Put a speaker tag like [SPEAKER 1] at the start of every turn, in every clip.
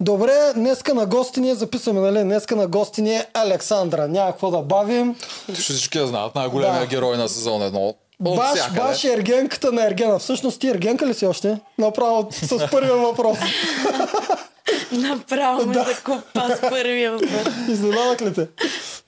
[SPEAKER 1] Добре, днеска на гости ние записваме, нали? Днеска на гости ни е Александра. Няма какво да бавим.
[SPEAKER 2] Ще всички я знаят. Най-големия
[SPEAKER 1] Да.
[SPEAKER 2] герой на сезон едно. От
[SPEAKER 1] Баш,
[SPEAKER 2] всякъде.
[SPEAKER 1] баш е ергенката на Ергена. Всъщност ти ергенка ли си още? Направо с първия въпрос.
[SPEAKER 3] Направо ме закопа с първия път.
[SPEAKER 1] Изненадах ли те?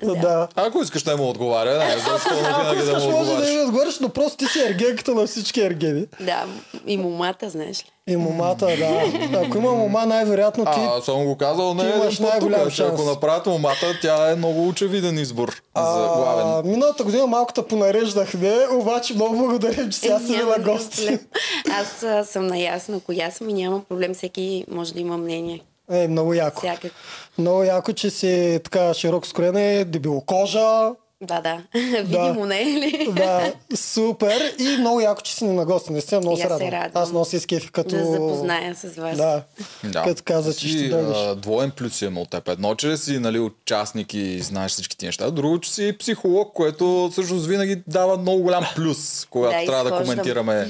[SPEAKER 1] Да.
[SPEAKER 2] Ако искаш, не му отговаря. Не, защо
[SPEAKER 1] Ако
[SPEAKER 2] винаги да
[SPEAKER 1] искаш,
[SPEAKER 2] му
[SPEAKER 1] може да
[SPEAKER 2] отговаряш.
[SPEAKER 1] ми отговориш, но просто ти си ергенката на всички ергени.
[SPEAKER 3] Да, и момата, знаеш ли?
[SPEAKER 1] И момата, да. Ако има мома, най-вероятно ти...
[SPEAKER 2] А, съм го казал, не
[SPEAKER 1] ти
[SPEAKER 2] е
[SPEAKER 1] имаш най-голям
[SPEAKER 2] тук. Че
[SPEAKER 1] шанс.
[SPEAKER 2] ако направят момата, тя е много очевиден избор за главен.
[SPEAKER 1] А, миналата година малко те понареждахме, обаче много благодаря, че сега
[SPEAKER 3] Е,
[SPEAKER 1] си
[SPEAKER 3] няма
[SPEAKER 1] на гости.
[SPEAKER 3] проблем. Аз а, съм наясна, коя съм и няма проблем. Всеки може да има мнение.
[SPEAKER 1] Е, много яко.
[SPEAKER 3] Всякак.
[SPEAKER 1] Много яко, че си така широко е, скроена, дебилокожа.
[SPEAKER 3] Да, да. Видимо, не е ли?
[SPEAKER 1] Да, супер. И много яко, че си ни на гости. Наистина много
[SPEAKER 3] И
[SPEAKER 1] се
[SPEAKER 3] аз се
[SPEAKER 1] радвам.
[SPEAKER 3] радвам.
[SPEAKER 1] Аз много се изкефи като...
[SPEAKER 3] Да запозная с вас.
[SPEAKER 1] Да,
[SPEAKER 2] Да.
[SPEAKER 1] като каза, че
[SPEAKER 2] Ти,
[SPEAKER 1] ще дойдеш.
[SPEAKER 2] а, Двоен плюс има от теб. Едно, че си нали, участник и знаеш всички ти неща. Друго, че си психолог, което всъщност винаги дава много голям плюс, когато
[SPEAKER 3] Да,
[SPEAKER 2] трябва да
[SPEAKER 3] изхождам.
[SPEAKER 2] коментираме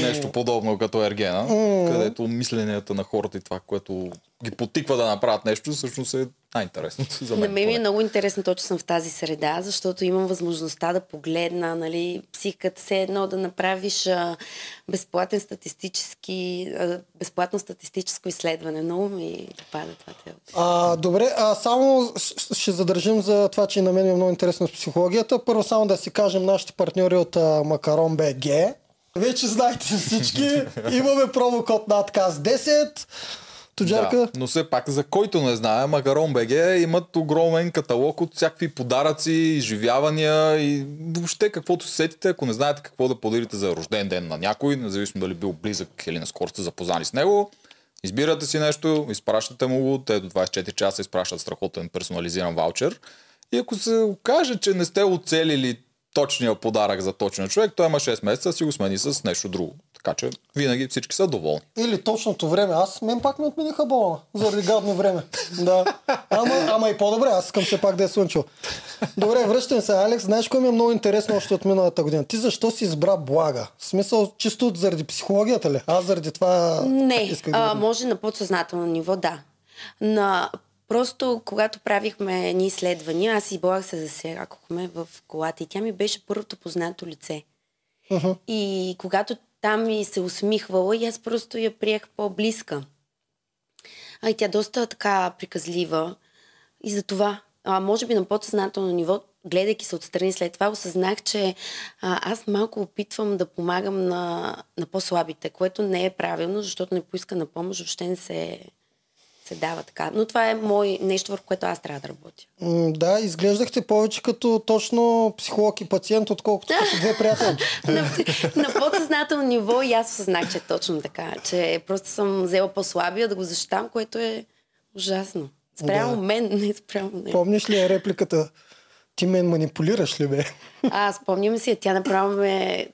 [SPEAKER 2] нещо подобно като Ергена,
[SPEAKER 1] Е.
[SPEAKER 2] където мисленията на хората и това, което ги потиква да направят нещо, всъщност е най-интересното за мен.
[SPEAKER 3] На мен ми е
[SPEAKER 2] поне.
[SPEAKER 3] много интересно то, че съм в тази среда, защото имам възможността да погледна, нали, психиката се едно да направиш а, безплатен статистически, а, безплатно статистическо изследване. Много ми допада това тело.
[SPEAKER 1] А, добре, а само с- с- ще задържим за това, че и на мен ми е много интересно с психологията. Първо само да си кажем нашите партньори от а, Макарон БГ. Вече знаете всички, имаме промокод на отказ 10. Тоджарка,
[SPEAKER 2] Да, но все пак, за който не знае, Макарон БГ имат огромен каталог от всякакви подаръци, изживявания и въобще каквото се сетите, ако не знаете какво да подарите за рожден ден на някой, независимо дали бил близък или наскоро сте запознали с него, избирате си нещо, изпращате му го, те до 24 часа изпращат страхотен персонализиран ваучер и ако се окаже, че не сте оцелили точния подарък за точния човек, той има 6 месеца да си го смени с нещо друго. Така че винаги всички са доволни.
[SPEAKER 1] Или точното време. Аз мен пак ми отмениха балона заради гадно време. Да. Ама, ама и по-добре, аз искам се пак да е слънчево. Добре, връщам се, Алекс. Знаеш кое ми е много интересно още от миналата година? Ти защо си избра блага? В смисъл, чисто от- заради психологията ли? Аз заради това
[SPEAKER 3] Не,
[SPEAKER 1] исках да...
[SPEAKER 3] а,
[SPEAKER 1] го-
[SPEAKER 3] може на подсъзнателно ниво, да. На, просто когато правихме едни изследвания, аз и Благ се засякохме в колата и тя ми беше първото познато лице.
[SPEAKER 1] Мгм.
[SPEAKER 3] И когато там ми се усмихвала и аз просто я приех по-близка. А и тя доста така приказлива. И затова, а, може би на подсъзнателно ниво, гледайки се отстрани след това, осъзнах, че а, аз малко опитвам да помагам на, на по-слабите, което не е правилно, защото не поиска на помощ, въобще не се, се дава така. Но това е мой нещо, върху което аз трябва да работя.
[SPEAKER 1] М, Да, изглеждахте повече като точно психолог и пациент, отколкото като две приятелки.
[SPEAKER 3] на, на подсъзнателно ниво и аз осъзнах, че е точно така. Че просто съм взела по-слабия да го защитам, което е ужасно. Спрямо
[SPEAKER 1] Да.
[SPEAKER 3] мен, не спрямо него.
[SPEAKER 1] Помниш ли я репликата? Ти мен манипулираш ли бе?
[SPEAKER 3] А, спомням си, я, тя направо ме...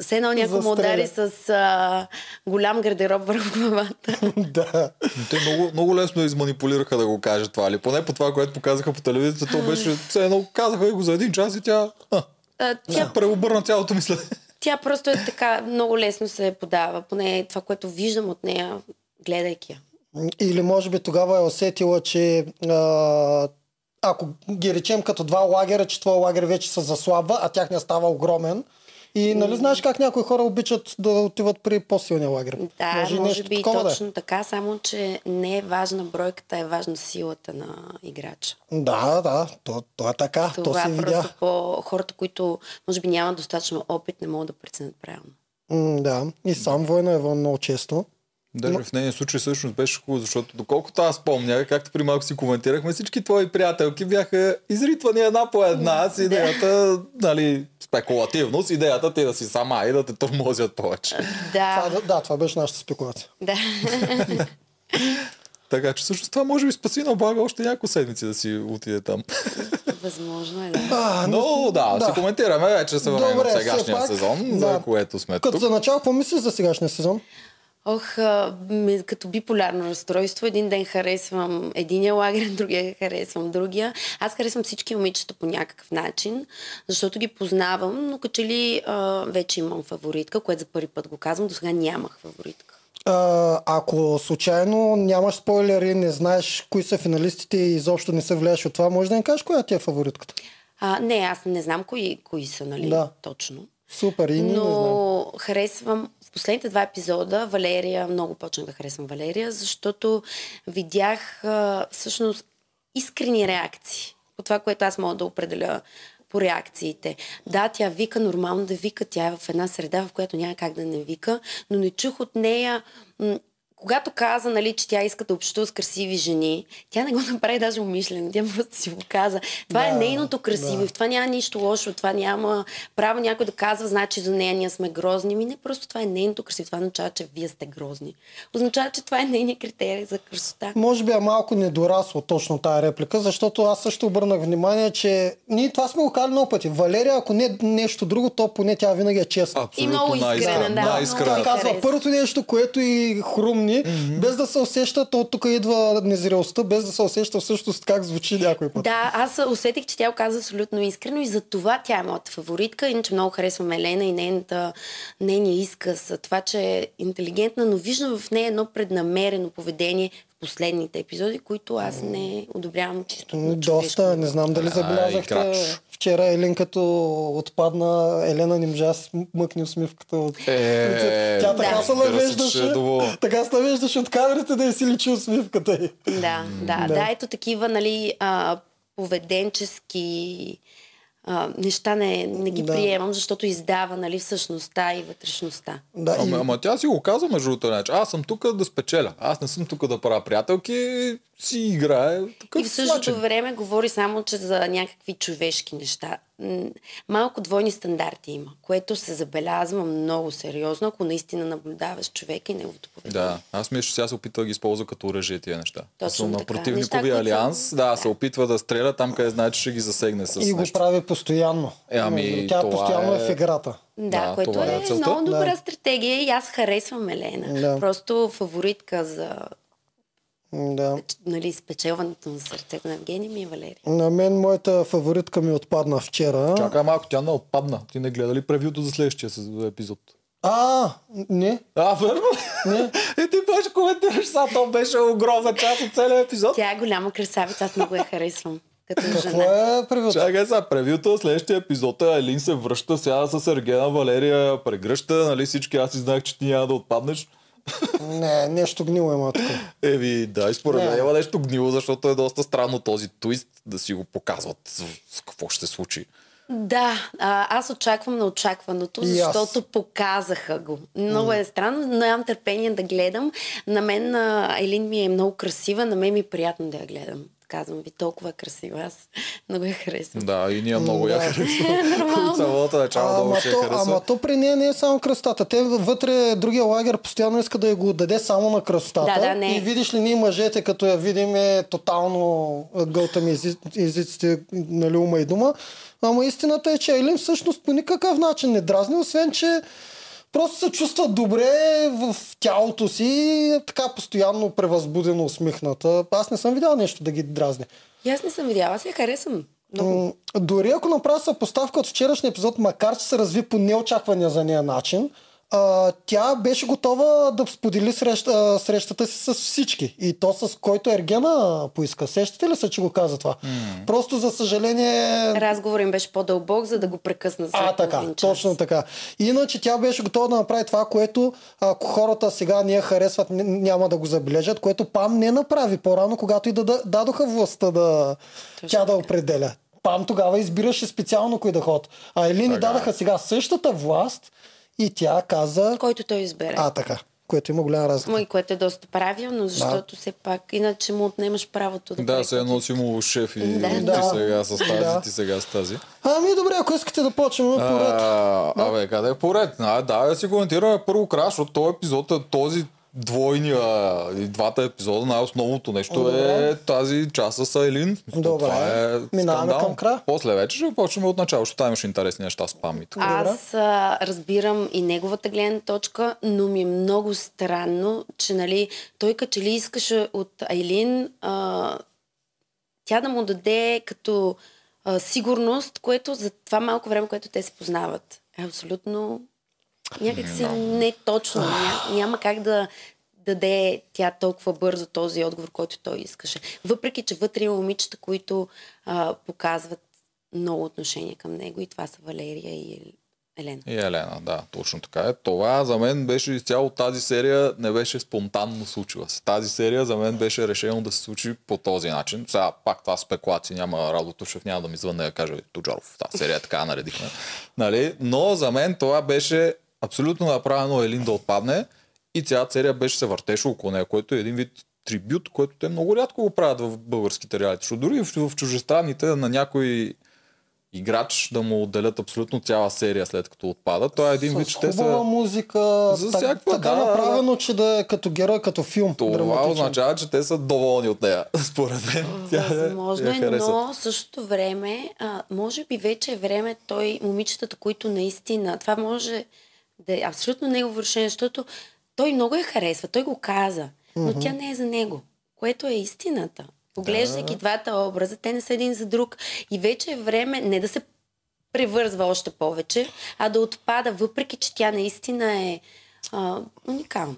[SPEAKER 3] Все едно някой му
[SPEAKER 1] Застреля.
[SPEAKER 3] удари с а, голям гардероб върху главата.
[SPEAKER 1] да.
[SPEAKER 2] Но Те много, много лесно изманипулираха да го каже това, или поне по това, което показаха по телевизията, то беше все едно казаха го за един час и тя а,
[SPEAKER 3] А, тя,
[SPEAKER 2] тя преобърна цялото мисля.
[SPEAKER 3] тя просто е така, много лесно се подава. Поне това, което виждам от нея, гледайки я.
[SPEAKER 1] Или може би тогава е усетила, че а, ако ги речем като два лагера, че твой лагер вече се заслабва, а тях не става огромен. И нали знаеш как някои хора обичат да отиват при по-силния лагер?
[SPEAKER 3] Да, може, може би и
[SPEAKER 1] да е.
[SPEAKER 3] точно така, само че не е важна бройката, е важна силата на играча.
[SPEAKER 1] Да, да, то, то е така, то
[SPEAKER 3] Това
[SPEAKER 1] се
[SPEAKER 3] просто
[SPEAKER 1] видя.
[SPEAKER 3] по хората, които може би нямат достатъчно опит, не могат да преценят правилно.
[SPEAKER 1] М, да, и сам война е вън много често.
[SPEAKER 2] Даже в нейния случай всъщност беше хубаво, защото доколкото аз помня, както при малко си коментирахме, всички твои приятелки бяха изритвани една по една с идеята, нали, спекулативно, с идеята ти да си сама и да те тормозят повече.
[SPEAKER 1] Това, е
[SPEAKER 3] Да,
[SPEAKER 1] да, да, това беше нашата спекулация.
[SPEAKER 3] да.
[SPEAKER 2] Така че всъщност това може би спаси на блага още няколко седмици да си отиде там.
[SPEAKER 3] Възможно е, да.
[SPEAKER 1] А,
[SPEAKER 2] Но да,
[SPEAKER 1] да.
[SPEAKER 2] да, си коментираме вече се върнем
[SPEAKER 1] Добре,
[SPEAKER 2] в
[SPEAKER 1] все
[SPEAKER 2] сегашния
[SPEAKER 1] пак,
[SPEAKER 2] сезон,
[SPEAKER 1] да.
[SPEAKER 2] за което сме
[SPEAKER 1] като
[SPEAKER 2] тук.
[SPEAKER 1] за начало, какво мислиш за сегашния сезон?
[SPEAKER 3] Ох, а, ми- като биполярно разстройство, един ден харесвам единия лагер, другия харесвам другия. Аз харесвам всички момичета по някакъв начин, защото ги познавам, но като че ли а, вече имам фаворитка, което за първи път го казвам, до сега нямах фаворитка.
[SPEAKER 1] А, ако случайно нямаш спойлери, не знаеш кои са финалистите и изобщо не се влияеш от това, може да ни кажеш коя ти е фаворитката.
[SPEAKER 3] А, не, аз не знам кои, кои са, нали?
[SPEAKER 1] Да.
[SPEAKER 3] Точно.
[SPEAKER 1] Супер, и ние не знаем.
[SPEAKER 3] Но харесвам в последните два епизода Валерия, много почнах да харесвам Валерия, защото видях а, всъщност искрени реакции. По това, което аз мога да определя по реакциите. Да, тя вика, нормално да вика, тя е в една среда, в която няма как да не вика, но не чух от нея м- когато каза, нали, че тя иска да общува с красиви жени, тя не го направи даже умишлено, тя просто си го каза. Това да, е
[SPEAKER 1] Да,
[SPEAKER 3] нейното красиво,
[SPEAKER 1] да.
[SPEAKER 3] в това няма нищо лошо, това няма право някой да казва, значи за нея ние сме грозни. Ми не, просто това е нейното красиво, това означава, че вие сте грозни. Означава, че това е нейният критерий за красота.
[SPEAKER 1] Може би е малко недорасло точно тази реплика, защото аз също обърнах внимание, че ние това сме го казали много пъти. Валерия, ако не е нещо друго, то поне тя винаги е честна.
[SPEAKER 2] Абсолютно
[SPEAKER 3] много искрена,
[SPEAKER 2] най-искрена.
[SPEAKER 3] да, много
[SPEAKER 1] Тя
[SPEAKER 2] Най-искрена.
[SPEAKER 3] искрена.
[SPEAKER 1] казва първото нещо, което и хрумни, mm-hmm. без да се усеща, то тук идва незрелостта, без да се усеща всъщност как звучи някой път.
[SPEAKER 3] Да, аз усетих, че тя го каза абсолютно искрено и за това тя е моята фаворитка. Иначе много харесвам Елена и нейната, нейния изказ. за Това, че е интелигентна, но виждам в нея едно преднамерено поведение в последните епизоди, които аз не одобрявам чисто.
[SPEAKER 1] М,
[SPEAKER 3] човешко.
[SPEAKER 1] Ами, Доста, не знам дали
[SPEAKER 2] Ай,
[SPEAKER 1] забелязахте.
[SPEAKER 2] кракчо.
[SPEAKER 1] Вчера Елен като отпадна, Елена не можа да си мъкне усмивката от...
[SPEAKER 2] Е,
[SPEAKER 1] Тя така
[SPEAKER 3] да.
[SPEAKER 1] се
[SPEAKER 2] разбира че е
[SPEAKER 1] навеждаше,
[SPEAKER 2] доволна.
[SPEAKER 1] така се навеждаше от камерите да й си личи усмивката й.
[SPEAKER 3] Да, да,
[SPEAKER 1] Да.
[SPEAKER 3] да, да. Ето такива, нали, а, поведенчески а, неща не, не ги
[SPEAKER 1] Да.
[SPEAKER 3] да. приемам, защото издава, нали, всъщността и вътрешността.
[SPEAKER 1] Да, и-
[SPEAKER 2] Ама, ама тя си го казва между другото начин. Аз съм тук да спечеля. Аз не съм тук да правя приятелки. Си играе такъв
[SPEAKER 3] И в същото
[SPEAKER 2] начин.
[SPEAKER 3] време говори само, че за някакви човешки неща. М, Малко двойни стандарти има, което се забелязва много сериозно, ако наистина наблюдаваш човека и неговото поведение.
[SPEAKER 2] Да, аз мисля, че сега се опитва да ги използва като оръжие тия неща.
[SPEAKER 3] Точно
[SPEAKER 2] Точно на
[SPEAKER 3] така.
[SPEAKER 2] противникови
[SPEAKER 3] Неща, които са-
[SPEAKER 2] алианс, да, да, се опитва да стреля там, къде знае, че ще ги засегне с
[SPEAKER 1] и го
[SPEAKER 2] нещо.
[SPEAKER 1] прави постоянно.
[SPEAKER 2] Е, ами,
[SPEAKER 1] Тя
[SPEAKER 2] това
[SPEAKER 1] постоянно е
[SPEAKER 2] е-
[SPEAKER 1] в играта.
[SPEAKER 3] Да,
[SPEAKER 2] Да,
[SPEAKER 3] да, което
[SPEAKER 2] това е
[SPEAKER 3] е,
[SPEAKER 2] целта.
[SPEAKER 3] много добра
[SPEAKER 1] Да.
[SPEAKER 3] да. стратегия и аз харесвам Елена.
[SPEAKER 1] Да.
[SPEAKER 3] Да. Просто фаворитка за
[SPEAKER 1] М, Да.
[SPEAKER 3] нали, спечелването на сърцето на Евгения ми е Валерия.
[SPEAKER 1] На мен моята фаворитка ми отпадна вчера.
[SPEAKER 2] Чакай малко, тя не отпадна. Ти не гледа ли превюто за следващия с- епизод?
[SPEAKER 1] А, не.
[SPEAKER 2] А, верно? Не. И ти пък ще коментираш сега, то беше огромна част от целия епизод.
[SPEAKER 3] Тя е голяма красавица, аз много я харесвам. Като
[SPEAKER 1] Какво
[SPEAKER 3] жена.
[SPEAKER 1] е превод?
[SPEAKER 2] Чакай сега, превюта, следващия епизод е Елин се връща сега с Ергена Валерия прегръща, нали всички аз си знаех, че ти няма да отпаднеш.
[SPEAKER 1] Не, нещо гнило е, има тук.
[SPEAKER 2] Еви, да, и според
[SPEAKER 1] Не.
[SPEAKER 2] мен има нещо гнило, защото е доста странно този твист да си го показват в- в какво ще се случи.
[SPEAKER 3] Да, а, аз очаквам на очакваното,
[SPEAKER 1] И аз.
[SPEAKER 3] защото показаха го. Много е странно, но нямам търпение да гледам. На мен а, Елин ми е много красива, на мен ми е приятно да я гледам. Казвам ви, толкова е красива, аз много я харесвам.
[SPEAKER 2] Да, и ние много я
[SPEAKER 1] Да.
[SPEAKER 2] харесваме. От самото начало много
[SPEAKER 1] Ама
[SPEAKER 2] ще я
[SPEAKER 1] то,
[SPEAKER 2] харесва.
[SPEAKER 1] ама то при нея не е само кръстата. Те вътре другия лагер постоянно иска да я го отдаде само на кръстата.
[SPEAKER 3] Да, да, не.
[SPEAKER 1] И видиш ли ние мъжете, като я видим е тотално а, гълтаме ези- езиците, нали, ума и дума. Ама истината е, че Елин всъщност по никакъв начин не дразни, освен че просто се чувства добре в тялото си и е така постоянно превъзбудено усмихната. Аз не съм видял нещо да ги дразни.
[SPEAKER 3] И аз не съм видяла, аз я харесвам. Много.
[SPEAKER 1] М, Дори ако направя съпоставка от вчерашния епизод, макар че се разви по неочаквания за нея начин, а, тя беше готова да сподели среща, а, срещата си с всички. И то с който Ергена поиска. Сещате ли се, че го каза това? Mm. Просто за съжаление...
[SPEAKER 3] Разговорът им беше по-дълбок, за да го прекъсна след
[SPEAKER 1] А, така,
[SPEAKER 3] половин час.
[SPEAKER 1] точно така. Иначе тя беше готова да направи това, което ако хората сега не я харесват, н- няма да го забележат, което Пам не направи по-рано, когато и да, да дадоха властта да
[SPEAKER 3] Точно
[SPEAKER 1] тя да определя. Пам тогава избираше специално кои да ход. А Елини
[SPEAKER 2] Така е.
[SPEAKER 1] дадаха сега същата власт и тя каза...
[SPEAKER 3] Който той избере.
[SPEAKER 1] А, така. Което има голяма разлика.
[SPEAKER 3] Ма и което е доста правилно, защото все пак, иначе му отнемаш правото да прави
[SPEAKER 2] Да, се едно си му шеф и
[SPEAKER 3] Да.
[SPEAKER 2] ти
[SPEAKER 1] Да.
[SPEAKER 2] сега с тази,
[SPEAKER 1] Да.
[SPEAKER 2] ти сега с тази.
[SPEAKER 1] Ами добре, ако искате да почнем по ред.
[SPEAKER 2] А, Абе, къде е поред? А, да, да си коментираме първо краш, защото този епизод, е този двойния, и двата епизода, най-основното нещо е
[SPEAKER 1] Добре.
[SPEAKER 2] тази част с Айлин.
[SPEAKER 1] Добре.
[SPEAKER 2] Това е
[SPEAKER 1] Минаваме
[SPEAKER 2] скандал.
[SPEAKER 1] към края.
[SPEAKER 2] После вече ще почнем от начало, защото там имаше интересни неща с памет.
[SPEAKER 3] Аз а, разбирам и неговата гледна точка, но ми е много странно, че нали, той като че ли искаше от Айлин а, тя да му даде като а, сигурност, което за това малко време, което те се познават. Е абсолютно някак си не точно. Ня, няма как да даде тя толкова бързо този отговор, който той искаше. Въпреки, че вътре има момичета, които а, показват много отношение към него и това са Валерия и Елена.
[SPEAKER 2] И Елена, да, точно така е. Това за мен беше изцяло тази серия не беше спонтанно случила се. Тази серия за мен беше решено да се случи по този начин. Сега пак това спекулации няма Радо Тушев, няма да ми звънне да каже Туджаров. Та серия е така я наредихме. Нали? Но за мен това беше абсолютно направено Елин да отпадне и цялата серия беше се въртеше около нея, което е един вид трибют, който те много рядко го правят в българските реалити. Защото дори в, в чужестранните на някой играч да му отделят абсолютно цяла серия след като отпада. Той е един вид,
[SPEAKER 1] С
[SPEAKER 2] че те
[SPEAKER 1] хубава
[SPEAKER 2] са...
[SPEAKER 1] музика,
[SPEAKER 2] За
[SPEAKER 1] так-
[SPEAKER 2] всякаква,
[SPEAKER 1] така
[SPEAKER 2] да,
[SPEAKER 1] направено, че да е като герой, като филм.
[SPEAKER 2] Това значи,
[SPEAKER 1] драматичен.
[SPEAKER 2] означава, че те са доволни от нея, според мен. Тя е-
[SPEAKER 3] Възможно
[SPEAKER 2] я
[SPEAKER 3] е,
[SPEAKER 2] харесва.
[SPEAKER 3] но в същото време, а, може би вече е време той, момичетата, които наистина, това може да е абсолютно негово решение, защото той много я харесва, той го каза, но тя не е за него, което е истината. Поглеждайки двата образа, те не са един за друг и вече е време не да се превързва още повече, а да отпада, въпреки че тя наистина е а, уникална.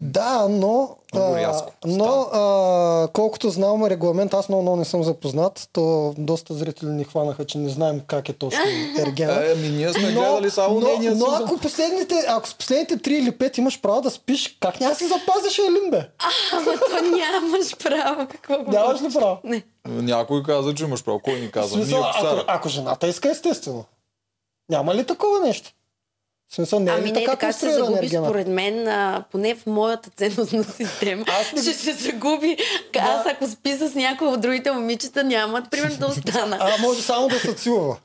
[SPEAKER 1] Да, но,
[SPEAKER 2] Много
[SPEAKER 1] а,
[SPEAKER 2] рязко
[SPEAKER 1] но а, колкото знам регламент, аз много, много не съм запознат, то доста зрители ни хванаха, че не знаем как е точно ергена.
[SPEAKER 2] Е, ми ние сме гледали само
[SPEAKER 1] но,
[SPEAKER 2] нейния
[SPEAKER 1] но
[SPEAKER 2] сезон.
[SPEAKER 1] ако, последните, ако с последните 3 или 5 имаш право да спиш, как няма да си запазиш е, Елин, бе?
[SPEAKER 3] Ама то нямаш право, какво го
[SPEAKER 1] Нямаш ли право?
[SPEAKER 3] Не.
[SPEAKER 2] Някой каза, че имаш право. Кой ни
[SPEAKER 1] В
[SPEAKER 2] каза?
[SPEAKER 1] смисъл,
[SPEAKER 2] Ние в
[SPEAKER 1] ако,
[SPEAKER 2] Сара.
[SPEAKER 1] ако жената иска, естествено. Няма ли такова нещо? В смисъл, не е
[SPEAKER 3] Ами
[SPEAKER 1] ли
[SPEAKER 3] не,
[SPEAKER 1] така,
[SPEAKER 3] така ще се
[SPEAKER 1] конструирана
[SPEAKER 3] загуби
[SPEAKER 1] ергена?
[SPEAKER 3] според мен, а, поне в моята ценностна система.
[SPEAKER 1] Аз не-
[SPEAKER 3] ще се загуби. Аз ако спи с някои от другите момичета, нямат примерно да остана.
[SPEAKER 1] А, може само да се цілува.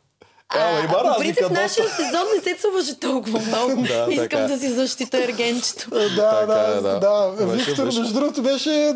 [SPEAKER 2] Ела, има
[SPEAKER 3] по принцип,
[SPEAKER 2] разлика
[SPEAKER 3] в нашия сезон не се цуваше толкова много.
[SPEAKER 2] Да, така
[SPEAKER 3] Искам
[SPEAKER 2] е.
[SPEAKER 3] да си защита ергенчето.
[SPEAKER 1] Да,
[SPEAKER 2] Така
[SPEAKER 1] да,
[SPEAKER 2] е, да.
[SPEAKER 1] да.
[SPEAKER 2] Беше-
[SPEAKER 1] Виктор,
[SPEAKER 2] беше.
[SPEAKER 1] между другото, беше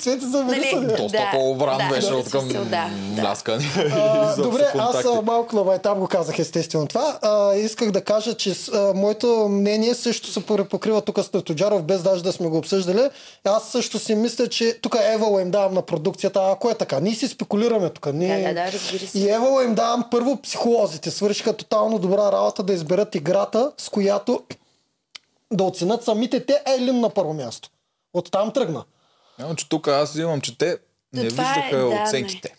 [SPEAKER 1] цвете за
[SPEAKER 3] Нали,
[SPEAKER 1] Велиса.
[SPEAKER 2] Доста
[SPEAKER 3] Да,
[SPEAKER 2] по-обран
[SPEAKER 3] да,
[SPEAKER 2] беше
[SPEAKER 3] да,
[SPEAKER 2] от към
[SPEAKER 3] смисъл, да, да.
[SPEAKER 2] мляскане.
[SPEAKER 1] А,
[SPEAKER 2] и за
[SPEAKER 1] Добре, аз
[SPEAKER 2] контакти.
[SPEAKER 1] а, малко на етап го казах естествено това. А, исках да кажа, че с- а, моето мнение също се препокрива тук с Татуджаров, без даже да сме го обсъждали. Аз също си мисля, че тук Евала им давам на продукцията, а ако е така. Ние си спекулираме тук. Ние...
[SPEAKER 3] Да, да, да, разбира се.
[SPEAKER 1] И Евала им давам първо психолозите. Свършиха тотално добра работа да изберат играта, с която да оценят самите те Елин на първо място. Оттам тръгна.
[SPEAKER 2] Няма, че тук аз имам, че те не
[SPEAKER 3] То това е,
[SPEAKER 2] виждаха
[SPEAKER 3] да,
[SPEAKER 2] оценките.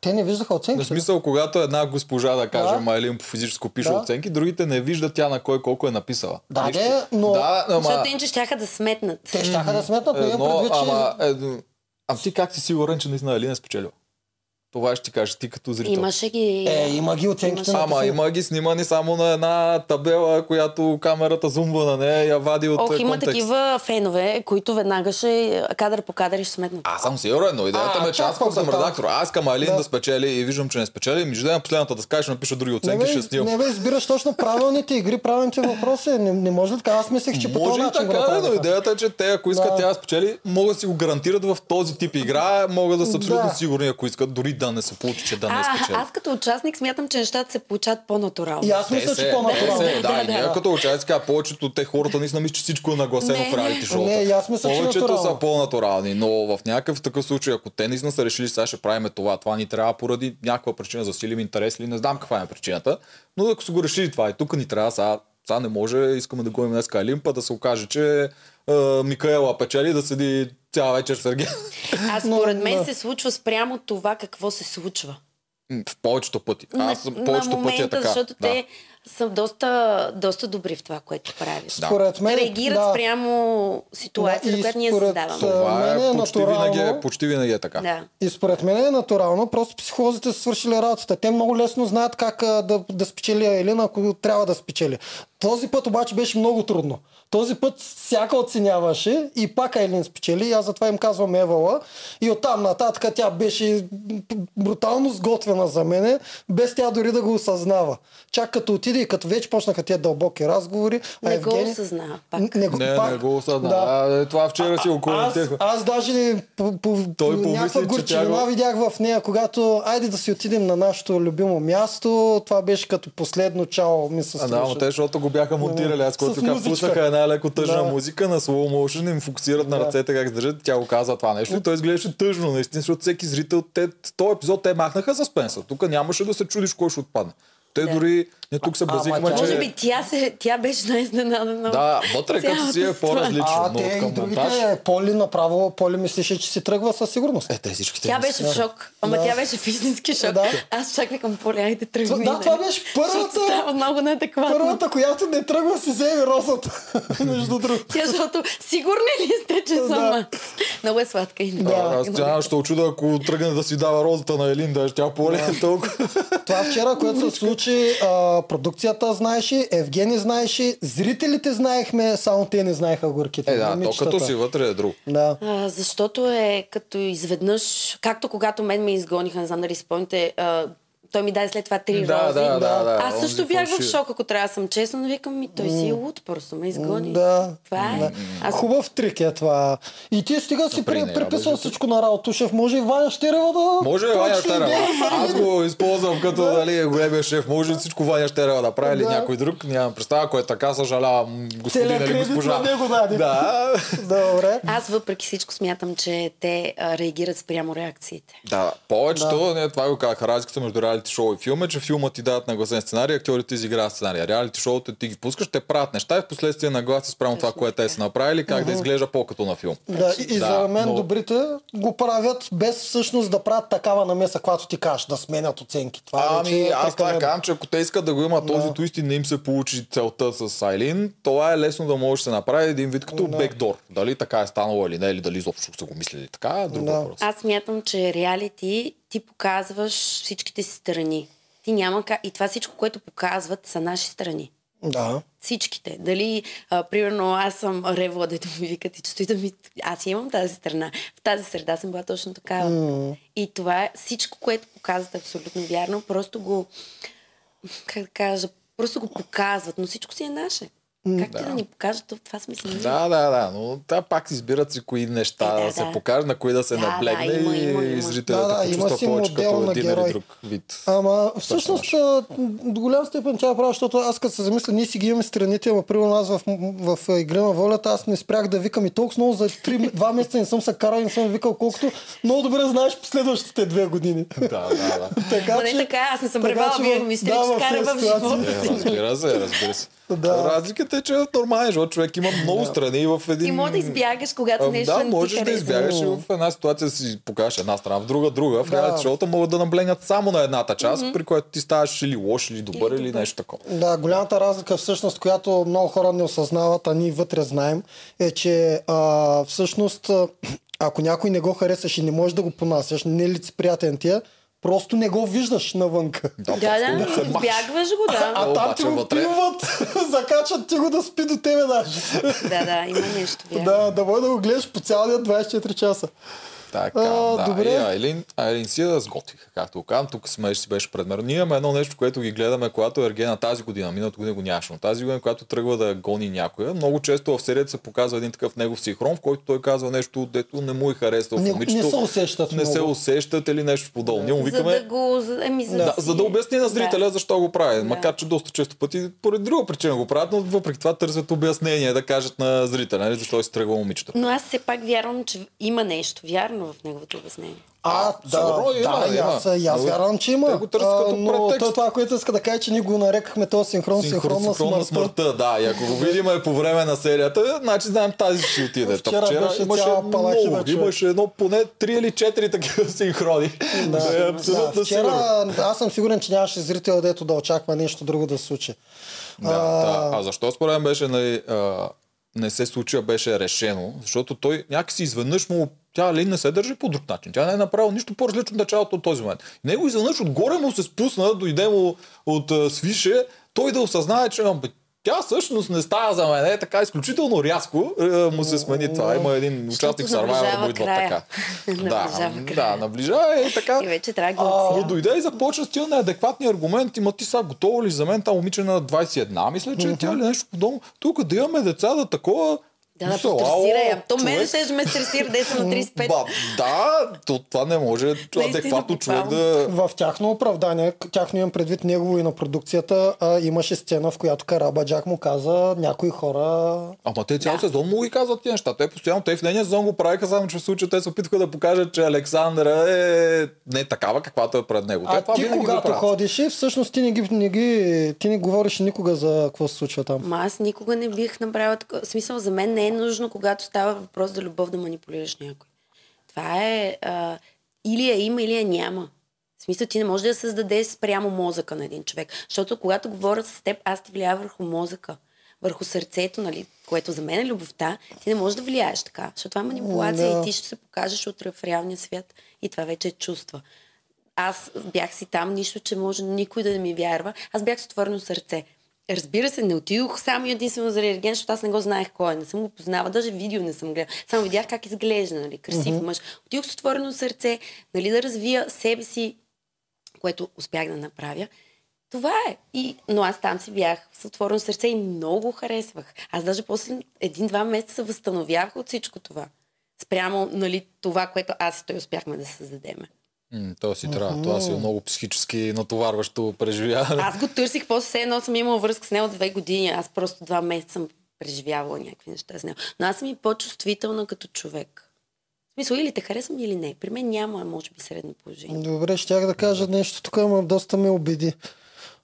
[SPEAKER 1] Те не виждаха
[SPEAKER 2] В
[SPEAKER 1] оценки.
[SPEAKER 2] смисъл, когато една госпожа, да
[SPEAKER 1] Да.
[SPEAKER 2] кажем, Елин по физическо пише
[SPEAKER 1] Да.
[SPEAKER 2] оценки, другите не виждат тя на кой колко е написала.
[SPEAKER 1] Да,
[SPEAKER 2] Нищо.
[SPEAKER 1] де, но-
[SPEAKER 2] Да, ама...
[SPEAKER 3] Защото иначе щяха да сметнат.
[SPEAKER 1] Те щяха да сметнат, но имам
[SPEAKER 2] Едно,
[SPEAKER 1] предвид, че...
[SPEAKER 2] Е, ама... Едно... А ти как си сигурен, че наистина Елин е спечелил? Това ще ти кажа ти като зрител.
[SPEAKER 3] Имаше ги.
[SPEAKER 1] Е, има ги оценките
[SPEAKER 3] Имаше.
[SPEAKER 1] на
[SPEAKER 2] Ама има ги снимани само на една табела, която камерата зумва на нея и я вади от
[SPEAKER 3] Ох,
[SPEAKER 2] е,
[SPEAKER 3] има
[SPEAKER 2] контекст.
[SPEAKER 3] такива фенове, които веднага ще кадър по кадър ще сметнат.
[SPEAKER 2] Аз съм сигурен, но идеята
[SPEAKER 1] А,
[SPEAKER 2] ми е, че аз
[SPEAKER 1] чак
[SPEAKER 2] ако
[SPEAKER 1] пък
[SPEAKER 2] съм
[SPEAKER 1] до там.
[SPEAKER 2] редактор, аз искам Алин
[SPEAKER 1] Да.
[SPEAKER 2] да. спечели и виждам, че не спечели, ми ще дадем последната да скажеш, ще напиша други оценки, ще
[SPEAKER 1] не, бе,
[SPEAKER 2] снимам.
[SPEAKER 1] не бе, избираш точно правилните игри, правилните въпроси. Не, не може ли така? Аз мислех, че по
[SPEAKER 2] Може
[SPEAKER 1] този
[SPEAKER 2] и
[SPEAKER 1] начин го
[SPEAKER 2] така, но
[SPEAKER 1] направиха.
[SPEAKER 2] идеята е, че те, ако искат
[SPEAKER 1] Да.
[SPEAKER 2] тя да спечели, могат да си го гарантират в този тип игра, могат да са абсолютно
[SPEAKER 1] Да.
[SPEAKER 2] сигурни, ако искат, дори да не се получи, че да не
[SPEAKER 3] А,
[SPEAKER 2] спечели.
[SPEAKER 3] аз като участник смятам, че нещата се получат по-натурално.
[SPEAKER 1] И аз
[SPEAKER 2] Те
[SPEAKER 1] мисля,
[SPEAKER 2] се-
[SPEAKER 1] че
[SPEAKER 2] те
[SPEAKER 1] по-натурално.
[SPEAKER 2] се-
[SPEAKER 3] Да,
[SPEAKER 2] Да, и
[SPEAKER 3] да.
[SPEAKER 2] ние като участници, така, повечето те хората наистина мислят, че всичко е нагласено
[SPEAKER 3] Не,
[SPEAKER 2] в реалити
[SPEAKER 3] не.
[SPEAKER 2] шоута.
[SPEAKER 1] Не, и аз мисля, че е
[SPEAKER 2] Повечето
[SPEAKER 1] натурално.
[SPEAKER 2] са по-натурални, но в някакъв такъв случай, ако те наистина са решили, сега ще правиме това, това ни трябва поради някаква причина, засилим интерес или не знам каква е причината, но ако са го решили това и тук ни трябва сега, сега не може, искаме да го имаме днес Калимпа, да се окаже, че е, Микаела печели да седи цяла вечер с Сергей.
[SPEAKER 3] А
[SPEAKER 1] Но,
[SPEAKER 3] според
[SPEAKER 1] да.
[SPEAKER 3] мен се случва спрямо това какво се случва.
[SPEAKER 2] В повечето пъти. Аз
[SPEAKER 3] на,
[SPEAKER 2] повечето
[SPEAKER 3] на момента,
[SPEAKER 2] пъти е така.
[SPEAKER 3] защото
[SPEAKER 2] да.
[SPEAKER 3] те са доста, доста добри в това, което правят.
[SPEAKER 2] Да.
[SPEAKER 1] Според мен,
[SPEAKER 3] Реагират
[SPEAKER 1] да,
[SPEAKER 3] спрямо ситуацията,
[SPEAKER 1] Да, и
[SPEAKER 3] която ние
[SPEAKER 1] според-
[SPEAKER 3] създаваме.
[SPEAKER 2] Това
[SPEAKER 1] мен е
[SPEAKER 2] е почти,
[SPEAKER 1] натурално.
[SPEAKER 2] винаги, е- почти винаги е така.
[SPEAKER 3] Да.
[SPEAKER 1] И според мен е натурално, просто психолозите са свършили работата. Те много лесно знаят как а, да, да спечели Елина, ако трябва да спечели. Този път обаче беше много трудно. Този път всяка оценяваше и пак Елин спечели. И аз затова им казвам Евала. И оттам нататък тя беше брутално сготвена за мене, без тя дори да го осъзнава. Чак като отиде и като вече почнаха тия дълбоки разговори. а
[SPEAKER 3] Не го
[SPEAKER 1] Евгений-
[SPEAKER 3] осъзнава пак.
[SPEAKER 1] Н- Не, го-
[SPEAKER 2] Не,
[SPEAKER 1] пак-
[SPEAKER 2] не го осъзна.
[SPEAKER 1] да.
[SPEAKER 2] Да. Това вчера си около
[SPEAKER 1] Аз, аз даже не- по, по,
[SPEAKER 2] Той
[SPEAKER 1] по,
[SPEAKER 2] помисли,
[SPEAKER 1] някаква
[SPEAKER 2] че
[SPEAKER 1] горчевина
[SPEAKER 2] тя го-
[SPEAKER 1] видях в нея, когато айде да си отидем на нашето любимо място. Това беше като последно чао ми се
[SPEAKER 2] А, да, но
[SPEAKER 1] струваше.
[SPEAKER 2] те, защото го бяха монтирали, аз
[SPEAKER 1] С
[SPEAKER 2] който така
[SPEAKER 1] музичка.
[SPEAKER 2] пуснаха една леко тъжна
[SPEAKER 1] Да.
[SPEAKER 2] музика на slow motion, им фокусират на
[SPEAKER 1] Да.
[SPEAKER 2] ръцете как се държат, тя го каза това нещо и той изглеждаше тъжно, наистина, защото всеки зрител, те, този епизод те махнаха съспенса. Тук нямаше да се чудиш кой ще отпадне. Те
[SPEAKER 3] Да.
[SPEAKER 2] дори Ние тук се
[SPEAKER 1] Ама
[SPEAKER 2] базикаме,
[SPEAKER 1] тя-
[SPEAKER 2] че...
[SPEAKER 3] Може би тя, се, тя беше най-изненадана.
[SPEAKER 2] Да, вътре като си е
[SPEAKER 3] Цялата
[SPEAKER 2] по-различно,
[SPEAKER 1] А,
[SPEAKER 2] но
[SPEAKER 1] те и
[SPEAKER 2] от към монтаж...
[SPEAKER 1] другите, Поли направо, Поли мислеше, че си тръгва със сигурност.
[SPEAKER 2] Е, те всичките...
[SPEAKER 3] Тя
[SPEAKER 2] не са-
[SPEAKER 3] беше в шок. Ама
[SPEAKER 1] Да.
[SPEAKER 3] тя беше в истински шок.
[SPEAKER 1] Да.
[SPEAKER 3] Аз чак викам, поля, айде тръгни.
[SPEAKER 1] Да,
[SPEAKER 3] нали?
[SPEAKER 1] това беше
[SPEAKER 3] Защото
[SPEAKER 1] първата,
[SPEAKER 3] става много неадекватно.
[SPEAKER 1] първата, която не тръгва си вземи розата. Между другото.
[SPEAKER 3] Тя, защото сигурни ли сте, че
[SPEAKER 1] Да.
[SPEAKER 3] съм аз? Много е сладка и
[SPEAKER 2] Да, аз тя ще очуда, ако тръгне да си дава розата на Елин, да тя поле е толкова.
[SPEAKER 1] Това вчера, което се случи, а, продукцията знаеше, Евгений знаеше, зрителите знаехме, само те не знаеха горките.
[SPEAKER 2] Е, да, то
[SPEAKER 1] момичетата.
[SPEAKER 2] като си вътре е друг.
[SPEAKER 1] Да.
[SPEAKER 3] А, защото е като изведнъж, както когато мен ме изгониха, не знам дали си спомните, а, той ми даде след това три
[SPEAKER 2] Да,
[SPEAKER 3] рози.
[SPEAKER 2] да, да, да,
[SPEAKER 3] Аз също
[SPEAKER 2] онзи
[SPEAKER 3] бях в
[SPEAKER 2] фалшив.
[SPEAKER 3] шок, ако трябва да съм честна, но викам ми, той си е луд, просто ме изгони.
[SPEAKER 1] Да.
[SPEAKER 3] Това е.
[SPEAKER 1] да.
[SPEAKER 3] Аз
[SPEAKER 1] Хубав трик е това. И ти стига си
[SPEAKER 2] Добре,
[SPEAKER 1] при,
[SPEAKER 2] не,
[SPEAKER 1] приписал
[SPEAKER 2] абе,
[SPEAKER 1] всичко на Ралтушев. Може и Ваня Щерева да...
[SPEAKER 2] Може ли
[SPEAKER 1] почне
[SPEAKER 2] Ваня
[SPEAKER 1] да
[SPEAKER 2] Щерева?
[SPEAKER 1] е
[SPEAKER 2] Аз го използвам като дали, е големия шеф. Може ли всичко Ваня Щерева да прави или
[SPEAKER 1] Да.
[SPEAKER 2] някой друг? Нямам представа, ако е така, съжалявам господин
[SPEAKER 1] Целият
[SPEAKER 2] или
[SPEAKER 1] кредит
[SPEAKER 2] госпожа.
[SPEAKER 1] на него даде.
[SPEAKER 2] Да.
[SPEAKER 1] Добре.
[SPEAKER 3] Аз въпреки всичко смятам, че те а, реагират спрямо реакциите.
[SPEAKER 2] Да, повечето, да. Не, това го казах, разликата между реалити шоу и филма е, че филма ти дадат нагласен сценарий, актьорите изиграват сценария. Реалити шоуто ти ги пускаш, те правят неща и в последствие нагласа спрямо това,
[SPEAKER 3] Точно
[SPEAKER 2] което те са направили, как да изглежда по-като на филм.
[SPEAKER 1] Да, и, и
[SPEAKER 2] Да,
[SPEAKER 1] за мен
[SPEAKER 2] но-
[SPEAKER 1] добрите го правят без всъщност да правят такава намеса, която ти кажеш, да сменят оценки. Това вече
[SPEAKER 2] Ами,
[SPEAKER 1] е
[SPEAKER 2] аз това
[SPEAKER 1] прекалено.
[SPEAKER 2] казвам, че ако те искат да го има този
[SPEAKER 1] Да.
[SPEAKER 2] твист и не им се получи целта с Айлин, това е лесно да може да се направи един вид като
[SPEAKER 1] Да.
[SPEAKER 2] бекдор. Дали така е станало или не, или дали изобщо са го мислили така, е друг
[SPEAKER 1] Да.
[SPEAKER 2] въпрос.
[SPEAKER 3] Аз смятам, че реалити ти показваш всичките си страни. Ти няма ка... И това всичко, което показват, са наши страни.
[SPEAKER 1] Да.
[SPEAKER 3] Всичките. Дали, а, примерно, аз съм ревла, дето ми викат и често и да ми... Аз имам тази страна. В тази среда съм била точно такава.
[SPEAKER 1] М.
[SPEAKER 3] И това е всичко, което показват е абсолютно вярно. Просто го... Как да кажа? Просто го показват, но всичко си е наше. Как ти да, ни покажат то в това смисъл?
[SPEAKER 2] Да, да, да, но та пак избират си кои неща
[SPEAKER 3] Е,
[SPEAKER 2] да,
[SPEAKER 3] да,
[SPEAKER 2] да, се
[SPEAKER 3] да.
[SPEAKER 2] покажат, на кои да се
[SPEAKER 3] Да, да,
[SPEAKER 2] наблегне
[SPEAKER 3] има,
[SPEAKER 2] и,
[SPEAKER 3] има, има.
[SPEAKER 2] зрителят
[SPEAKER 1] Да,
[SPEAKER 2] да,
[SPEAKER 1] да, има
[SPEAKER 2] почувства
[SPEAKER 1] си
[SPEAKER 2] повече
[SPEAKER 1] модел
[SPEAKER 2] като
[SPEAKER 1] на
[SPEAKER 2] един
[SPEAKER 1] герой.
[SPEAKER 2] или друг вид.
[SPEAKER 1] Ама всъщност а, до голям степен тя е права, защото аз като се замисля, ние си ги имаме страните, ама примерно аз в, в, в игра на волята, аз не спрях да викам и толкова много за 3, 2 месеца не съм се карал и не съм викал, колкото много добре знаеш последващите две години.
[SPEAKER 2] Да, да, да.
[SPEAKER 1] така
[SPEAKER 3] Ама не така, аз не съм
[SPEAKER 1] така
[SPEAKER 3] ревала,
[SPEAKER 1] че-
[SPEAKER 3] вие ми сте,
[SPEAKER 1] да,
[SPEAKER 3] че
[SPEAKER 1] в
[SPEAKER 3] кара
[SPEAKER 1] тези
[SPEAKER 3] в
[SPEAKER 1] ситуации.
[SPEAKER 3] живота
[SPEAKER 2] Е, разбира се, разбира се.
[SPEAKER 1] Да.
[SPEAKER 2] Разликата е, че в нормален живот човек има много страни в един...
[SPEAKER 3] И може да избягаш, когато
[SPEAKER 2] Ам,
[SPEAKER 3] Ами нещо
[SPEAKER 2] Ами да,
[SPEAKER 3] не
[SPEAKER 2] можеш
[SPEAKER 3] ти
[SPEAKER 2] да
[SPEAKER 3] хареса.
[SPEAKER 2] избягаш и в една ситуация да си покажеш една страна, в друга, друга. В
[SPEAKER 1] Да.
[SPEAKER 2] реалити шоута могат да наблегнат само на едната част, при която ти ставаш или лош, или добър, или, нещо такова.
[SPEAKER 1] Да, голямата разлика всъщност, която много хора не осъзнават, а ние вътре знаем, е, че а, всъщност, а, ако някой не го харесаш и не можеш да го понасяш, не е лицеприятен ти е, просто не го виждаш навънка.
[SPEAKER 3] Да, да,
[SPEAKER 2] просто махаш.
[SPEAKER 3] избягваш го,
[SPEAKER 1] А,
[SPEAKER 3] да.
[SPEAKER 1] а там
[SPEAKER 2] обаче
[SPEAKER 1] ти го
[SPEAKER 2] вътре-
[SPEAKER 1] пиват, закачат ти го да спи до тебе даже.
[SPEAKER 3] Да, да, има нещо. вярно.
[SPEAKER 1] да, да може да го гледаш по цял ден 24 часа.
[SPEAKER 2] Така,
[SPEAKER 1] А,
[SPEAKER 2] да.
[SPEAKER 1] добре.
[SPEAKER 2] И Айлин, Айлин си я да сготвиха, както го казвам. Тук смееш си беше предмер. Ние имаме едно нещо, което ги гледаме, когато е Ергена тази година, миналата година го нямаше, но тази година, когато тръгва да гони някоя, много често в серията се показва един такъв негов синхрон, в който той казва нещо, дето не му е харесало в
[SPEAKER 1] Не,
[SPEAKER 2] момичето.
[SPEAKER 1] не се усещат
[SPEAKER 2] не се
[SPEAKER 1] много.
[SPEAKER 2] усещат или нещо подобно. Ние му
[SPEAKER 3] За
[SPEAKER 2] викаме,
[SPEAKER 3] да го... за- Еми, за
[SPEAKER 2] Да,
[SPEAKER 3] си-
[SPEAKER 2] за да обясни на зрителя
[SPEAKER 3] Да.
[SPEAKER 2] защо го прави. Макар, че доста често пъти поради друга причина го правят, но въпреки това търсят обяснение да кажат на зрителя, нали, защо е си тръгвал момичето.
[SPEAKER 3] Но аз все пак вярвам, че има нещо вярно в неговото обяснение.
[SPEAKER 1] А, да,
[SPEAKER 2] сигурно има,
[SPEAKER 1] да, и
[SPEAKER 2] има.
[SPEAKER 1] аз, и аз
[SPEAKER 2] Но
[SPEAKER 1] вярвам, че има.
[SPEAKER 2] те го търсят като
[SPEAKER 1] но
[SPEAKER 2] претекст.
[SPEAKER 1] той това, което иска да каже, че ние го нарекахме този синхрон, синхрон,
[SPEAKER 2] Синхрон,
[SPEAKER 1] синхрон,
[SPEAKER 2] синхрон на смъртта, да. И ако го видим е по време на серията, значи знаем тази ще отиде. Та
[SPEAKER 1] Вчера беше
[SPEAKER 2] имаше
[SPEAKER 1] цяла палахина,
[SPEAKER 2] много,
[SPEAKER 1] човек.
[SPEAKER 2] имаше едно поне 3 или 4 такива синхрони. Да, е абсолютно
[SPEAKER 1] да,
[SPEAKER 2] сигурно.
[SPEAKER 1] вчера аз съм сигурен, че нямаше зрител, дето да очаква нещо друго да се случи.
[SPEAKER 2] Да, а... да. А защо според мен беше, нали, а, не се случи, а беше решено? Защото той някакси изведнъж му тя ли не се държи по друг начин. Тя не е направила нищо по-различно от началото от този момент. Него изведнъж отгоре му се спусна, дойде му от а, свише, той да осъзнае, че ам, бе, тя всъщност не става за мен. Е, така изключително рязко е, му се смени това. Има един участник в Survivor,
[SPEAKER 3] наближава
[SPEAKER 2] му идва
[SPEAKER 3] края.
[SPEAKER 2] така. да,
[SPEAKER 3] Наближава
[SPEAKER 2] да,
[SPEAKER 3] края.
[SPEAKER 2] наближава е така.
[SPEAKER 3] И вече трябва да ги
[SPEAKER 2] Но
[SPEAKER 3] отсия.
[SPEAKER 2] дойде и започна с тия неадекватни аргументи. Ма ти сега готова ли е за мен? Та момиче на 21, мисля, че тя ли нещо подобно. Тук да имаме деца да такова.
[SPEAKER 3] Да, да,
[SPEAKER 2] Мисъл,
[SPEAKER 3] постресира
[SPEAKER 2] ало,
[SPEAKER 3] я. То мен е
[SPEAKER 2] човек.
[SPEAKER 3] ще ще ме стресира, да съм на 35.
[SPEAKER 2] Ба, да, то, това не може
[SPEAKER 3] Наистина,
[SPEAKER 2] адекватно човек
[SPEAKER 3] буквално.
[SPEAKER 2] да...
[SPEAKER 1] В тяхно оправдание, к- тяхно имам предвид негово и на продукцията, а, имаше сцена, в която Карабаджак му каза някои хора...
[SPEAKER 2] Ама те цял
[SPEAKER 3] Да.
[SPEAKER 2] сезон му ги казват тия неща. Те постоянно, те в нения сезон го правиха, само че в случая те се опитаха да покажат, че Александра е не такава, каквато е пред него. Те
[SPEAKER 1] А
[SPEAKER 2] това
[SPEAKER 1] ти
[SPEAKER 2] винаги го
[SPEAKER 1] когато
[SPEAKER 2] правят.
[SPEAKER 1] ходиш, и всъщност ти не, ги, не, ги, ти не говориш никога за какво се случва там.
[SPEAKER 3] Ма аз никога не бих направила такова. В Смисъл, за мен не е нужно, когато става въпрос за любов да манипулираш някой. Това е... А, или я има, или я няма. В смисъл, ти не можеш да я създадеш спрямо мозъка на един човек. Защото когато говоря с теб, аз ти влияя върху мозъка. Върху сърцето, нали, което за мен е любовта, ти не можеш да влияеш така. Защото това е манипулация
[SPEAKER 1] Да.
[SPEAKER 3] и ти ще се покажеш утре в реалния свят. И това вече е чувства. Аз бях си там, нищо, че може никой да не ми вярва. Аз бях с отворено сърце. Разбира се, не отидох само и единствено за реаген, защото аз не го знаех кой е. Не съм го познава, даже видео не съм гледала. Само видях как изглежда, нали, красив мъж. Отидох с отворено сърце, нали, да развия себе си, което успях да направя. Това е. И, но аз там си бях с отворено сърце и много го харесвах. Аз даже после един-два месеца се възстановявах от всичко това. Спрямо нали, това, което аз и той успяхме да създадеме.
[SPEAKER 2] М, То си трябва. Това си е много психически натоварващо преживяване.
[SPEAKER 3] Аз го търсих, после все едно съм имала връзка с него две години. Аз просто два месеца съм преживявала някакви неща с него. Но аз съм и по-чувствителна като човек. В смисъл, или те харесвам или не. При мен няма, може би, средно положение.
[SPEAKER 1] Добре, щях да кажа нещо тук, ама доста ме обиди.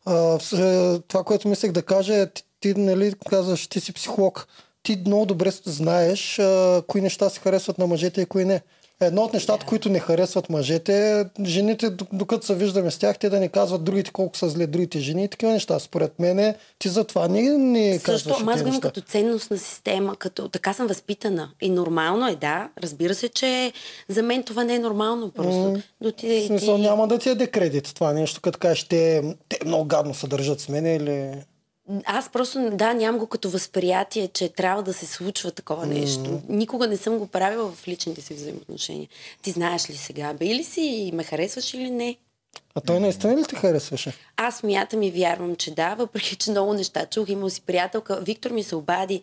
[SPEAKER 1] А, вс- е, това, което мислех да кажа е, ти, ти нали, казваш, ти си психолог. Ти много добре с- знаеш а, кои неща се харесват на мъжете и кои не. Едно от нещата, които не харесват мъжете, е жените, д- докато се виждаме с тях, те да не казват другите колко са зле другите жени и такива неща. Според мен, ти затова не, не
[SPEAKER 3] Също,
[SPEAKER 1] казваш
[SPEAKER 3] ама аз
[SPEAKER 1] тези
[SPEAKER 3] го имам
[SPEAKER 1] неща.
[SPEAKER 3] като ценност на система, като така съм възпитана. И нормално е, да. Разбира се, че за мен това не е нормално просто.
[SPEAKER 1] М.
[SPEAKER 3] Да отиде
[SPEAKER 1] В
[SPEAKER 3] и ти...
[SPEAKER 1] смисъл няма да ти е декредит това нещо, като кажеш, те, те много гадно се държат с мене или...
[SPEAKER 3] Аз просто, да, нямам го като възприятие, че трябва да се случва такова нещо. Никога не съм го правила в личните си взаимоотношения. Ти знаеш ли сега, били си и ме харесваш или не?
[SPEAKER 1] А той наистина ли те харесваше?
[SPEAKER 3] Аз мятам и вярвам, че да, въпреки че много неща чух. Имал си приятелка. Виктор ми се обади,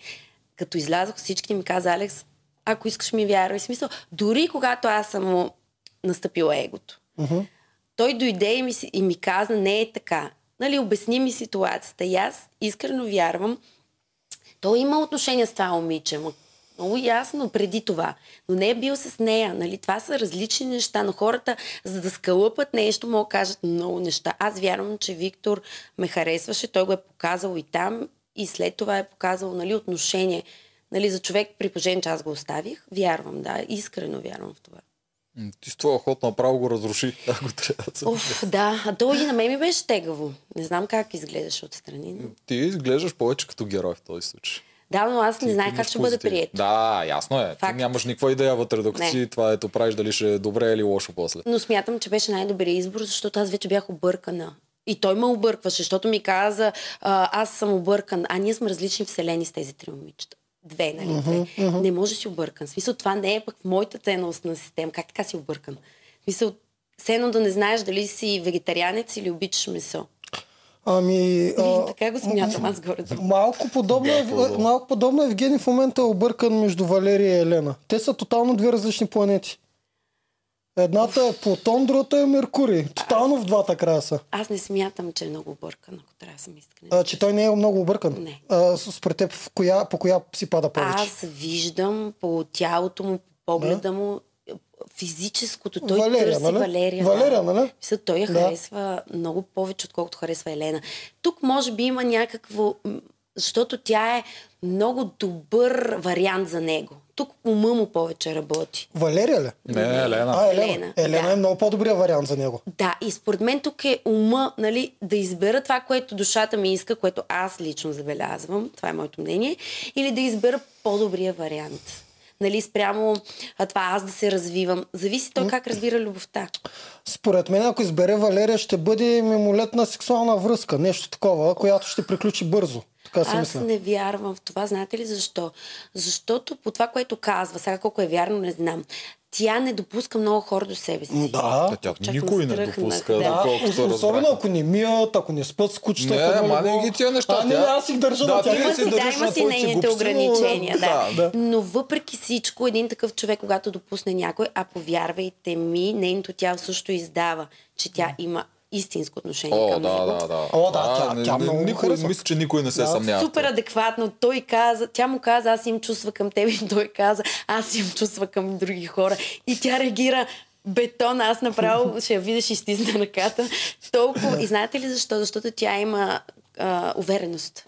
[SPEAKER 3] като излязох всичките ми каза, Алекс, ако искаш ми вярвай. В Смисъл, дори когато аз съм му настъпила егото.
[SPEAKER 1] Мгм.
[SPEAKER 3] Той дойде и ми, си- и ми каза, не е така. Нали, обясни ми ситуацията. И аз искрено вярвам, той има отношение с това момиче, ма много ясно преди това. Но не е бил с нея. Нали? Това са различни неща, но хората, за да скълъпат нещо, могат да кажат много неща. Аз вярвам, че Виктор ме харесваше, той го е показал и там, и след това е показал нали, отношение. Нали, за човек при положение, че аз го оставих, вярвам, да, искрено вярвам в това.
[SPEAKER 2] М, Ти с твоя ход направо го разруши, ако трябва да се...
[SPEAKER 3] Оф, да, а то и на мен ми беше тегаво. Не знам как изглеждаше отстрани. но-
[SPEAKER 2] Ти изглеждаш повече като герой в този случай.
[SPEAKER 3] Да, но аз не
[SPEAKER 2] Ти
[SPEAKER 3] знаех
[SPEAKER 2] имаш
[SPEAKER 3] как ще бъде
[SPEAKER 2] позитив.
[SPEAKER 3] прието.
[SPEAKER 2] Да, ясно е. Ти
[SPEAKER 3] Факт.
[SPEAKER 2] нямаш никаква идея вътре, докато
[SPEAKER 3] Не.
[SPEAKER 2] си това ето правиш, дали ще е добре или лошо после.
[SPEAKER 3] Но смятам, че беше най-добрият избор, защото аз вече бях объркана. И той ме объркваше, защото ми каза, а, аз съм объркан, а ние сме различни вселени с тези три момичета. Две, нали? Две. Не може да си объркан. В смисъл, това не е пък в моята ценностна система. Как така си объркан? В смисъл, все едно да не знаеш дали си вегетарианец или обичаш месо.
[SPEAKER 1] Ами...
[SPEAKER 3] Или
[SPEAKER 1] а,
[SPEAKER 3] така го смятам аз горе.
[SPEAKER 1] Малко подобно, е,
[SPEAKER 2] Да,
[SPEAKER 1] малко подобно Евгений в момента е объркан между Валерия и Елена. Те са тотално две различни планети. Едната е Плутон, другата е Меркурий. Тотално в двата края са.
[SPEAKER 3] Аз не смятам, че е много объркан, ако трябва да съм искрена.
[SPEAKER 1] А, че той не е много объркан.
[SPEAKER 3] Не.
[SPEAKER 1] А, с- според теб, в коя, по коя си пада повече?
[SPEAKER 3] Аз виждам по тялото му, по погледа му, физическото. Той
[SPEAKER 1] Валерия,
[SPEAKER 3] търси
[SPEAKER 1] нали?
[SPEAKER 3] Валерия.
[SPEAKER 1] Валерия,
[SPEAKER 3] да.
[SPEAKER 1] нали?
[SPEAKER 3] Мисля, той я
[SPEAKER 1] Да.
[SPEAKER 3] харесва много повече, отколкото харесва Елена. Тук може би има някакво... м, Защото тя е много добър вариант за него. Тук ума му повече работи.
[SPEAKER 1] Валерия ли?
[SPEAKER 2] Не, Елена.
[SPEAKER 1] А, Елена. Елена,
[SPEAKER 3] Елена,
[SPEAKER 1] Елена
[SPEAKER 3] да.
[SPEAKER 1] е много по-добрия вариант за него.
[SPEAKER 3] Да, и според мен тук е ума, нали, да избера това, което душата ми иска, което аз лично забелязвам, това е моето мнение, или да избера по-добрия вариант. Нали, спрямо а, това аз да се развивам. Зависи той как разбира любовта.
[SPEAKER 1] Според мен, ако избере Валерия, ще бъде мимолетна сексуална връзка. Нещо такова, която ще приключи бързо. Така си
[SPEAKER 3] Аз
[SPEAKER 1] мисля.
[SPEAKER 3] не вярвам в това. Знаете ли защо? Защото по това, което казва, сега колко е вярно, не знам. Тя не допуска много хора до себе си.
[SPEAKER 1] Да.
[SPEAKER 2] Та тя
[SPEAKER 3] Чак ме
[SPEAKER 2] никой не
[SPEAKER 3] стръхнах,
[SPEAKER 2] допуска,
[SPEAKER 3] да.
[SPEAKER 1] Да,
[SPEAKER 2] доколкото
[SPEAKER 1] особено
[SPEAKER 2] разбрах.
[SPEAKER 1] ако не мият, ако не спят с кучета.
[SPEAKER 2] Не,
[SPEAKER 1] в едно
[SPEAKER 2] ма
[SPEAKER 1] легло.
[SPEAKER 2] не ги тия неща,
[SPEAKER 1] А, не,
[SPEAKER 2] тя-
[SPEAKER 1] аз си държа
[SPEAKER 2] Да,
[SPEAKER 1] на тях.
[SPEAKER 2] ти-
[SPEAKER 3] Има
[SPEAKER 2] се
[SPEAKER 3] си, да,
[SPEAKER 2] държиш на
[SPEAKER 3] има си
[SPEAKER 2] твоите
[SPEAKER 3] нейните
[SPEAKER 2] глупости, но-
[SPEAKER 3] ограничения, да.
[SPEAKER 2] Да, да.
[SPEAKER 3] Но въпреки всичко, един такъв човек, когато допусне някой, а повярвайте ми, нейното тяло също издава, че тя има истинско отношение
[SPEAKER 2] О,
[SPEAKER 3] към
[SPEAKER 2] да,
[SPEAKER 3] него.
[SPEAKER 2] да, да.
[SPEAKER 1] О, да,
[SPEAKER 2] А,
[SPEAKER 1] тя-
[SPEAKER 2] не-
[SPEAKER 1] тя
[SPEAKER 2] не-
[SPEAKER 1] много
[SPEAKER 2] никой,
[SPEAKER 1] харесва.
[SPEAKER 2] Мисля, че никой не се
[SPEAKER 1] Да.
[SPEAKER 2] съмнява. в това.
[SPEAKER 3] Супер адекватно. Той каза, тя му каза, аз им чувства към теб и той каза, аз им чувства към други хора. И тя реагира бетон, аз направо ще я видиш и стисна ръката. Толкова. И знаете ли защо? Защото тя има а, увереност.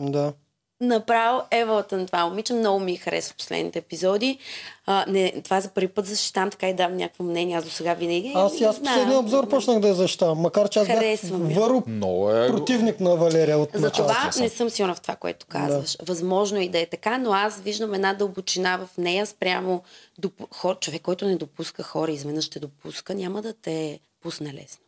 [SPEAKER 1] Да.
[SPEAKER 3] Направо евалата на това момиче. Много ми харесва в последните епизоди. А, не, това за първи път защитам, така и дам някакво мнение. Аз до сега винаги...
[SPEAKER 1] Аз и аз
[SPEAKER 3] Да.
[SPEAKER 1] последния обзор почнах да я защитавам, макар че аз бях
[SPEAKER 3] Харесва ми.
[SPEAKER 1] върл
[SPEAKER 2] Много е...
[SPEAKER 1] противник на Валерия от началото.
[SPEAKER 3] Затова не съм сигурна в това, което казваш. Да. Възможно и да е така, но аз виждам една дълбочина в нея спрямо доп... хор, човек, който не допуска хора, изведнъж ще допуска, няма да те пусне лесно.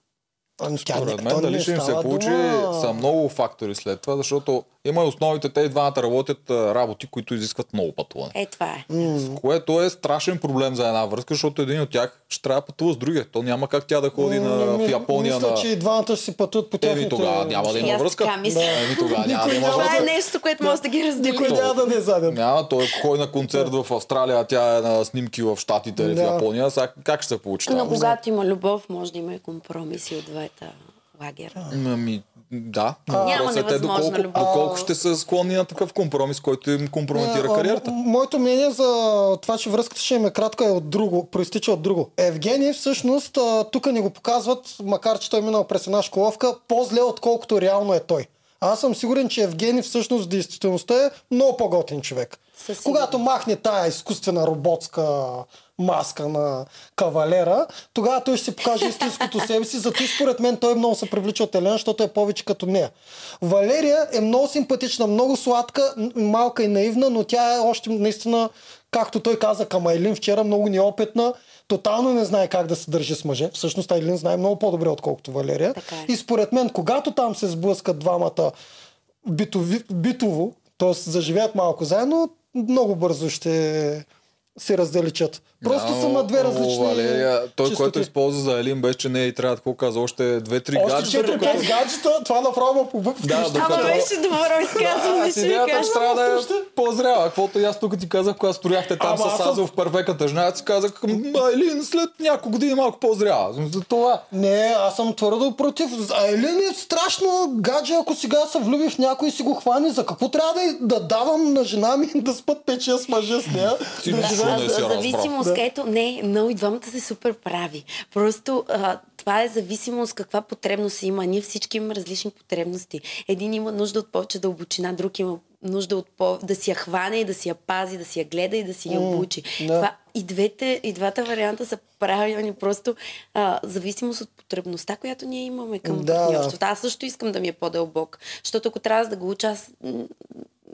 [SPEAKER 1] Ами, тя
[SPEAKER 2] Според
[SPEAKER 1] не-
[SPEAKER 2] мен
[SPEAKER 1] то
[SPEAKER 2] дали
[SPEAKER 1] не
[SPEAKER 2] ще им се
[SPEAKER 1] става
[SPEAKER 2] получи
[SPEAKER 1] дума.
[SPEAKER 2] са много фактори след това, защото има и основите, те и двамата работят а, работи, които изискват много пътуване.
[SPEAKER 3] Е, това е.
[SPEAKER 1] М,
[SPEAKER 2] Което е страшен проблем за една връзка, защото един от тях ще трябва да пътува с другия. То няма как тя да ходи
[SPEAKER 1] м,
[SPEAKER 2] на,
[SPEAKER 1] ми-
[SPEAKER 2] в Япония
[SPEAKER 1] Ами, Мисля,
[SPEAKER 2] на...
[SPEAKER 1] че и двамата ще си пътуват по
[SPEAKER 2] Еми
[SPEAKER 1] техните...
[SPEAKER 2] тогава няма да
[SPEAKER 3] И
[SPEAKER 2] има
[SPEAKER 3] аз
[SPEAKER 2] връзка.
[SPEAKER 3] така мисля.
[SPEAKER 2] Еми тогава няма да има
[SPEAKER 1] Никой
[SPEAKER 3] Това е
[SPEAKER 2] връзка.
[SPEAKER 3] нещо, което може да ги
[SPEAKER 1] Никой
[SPEAKER 3] раздели.
[SPEAKER 1] няма да не заден.
[SPEAKER 2] Няма, той ако ходи на концерт в Австралия, а тя е на снимки в Штатите или в
[SPEAKER 1] Да.
[SPEAKER 2] Япония, сега как ще се получи
[SPEAKER 3] Но
[SPEAKER 2] това?
[SPEAKER 3] когато има любов, може да има и компромиси от двата лагера.
[SPEAKER 2] Ами, да.
[SPEAKER 1] А,
[SPEAKER 2] Въпросът
[SPEAKER 3] Няма
[SPEAKER 2] е те
[SPEAKER 3] невъзможна
[SPEAKER 2] доколко,
[SPEAKER 3] любов.
[SPEAKER 2] доколко ще са склонни на такъв компромис, който им компрометира
[SPEAKER 1] Не, а,
[SPEAKER 2] кариерата.
[SPEAKER 1] мо- Моето мнение за това, че връзката ще им е кратка е от друго, проистича от друго. Евгений всъщност а, тук ни го показват, макар че той е минал през една школовка, по-зле отколкото реално е той. Аз съм сигурен, че Евгений всъщност в действителността е много по-готин човек.
[SPEAKER 3] Със сигурност.
[SPEAKER 1] Когато махне тая изкуствена роботска маска на кавалера, тогава той ще си покаже истинското себе си. Зато и според мен той много се привлича от Елена, защото е повече като нея. Валерия е много симпатична, много сладка, м- малка и наивна, но тя е още наистина, както той каза, към Айлин вчера, много неопитна. Тотално не знае как да се държи с мъже. Всъщност Айлин знае много по-добре, отколкото Валерия.
[SPEAKER 3] Така е.
[SPEAKER 1] И според мен, когато там се сблъскат двамата битови, битово, т.е. заживеят малко заедно, много бързо ще се разделичат. Просто
[SPEAKER 2] Да,
[SPEAKER 1] са на две
[SPEAKER 2] но
[SPEAKER 1] различни
[SPEAKER 2] Валерия, той,
[SPEAKER 1] чистоти.
[SPEAKER 2] който е използва за Елин, беше, че не е и трябва да го каза още две-три
[SPEAKER 1] Още
[SPEAKER 2] гаджета.
[SPEAKER 1] четири пет
[SPEAKER 2] докато-
[SPEAKER 1] гаджета, това направо по
[SPEAKER 2] Да,
[SPEAKER 3] Ама
[SPEAKER 2] докато-
[SPEAKER 3] беше добро изказване,
[SPEAKER 2] Аз
[SPEAKER 3] ще ви
[SPEAKER 2] идеята
[SPEAKER 3] кажа.
[SPEAKER 2] ще трябва да е по-зрява. Каквото и аз тук ти казах, когато строяхте там
[SPEAKER 1] Ама аз
[SPEAKER 2] с
[SPEAKER 1] съм-
[SPEAKER 2] Азов в перфеката жена, аз си казах, «М, Елин след няколко години е малко по-зрява. За това.
[SPEAKER 1] Не, аз съм твърдо против. Айлин е страшно гадже, ако сега се влюби в някой и си го хване. За какво трябва да, й- да давам на жена ми да спът 5-6 мъже с нея?
[SPEAKER 2] Ти
[SPEAKER 1] да
[SPEAKER 2] ли
[SPEAKER 1] живея
[SPEAKER 2] шо не
[SPEAKER 3] за-
[SPEAKER 2] си разбрал?
[SPEAKER 3] зависимост,
[SPEAKER 1] Да.
[SPEAKER 3] ето, не, но и двамата се супер прави. Просто а, това е зависимост каква потребност има. Ние всички имаме различни потребности. Един има нужда от повече дълбочина, друг има нужда от по... да си я хване и да си я пази, да си я гледа и да си я обучи.
[SPEAKER 1] да.
[SPEAKER 3] Това, и, двете, и двата варианта са правилни, просто а, зависимост от потребността, която ние имаме към
[SPEAKER 1] Да, да.
[SPEAKER 3] партньорството. Аз също искам да ми е по-дълбок, защото ако трябва да го уча, аз м,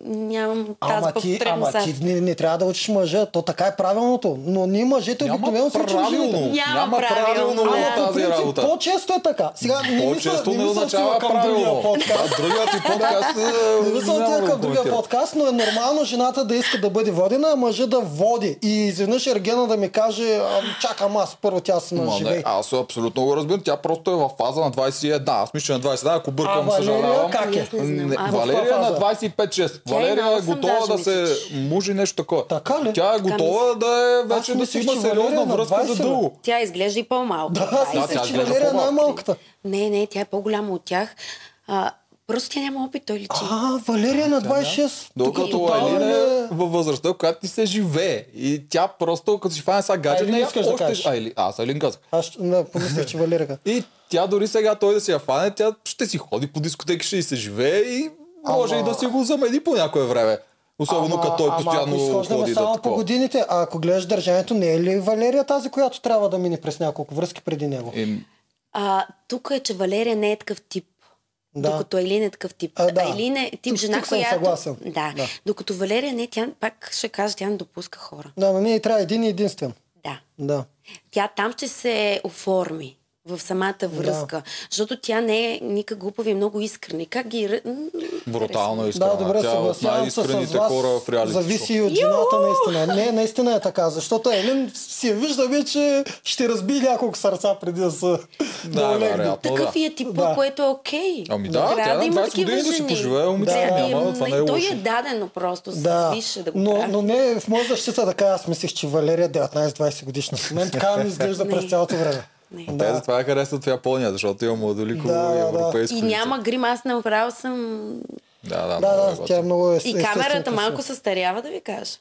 [SPEAKER 3] нямам тази
[SPEAKER 1] Ама ти, ама
[SPEAKER 3] потребност. аз.
[SPEAKER 1] ти не, не трябва да учиш мъжа, то така е правилното. Но ние мъжете
[SPEAKER 2] Няма
[SPEAKER 1] обикновено се учим жените.
[SPEAKER 2] правилно.
[SPEAKER 3] Няма
[SPEAKER 2] Няма правилно
[SPEAKER 3] правилно, да.
[SPEAKER 2] в
[SPEAKER 1] Ама по
[SPEAKER 2] тази
[SPEAKER 1] принцип,
[SPEAKER 2] работа.
[SPEAKER 1] По-често е така. Сега не мисля,
[SPEAKER 2] По-често не
[SPEAKER 1] мисля
[SPEAKER 2] означава
[SPEAKER 1] отива към
[SPEAKER 2] правилно.
[SPEAKER 1] другия подкаст.
[SPEAKER 2] Да, Другият ти подкаст... е,
[SPEAKER 1] Не мисля
[SPEAKER 2] няма
[SPEAKER 1] отива
[SPEAKER 2] да
[SPEAKER 1] към
[SPEAKER 2] го
[SPEAKER 1] другия
[SPEAKER 2] коментирам.
[SPEAKER 1] подкаст, но е нормално жената да иска да бъде водена, а мъжа да води. И изведнъж Ергена да ми каже, «Ам, чакам аз, първо тя се
[SPEAKER 2] Ма не,
[SPEAKER 1] наживей.
[SPEAKER 2] аз абсолютно го разбирам. Тя просто е в фаза на 21. Аз мисля, че на 21, ако бъркам,
[SPEAKER 1] А Валерия
[SPEAKER 2] съжалявам.
[SPEAKER 1] как е?
[SPEAKER 3] Аз не знам.
[SPEAKER 2] Не,
[SPEAKER 3] А, в
[SPEAKER 2] Валерия
[SPEAKER 1] каква
[SPEAKER 2] на
[SPEAKER 1] фаза?
[SPEAKER 2] 25-6.
[SPEAKER 3] е
[SPEAKER 2] Валерия
[SPEAKER 3] на
[SPEAKER 2] е
[SPEAKER 3] 8
[SPEAKER 2] готова да
[SPEAKER 3] даже,
[SPEAKER 2] се
[SPEAKER 3] мисля, че.
[SPEAKER 2] мужи нещо такова.
[SPEAKER 1] Така ли?
[SPEAKER 2] Тя е
[SPEAKER 3] Така
[SPEAKER 2] готова да е вече
[SPEAKER 1] Аз
[SPEAKER 2] да си
[SPEAKER 1] мисля,
[SPEAKER 2] има
[SPEAKER 1] че
[SPEAKER 2] сериозна
[SPEAKER 1] Валерия на
[SPEAKER 2] връзка за
[SPEAKER 1] 20
[SPEAKER 2] дълго.
[SPEAKER 3] Тя изглежда и по-малко.
[SPEAKER 1] Да, аз
[SPEAKER 2] Да, тя
[SPEAKER 1] мисля, че
[SPEAKER 2] изглежда
[SPEAKER 1] Валерия е
[SPEAKER 2] по-малка.
[SPEAKER 1] най-малката.
[SPEAKER 3] Не, не, тя е по-голяма от тях. А, просто тя няма опит, той личи.
[SPEAKER 1] А, Валерия на 26.
[SPEAKER 2] Докато
[SPEAKER 1] тотално
[SPEAKER 2] Елина е
[SPEAKER 1] е-
[SPEAKER 2] във възрастта, в която ти се живее. И тя просто, като си фане сега гаджет,
[SPEAKER 1] Айлин
[SPEAKER 2] не
[SPEAKER 1] искаш да кажеш.
[SPEAKER 2] Айли, аз Айлин казах.
[SPEAKER 1] Аз ще- да, помислих, че Валерия. ка-
[SPEAKER 2] И тя дори сега той да си я фане, тя ще си ходи по дискотеки, ще и се живее и може
[SPEAKER 1] Ама-
[SPEAKER 2] и да си го замени по някое време. Особено като той
[SPEAKER 1] ако
[SPEAKER 2] постоянно
[SPEAKER 1] изхождаме
[SPEAKER 2] ходи да
[SPEAKER 1] само по
[SPEAKER 2] такова.
[SPEAKER 1] годините, а ако гледаш държането, не е ли Валерия тази, която трябва да мине през няколко връзки преди него?
[SPEAKER 2] Ем,
[SPEAKER 3] А, тук е, че Валерия не е такъв тип.
[SPEAKER 1] Да.
[SPEAKER 3] Да. Докато Елин е такъв тип.
[SPEAKER 1] А, да.
[SPEAKER 3] Елин е тип
[SPEAKER 1] Тук-
[SPEAKER 3] жена,
[SPEAKER 1] тук съм
[SPEAKER 3] която...
[SPEAKER 1] съгласен.
[SPEAKER 3] Да.
[SPEAKER 1] Да.
[SPEAKER 3] да. Докато Валерия не, тя пак ще каже, тя не допуска хора.
[SPEAKER 1] Да, на нея и трябва един и единствен.
[SPEAKER 3] Да.
[SPEAKER 1] Да.
[SPEAKER 3] Тя там ще се оформи. в самата връзка. Да. Защото тя не е никак глупава и много искрена. И Как ги... ръ- м,
[SPEAKER 2] Брутално искрена.
[SPEAKER 1] Да, добре,
[SPEAKER 2] Тя е от
[SPEAKER 1] съгласявам се с
[SPEAKER 2] най-искрените
[SPEAKER 1] вас.
[SPEAKER 2] хора в реалити
[SPEAKER 1] зависи и от жената, наистина. Не, наистина е така, защото Елен си я виждаме, че ще разби няколко сърца преди да са
[SPEAKER 2] Да,
[SPEAKER 1] да, легнат.
[SPEAKER 2] вероятно. О,
[SPEAKER 3] Такъв
[SPEAKER 2] да.
[SPEAKER 3] и е типа,
[SPEAKER 1] Да.
[SPEAKER 3] което е окей.
[SPEAKER 2] Ами да, тя на 20 години да си поживее, момиче,
[SPEAKER 3] Трябва да
[SPEAKER 2] няма,
[SPEAKER 3] има-
[SPEAKER 2] това не е
[SPEAKER 3] Той
[SPEAKER 2] лошо.
[SPEAKER 3] е дадено просто, да.
[SPEAKER 1] Да,
[SPEAKER 3] више да го
[SPEAKER 1] но,
[SPEAKER 3] прави.
[SPEAKER 1] но не в моя защита така. Аз мислих, че Валерия е 19-20 годишна. Мен така ми изглежда
[SPEAKER 3] Не.
[SPEAKER 1] през цялото време.
[SPEAKER 3] Не.
[SPEAKER 2] Да. Те затова я харесват в Япония, защото има младолико
[SPEAKER 1] Да, да,
[SPEAKER 2] да,
[SPEAKER 1] да.
[SPEAKER 2] европейско.
[SPEAKER 3] И
[SPEAKER 2] лице.
[SPEAKER 3] няма грим, аз направо съм...
[SPEAKER 2] Да, да,
[SPEAKER 1] Да,
[SPEAKER 2] много
[SPEAKER 1] да,
[SPEAKER 2] готино.
[SPEAKER 1] тя е много е
[SPEAKER 3] И камерата малко състарява, да ви кажа.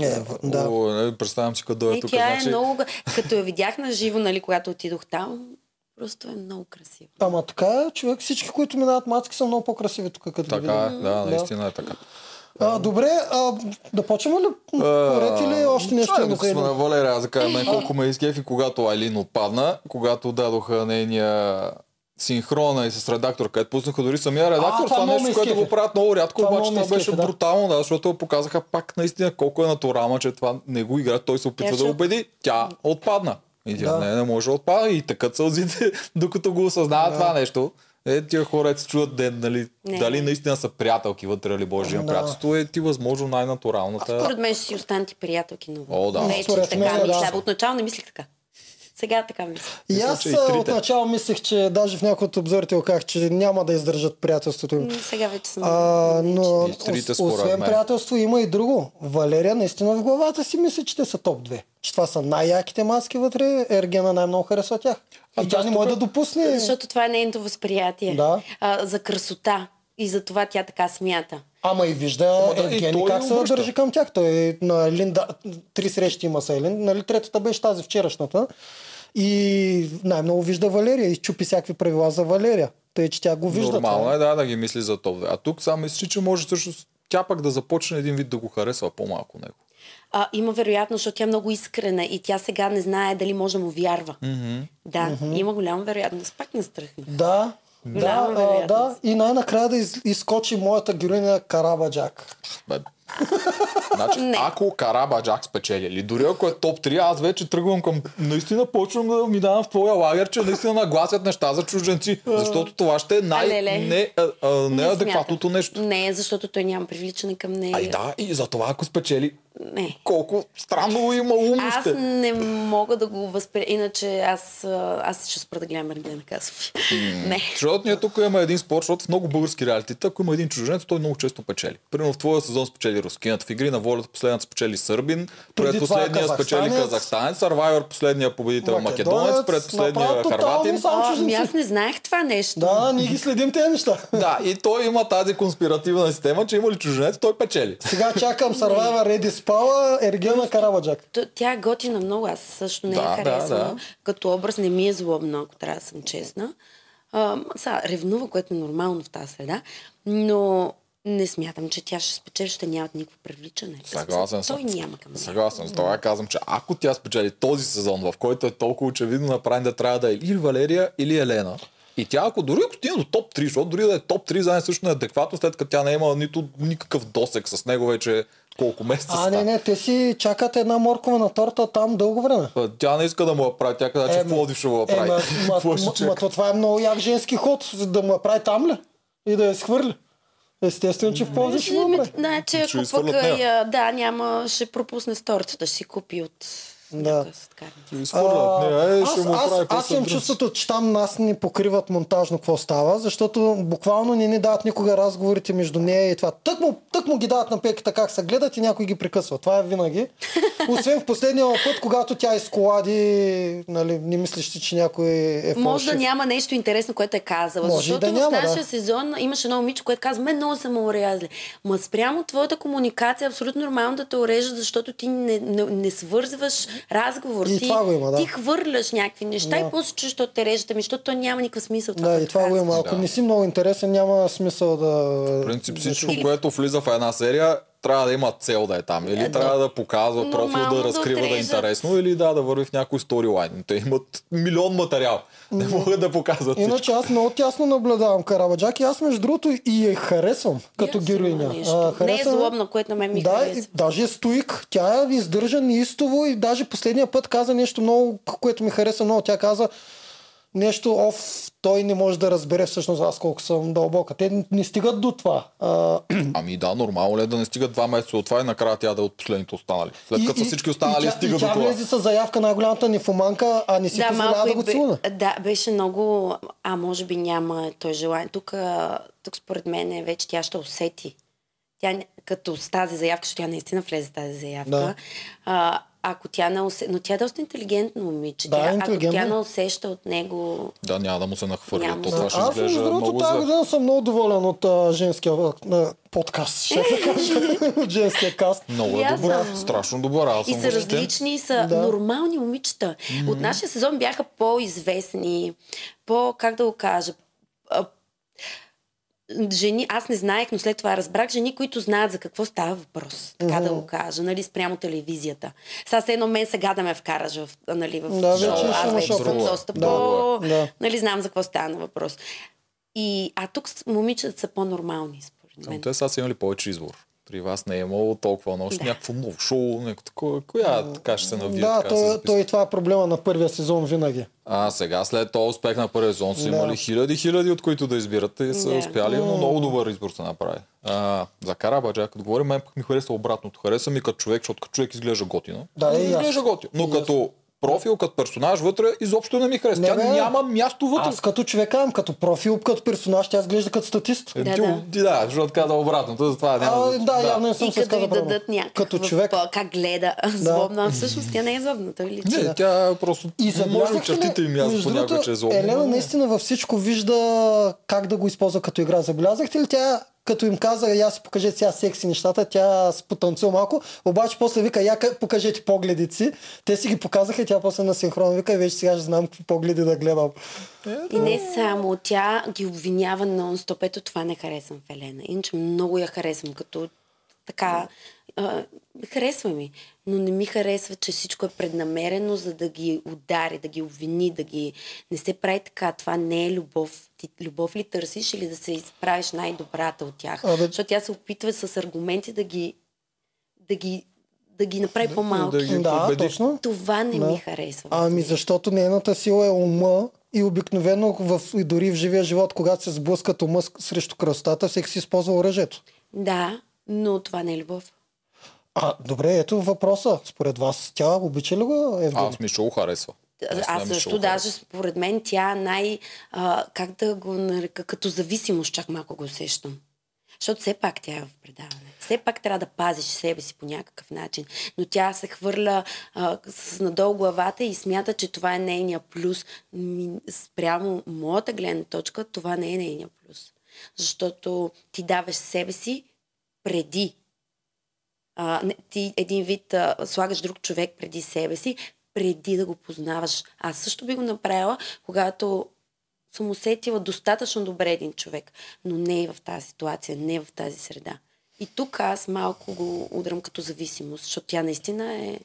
[SPEAKER 1] Е, да.
[SPEAKER 2] О, не, представям си къде е
[SPEAKER 3] Е,
[SPEAKER 2] тук.
[SPEAKER 3] тя
[SPEAKER 2] значи,
[SPEAKER 3] е много... га- Като я видях на живо, нали, когато отидох там, просто е много красива.
[SPEAKER 1] Ама така, е, човек, всички, които минават мацки, са много по-красиви тук, като ги
[SPEAKER 2] Така
[SPEAKER 1] видим.
[SPEAKER 2] е, да, наистина е така.
[SPEAKER 1] А, добре, а, да почнем ли? Ами, Поред или е още нещо
[SPEAKER 2] Чай,
[SPEAKER 1] има
[SPEAKER 2] докато
[SPEAKER 1] за
[SPEAKER 2] сме
[SPEAKER 1] Елин?
[SPEAKER 2] на Валерия, аз да кажа мен колко ме изкефи, когато Айлин отпадна, когато дадоха нейния синхрона и с редактор, където пуснаха дори самия редактор.
[SPEAKER 1] А, това
[SPEAKER 2] това
[SPEAKER 1] много
[SPEAKER 2] нещо,
[SPEAKER 1] ме
[SPEAKER 2] което
[SPEAKER 1] изкефи.
[SPEAKER 2] го правят много рядко,
[SPEAKER 1] Това
[SPEAKER 2] обаче
[SPEAKER 1] много ме
[SPEAKER 2] това беше
[SPEAKER 1] изкефи, да.
[SPEAKER 2] брутално, да, защото показаха пак наистина колко е натурално, че това не го игра, той се опитва
[SPEAKER 3] Тя
[SPEAKER 2] да
[SPEAKER 3] Е, ще-
[SPEAKER 2] убеди. Тя отпадна. И тя
[SPEAKER 1] Да.
[SPEAKER 2] не, не може да отпада и така сълзите, докато го осъзнава това нещо. Е, тия хора се чудят ден, нали,
[SPEAKER 3] Не.
[SPEAKER 2] дали наистина са приятелки вътре или Божия
[SPEAKER 1] Да.
[SPEAKER 2] приятелство е ти възможно най-натуралната.
[SPEAKER 3] Според мен ще си останат и приятелки много.
[SPEAKER 2] О, да.
[SPEAKER 3] Вече
[SPEAKER 1] Според
[SPEAKER 3] така
[SPEAKER 1] мен, да.
[SPEAKER 3] мисля. Отначало не мислих така. Сега така мисля.
[SPEAKER 1] И
[SPEAKER 2] Мисля,
[SPEAKER 1] аз
[SPEAKER 2] че и
[SPEAKER 1] а,
[SPEAKER 2] трите.
[SPEAKER 1] отначало мислех, че даже в някои от обзорите го казах, че няма да издържат приятелството им.
[SPEAKER 3] М, Сега вече съм...
[SPEAKER 1] А, но
[SPEAKER 2] И трите,
[SPEAKER 1] ос-
[SPEAKER 2] според
[SPEAKER 1] освен
[SPEAKER 2] мен.
[SPEAKER 1] приятелство има и друго. Валерия наистина в главата си мисли, че те са топ 2. Че това са най-яките маски вътре, Ергена най-много харесва тях.
[SPEAKER 2] А
[SPEAKER 1] И тя
[SPEAKER 2] аз
[SPEAKER 1] не
[SPEAKER 2] тук-
[SPEAKER 1] може да допусне.
[SPEAKER 3] Защото това е нейното възприятие.
[SPEAKER 1] Да.
[SPEAKER 3] А, за красота. И за това тя така смята.
[SPEAKER 1] Ама и вижда
[SPEAKER 2] Ама да, и
[SPEAKER 1] Евгений
[SPEAKER 2] той
[SPEAKER 1] как
[SPEAKER 2] я
[SPEAKER 1] се
[SPEAKER 2] обръща.
[SPEAKER 1] държи към тях. Той на Елин, да, три срещи има с Елин. Нали, третата беше тази вчерашната. И най-много вижда Валерия и чупи всякакви правила за Валерия. Тъй, че тя го вижда.
[SPEAKER 2] Нормално
[SPEAKER 1] това.
[SPEAKER 2] е да, да ги мисли за топ две. А тук само мисли, че може всъщност тя пък да започне един вид да го харесва по-малко него.
[SPEAKER 3] А, има вероятност, защото тя е много искрена и тя сега не знае дали може да му вярва. Mm-hmm. Да, mm-hmm. има голяма вероятност. Пак настръхна.
[SPEAKER 2] е.
[SPEAKER 1] Да, да,
[SPEAKER 3] Голяма
[SPEAKER 1] а, да.
[SPEAKER 3] вероятност.
[SPEAKER 1] И най-накрая да из, изкочи моята героиня Карабаджак.
[SPEAKER 2] Бе. Значи,
[SPEAKER 3] Не.
[SPEAKER 2] ако Карабаджак спечели, или дори ако е топ 3, аз вече тръгвам към... Наистина почвам да ми давам в твоя лагер, че наистина нагласят неща за чужденци, защото това ще е най-
[SPEAKER 3] Алеле.
[SPEAKER 2] не, а, а, неадекватното
[SPEAKER 3] смятам.
[SPEAKER 2] нещо.
[SPEAKER 3] Не, защото той няма привличане към нея.
[SPEAKER 2] Ай да, и за това ако спечели,
[SPEAKER 3] Не.
[SPEAKER 2] колко странно има ум
[SPEAKER 3] Аз
[SPEAKER 2] сте.
[SPEAKER 3] не мога да го възприема. Иначе аз, а, аз ще спра да гледам Ергена Касов. Не.
[SPEAKER 2] Защото ние тук има един спор, защото в много български реалитета, ако има един чужденец, той много често печели. Примерно в твоя сезон спечели рускинът, в игри на волята последната спечели сърбин,
[SPEAKER 1] Преди
[SPEAKER 2] предпоследния
[SPEAKER 1] това е
[SPEAKER 2] спечели
[SPEAKER 1] казахстанец.
[SPEAKER 2] казахстанец, Survivor последния победител македонец,
[SPEAKER 1] Македонец,
[SPEAKER 2] предпоследния
[SPEAKER 1] направо тотално
[SPEAKER 2] харватин.
[SPEAKER 1] само
[SPEAKER 3] А, Ами
[SPEAKER 1] чужденци.
[SPEAKER 3] аз не знаех това нещо.
[SPEAKER 1] Да, ние ги следим тези неща.
[SPEAKER 2] Да, и той има тази конспиративна система, че има ли чужденец, той печели.
[SPEAKER 1] Сега чакам Survivor Ready Спала, Ергена Карабаджак.
[SPEAKER 3] Т- Тя е готина много, аз също не
[SPEAKER 2] Да, да,
[SPEAKER 3] я харесвам.
[SPEAKER 2] да.
[SPEAKER 3] Като образ не ми е злобна, ако трябва да съм честна. А, сега, ревнува, което е нормално в тази среда, но не смятам, че тя ще спечели, ще нямат никакво привличане.
[SPEAKER 2] Съгласен съм.
[SPEAKER 3] Той няма към нея.
[SPEAKER 2] Съгласен. С това казвам, че ако тя спечели този сезон, в който е толкова очевидно направен да трябва да е или Валерия, или Елена. И тя, ако дори ако стигне до топ 3, защото дори да е топ 3, заедно също неадекватно, след като тя не е имала нито никакъв досек с него вече колко месеца.
[SPEAKER 1] А, не,
[SPEAKER 2] ста.
[SPEAKER 1] не, те си чакат една моркова на торта там дълго време.
[SPEAKER 2] А, Тя не иска да му я прави, тя каза, че в
[SPEAKER 1] Еми,
[SPEAKER 2] Пловдив ще му я
[SPEAKER 1] Е, ма,
[SPEAKER 2] прави.
[SPEAKER 1] ма,
[SPEAKER 2] Какво ще
[SPEAKER 1] ма,
[SPEAKER 2] чака?
[SPEAKER 1] ма, то това е много як женски ход, за да му я прави там ли? И да я схвърли. Естествено, че в полза ще му я прави.
[SPEAKER 3] Значи,
[SPEAKER 2] Ще
[SPEAKER 3] ако пък
[SPEAKER 2] изхвърлят нея.
[SPEAKER 3] я, да, няма, ще пропусне стортата, ще си купи от
[SPEAKER 1] Да.
[SPEAKER 3] някоя сладкарница.
[SPEAKER 2] Ще изхвърлят. Не, е,
[SPEAKER 1] А,
[SPEAKER 2] ще
[SPEAKER 1] Аз,
[SPEAKER 2] му я
[SPEAKER 1] аз,
[SPEAKER 2] прави.
[SPEAKER 1] аз имам чувството, че там нас ни покриват монтажно какво става, защото буквално не ни дават никога разговорите между нея и това. Тък му, тък му ги дават на пеката как се гледат и някой ги прекъсва. Това е винаги. Освен в последния път, когато тя изколади, нали, не мислиш, ти, че някой е
[SPEAKER 3] Може да
[SPEAKER 1] фалшив.
[SPEAKER 3] няма нещо интересно, което е казала.
[SPEAKER 1] Може и
[SPEAKER 3] защото
[SPEAKER 1] да няма,
[SPEAKER 3] в нашия
[SPEAKER 1] да.
[SPEAKER 3] сезон имаше едно момиче, което казва, мен много съм урязли. Ма спрямо твоята комуникация е абсолютно нормално да те урежат, защото ти не, не, не свързваш разговор.
[SPEAKER 1] И
[SPEAKER 3] ти,
[SPEAKER 1] това го има, да.
[SPEAKER 3] ти хвърляш някакви неща
[SPEAKER 1] Да.
[SPEAKER 3] и после чуш, защото те режат, ами, защото то няма никакъв смисъл.
[SPEAKER 1] Да, и
[SPEAKER 3] което
[SPEAKER 1] това го
[SPEAKER 3] казваш.
[SPEAKER 1] има. Ако
[SPEAKER 2] Да.
[SPEAKER 1] не си много интересен, няма смисъл да...
[SPEAKER 2] В принцип
[SPEAKER 1] да
[SPEAKER 2] всичко,
[SPEAKER 1] чу-
[SPEAKER 2] което влиза в една серия, трябва да има цел да е там. Или трябва да показва профил,
[SPEAKER 3] Нормално
[SPEAKER 2] да
[SPEAKER 3] да
[SPEAKER 2] разкрива да е
[SPEAKER 3] отрежат.
[SPEAKER 2] интересно, или да, да върви в някой сторилайн. Те имат милион материал. Не могат да показват всичко.
[SPEAKER 1] Иначе аз много тясно наблюдавам Карабаджак и аз между другото и я харесвам като
[SPEAKER 3] аз
[SPEAKER 1] героиня.
[SPEAKER 3] имам нещо. Не е злобна, което на мен ми
[SPEAKER 1] да,
[SPEAKER 3] харесва.
[SPEAKER 1] и даже е стоик. Тя е ви издържа неистово и даже последния път каза нещо много, което ми хареса много. Тя каза, нещо, оф, той не може да разбере всъщност аз колко съм дълбока. Те не стигат до това. А,
[SPEAKER 2] Ами да, нормално ли е да не стигат два месеца от това и накрая тя да е от последните останали. След като са всички останали,
[SPEAKER 1] и, тя-
[SPEAKER 2] стига
[SPEAKER 1] и
[SPEAKER 2] до
[SPEAKER 1] тя
[SPEAKER 2] това.
[SPEAKER 1] влезе с заявка на голямата ни фуманка, а не си позволява да
[SPEAKER 3] и
[SPEAKER 1] го
[SPEAKER 3] бе-
[SPEAKER 1] целуна.
[SPEAKER 3] Да, беше много... А, може би няма той желание. Тук, а, тук според мен е вече тя ще усети. Тя, не- като с тази заявка, защото тя наистина влезе с тази заявка.
[SPEAKER 1] Да.
[SPEAKER 3] А, ако тя не усе... Но тя е доста интелигентно момиче.
[SPEAKER 1] Да,
[SPEAKER 3] тя,
[SPEAKER 1] интелигентно.
[SPEAKER 3] Ако тя не усеща от него...
[SPEAKER 2] Да, няма да му се нахвърля.
[SPEAKER 3] Няма.
[SPEAKER 2] То това ще
[SPEAKER 1] Аз,
[SPEAKER 2] изглежда
[SPEAKER 1] между другото,
[SPEAKER 2] много
[SPEAKER 1] тази
[SPEAKER 2] зле.
[SPEAKER 1] година съм много доволен от а, женския а, а, подкаст, ще да кажа, от женския каст.
[SPEAKER 2] Много
[SPEAKER 3] И
[SPEAKER 2] е
[SPEAKER 3] аз
[SPEAKER 2] добър.
[SPEAKER 3] съм.
[SPEAKER 2] Страшно добър. Аз
[SPEAKER 3] И
[SPEAKER 2] съм
[SPEAKER 3] са
[SPEAKER 2] възхитен.
[SPEAKER 3] различни, и са
[SPEAKER 1] Да.
[SPEAKER 3] да. нормални момичета. Mm-hmm. От нашия сезон бяха по-известни, по, как да го кажа, а, жени, аз не знаех, но след това разбрах жени, които знаят за какво става въпрос. Така да го кажа, нали, спрямо телевизията. Сега се едно мен сега да ме вкараш в, нали, в
[SPEAKER 1] Да,
[SPEAKER 3] шоу.
[SPEAKER 2] вече ще
[SPEAKER 3] аз
[SPEAKER 2] има
[SPEAKER 3] вече
[SPEAKER 2] шофът.
[SPEAKER 3] съм доста
[SPEAKER 2] Да.
[SPEAKER 3] по...
[SPEAKER 1] Да.
[SPEAKER 3] Нали, знам за какво става въпрос. И, а тук с- момичетата са по-нормални, според
[SPEAKER 2] Но
[SPEAKER 3] мен.
[SPEAKER 2] те сега са имали повече избор. При вас не е имало толкова много.
[SPEAKER 3] Да.
[SPEAKER 2] Някакво ново шоу, някакво такова. Коя така ще се навие?
[SPEAKER 1] Да,
[SPEAKER 2] така се
[SPEAKER 1] той,
[SPEAKER 2] записва?
[SPEAKER 1] той и това е проблема на първия сезон винаги.
[SPEAKER 2] А сега след този успех на първия сезон са
[SPEAKER 1] Да.
[SPEAKER 2] имали хиляди, хиляди, от които да избират и са
[SPEAKER 3] Да.
[SPEAKER 2] успяли, но много добър избор се направи. А, за Карабаджа, като говорим, мен пък ми харесва обратното. Хареса ми като човек, защото като човек изглежда готино.
[SPEAKER 1] Да, и аз.
[SPEAKER 2] изглежда готино. Но
[SPEAKER 1] И аз.
[SPEAKER 2] като профил, като персонаж вътре, изобщо не ми харесва.
[SPEAKER 1] Не,
[SPEAKER 2] Тя
[SPEAKER 1] бе.
[SPEAKER 2] няма място вътре.
[SPEAKER 1] Аз като човек казвам, като профил, като персонаж, тя изглежда като статист.
[SPEAKER 2] Е,
[SPEAKER 3] Да,
[SPEAKER 2] ти-
[SPEAKER 3] да.
[SPEAKER 2] ти, да, защото каза обратното, затова няма.
[SPEAKER 1] А, да, явно е не съм
[SPEAKER 3] И
[SPEAKER 1] се
[SPEAKER 3] като
[SPEAKER 1] изказал
[SPEAKER 3] й
[SPEAKER 1] правилно.
[SPEAKER 3] дадат някакъв
[SPEAKER 1] Като човек.
[SPEAKER 3] по- как гледа злобно, а всъщност тя не е злобна, той личи.
[SPEAKER 2] Не, тя просто
[SPEAKER 1] И
[SPEAKER 2] и може би
[SPEAKER 1] забелязахте ли-
[SPEAKER 2] Е, чертите им аз
[SPEAKER 1] между
[SPEAKER 2] понякога,
[SPEAKER 1] другото,
[SPEAKER 2] че е злобна.
[SPEAKER 1] Елена наистина във всичко вижда как да го използва като игра. Забелязахте ли тя, като им каза, я си покажете сега секси нещата, тя с потанцил малко, обаче после вика, я ка- покажете погледите си. Те си ги показаха и тя после на синхрон вика, вече сега ще знам какви погледи да гледам.
[SPEAKER 3] И
[SPEAKER 1] е
[SPEAKER 3] не само, тя ги обвинява нон-стоп. Ето това не харесвам в Елена. Иначе много я харесвам, като така... А, харесва ми, но не ми харесва, че всичко е преднамерено, за да ги удари, да ги обвини, да ги... Не се прави така. Това не е любов. Ти любов ли търсиш или да се изправиш най-добрата от тях?
[SPEAKER 1] Абе.
[SPEAKER 3] Защото тя се опитва с аргументи да ги... да ги, да ги направи по-малки.
[SPEAKER 2] да ги-
[SPEAKER 1] Да,
[SPEAKER 2] победи.
[SPEAKER 1] точно.
[SPEAKER 3] Това не
[SPEAKER 1] Да.
[SPEAKER 3] ми харесва.
[SPEAKER 1] Ами защото нейната сила е ума и обикновено в, и дори в живия живот, когато се сблъскат ума с- срещу красотата, всеки си използва оръжието.
[SPEAKER 3] Да, но това не е любов.
[SPEAKER 1] А, добре, ето въпроса. Според вас тя обича ли го Евгений?
[SPEAKER 2] Аз мисля, че го харесва. Наистина
[SPEAKER 3] Аз
[SPEAKER 2] мисля, че
[SPEAKER 3] също,
[SPEAKER 2] го харесва.
[SPEAKER 3] даже според мен тя най... А, как да го нарека, като зависимост чак малко го усещам. Защото все пак тя е в предаване. Все пак трябва да пазиш себе си по някакъв начин. Но тя се хвърля а, с надолу главата и смята, че това е нейния плюс. Ми, спрямо моята гледна точка, това не е нейния плюс. Защото ти даваш себе си преди а, не, ти един вид а, слагаш друг човек преди себе си, преди да го познаваш. Аз също би го направила, когато съм усетила достатъчно добре един човек, но не и в тази ситуация, не в тази среда. И тук аз малко го удрям като зависимост, защото тя наистина е...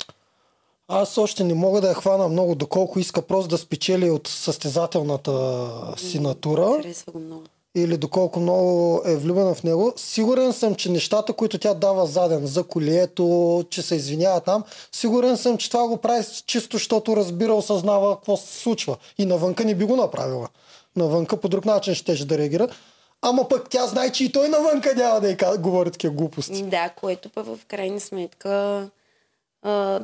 [SPEAKER 1] Аз още не мога да я хвана много, доколко иска просто да спечели от състезателната си натура
[SPEAKER 3] Харесва го много.
[SPEAKER 1] или доколко много е влюбена в него. Сигурен съм, че нещата, които тя дава заден за колието, че се извинява там, сигурен съм, че това го прави чисто, защото разбира, осъзнава какво се случва. И навънка не би го направила. Навънка по друг начин щеше да реагира. Ама пък тя знае, че и той навънка няма да й ка- говори такива глупости.
[SPEAKER 3] Да, което пък в крайна сметка... А,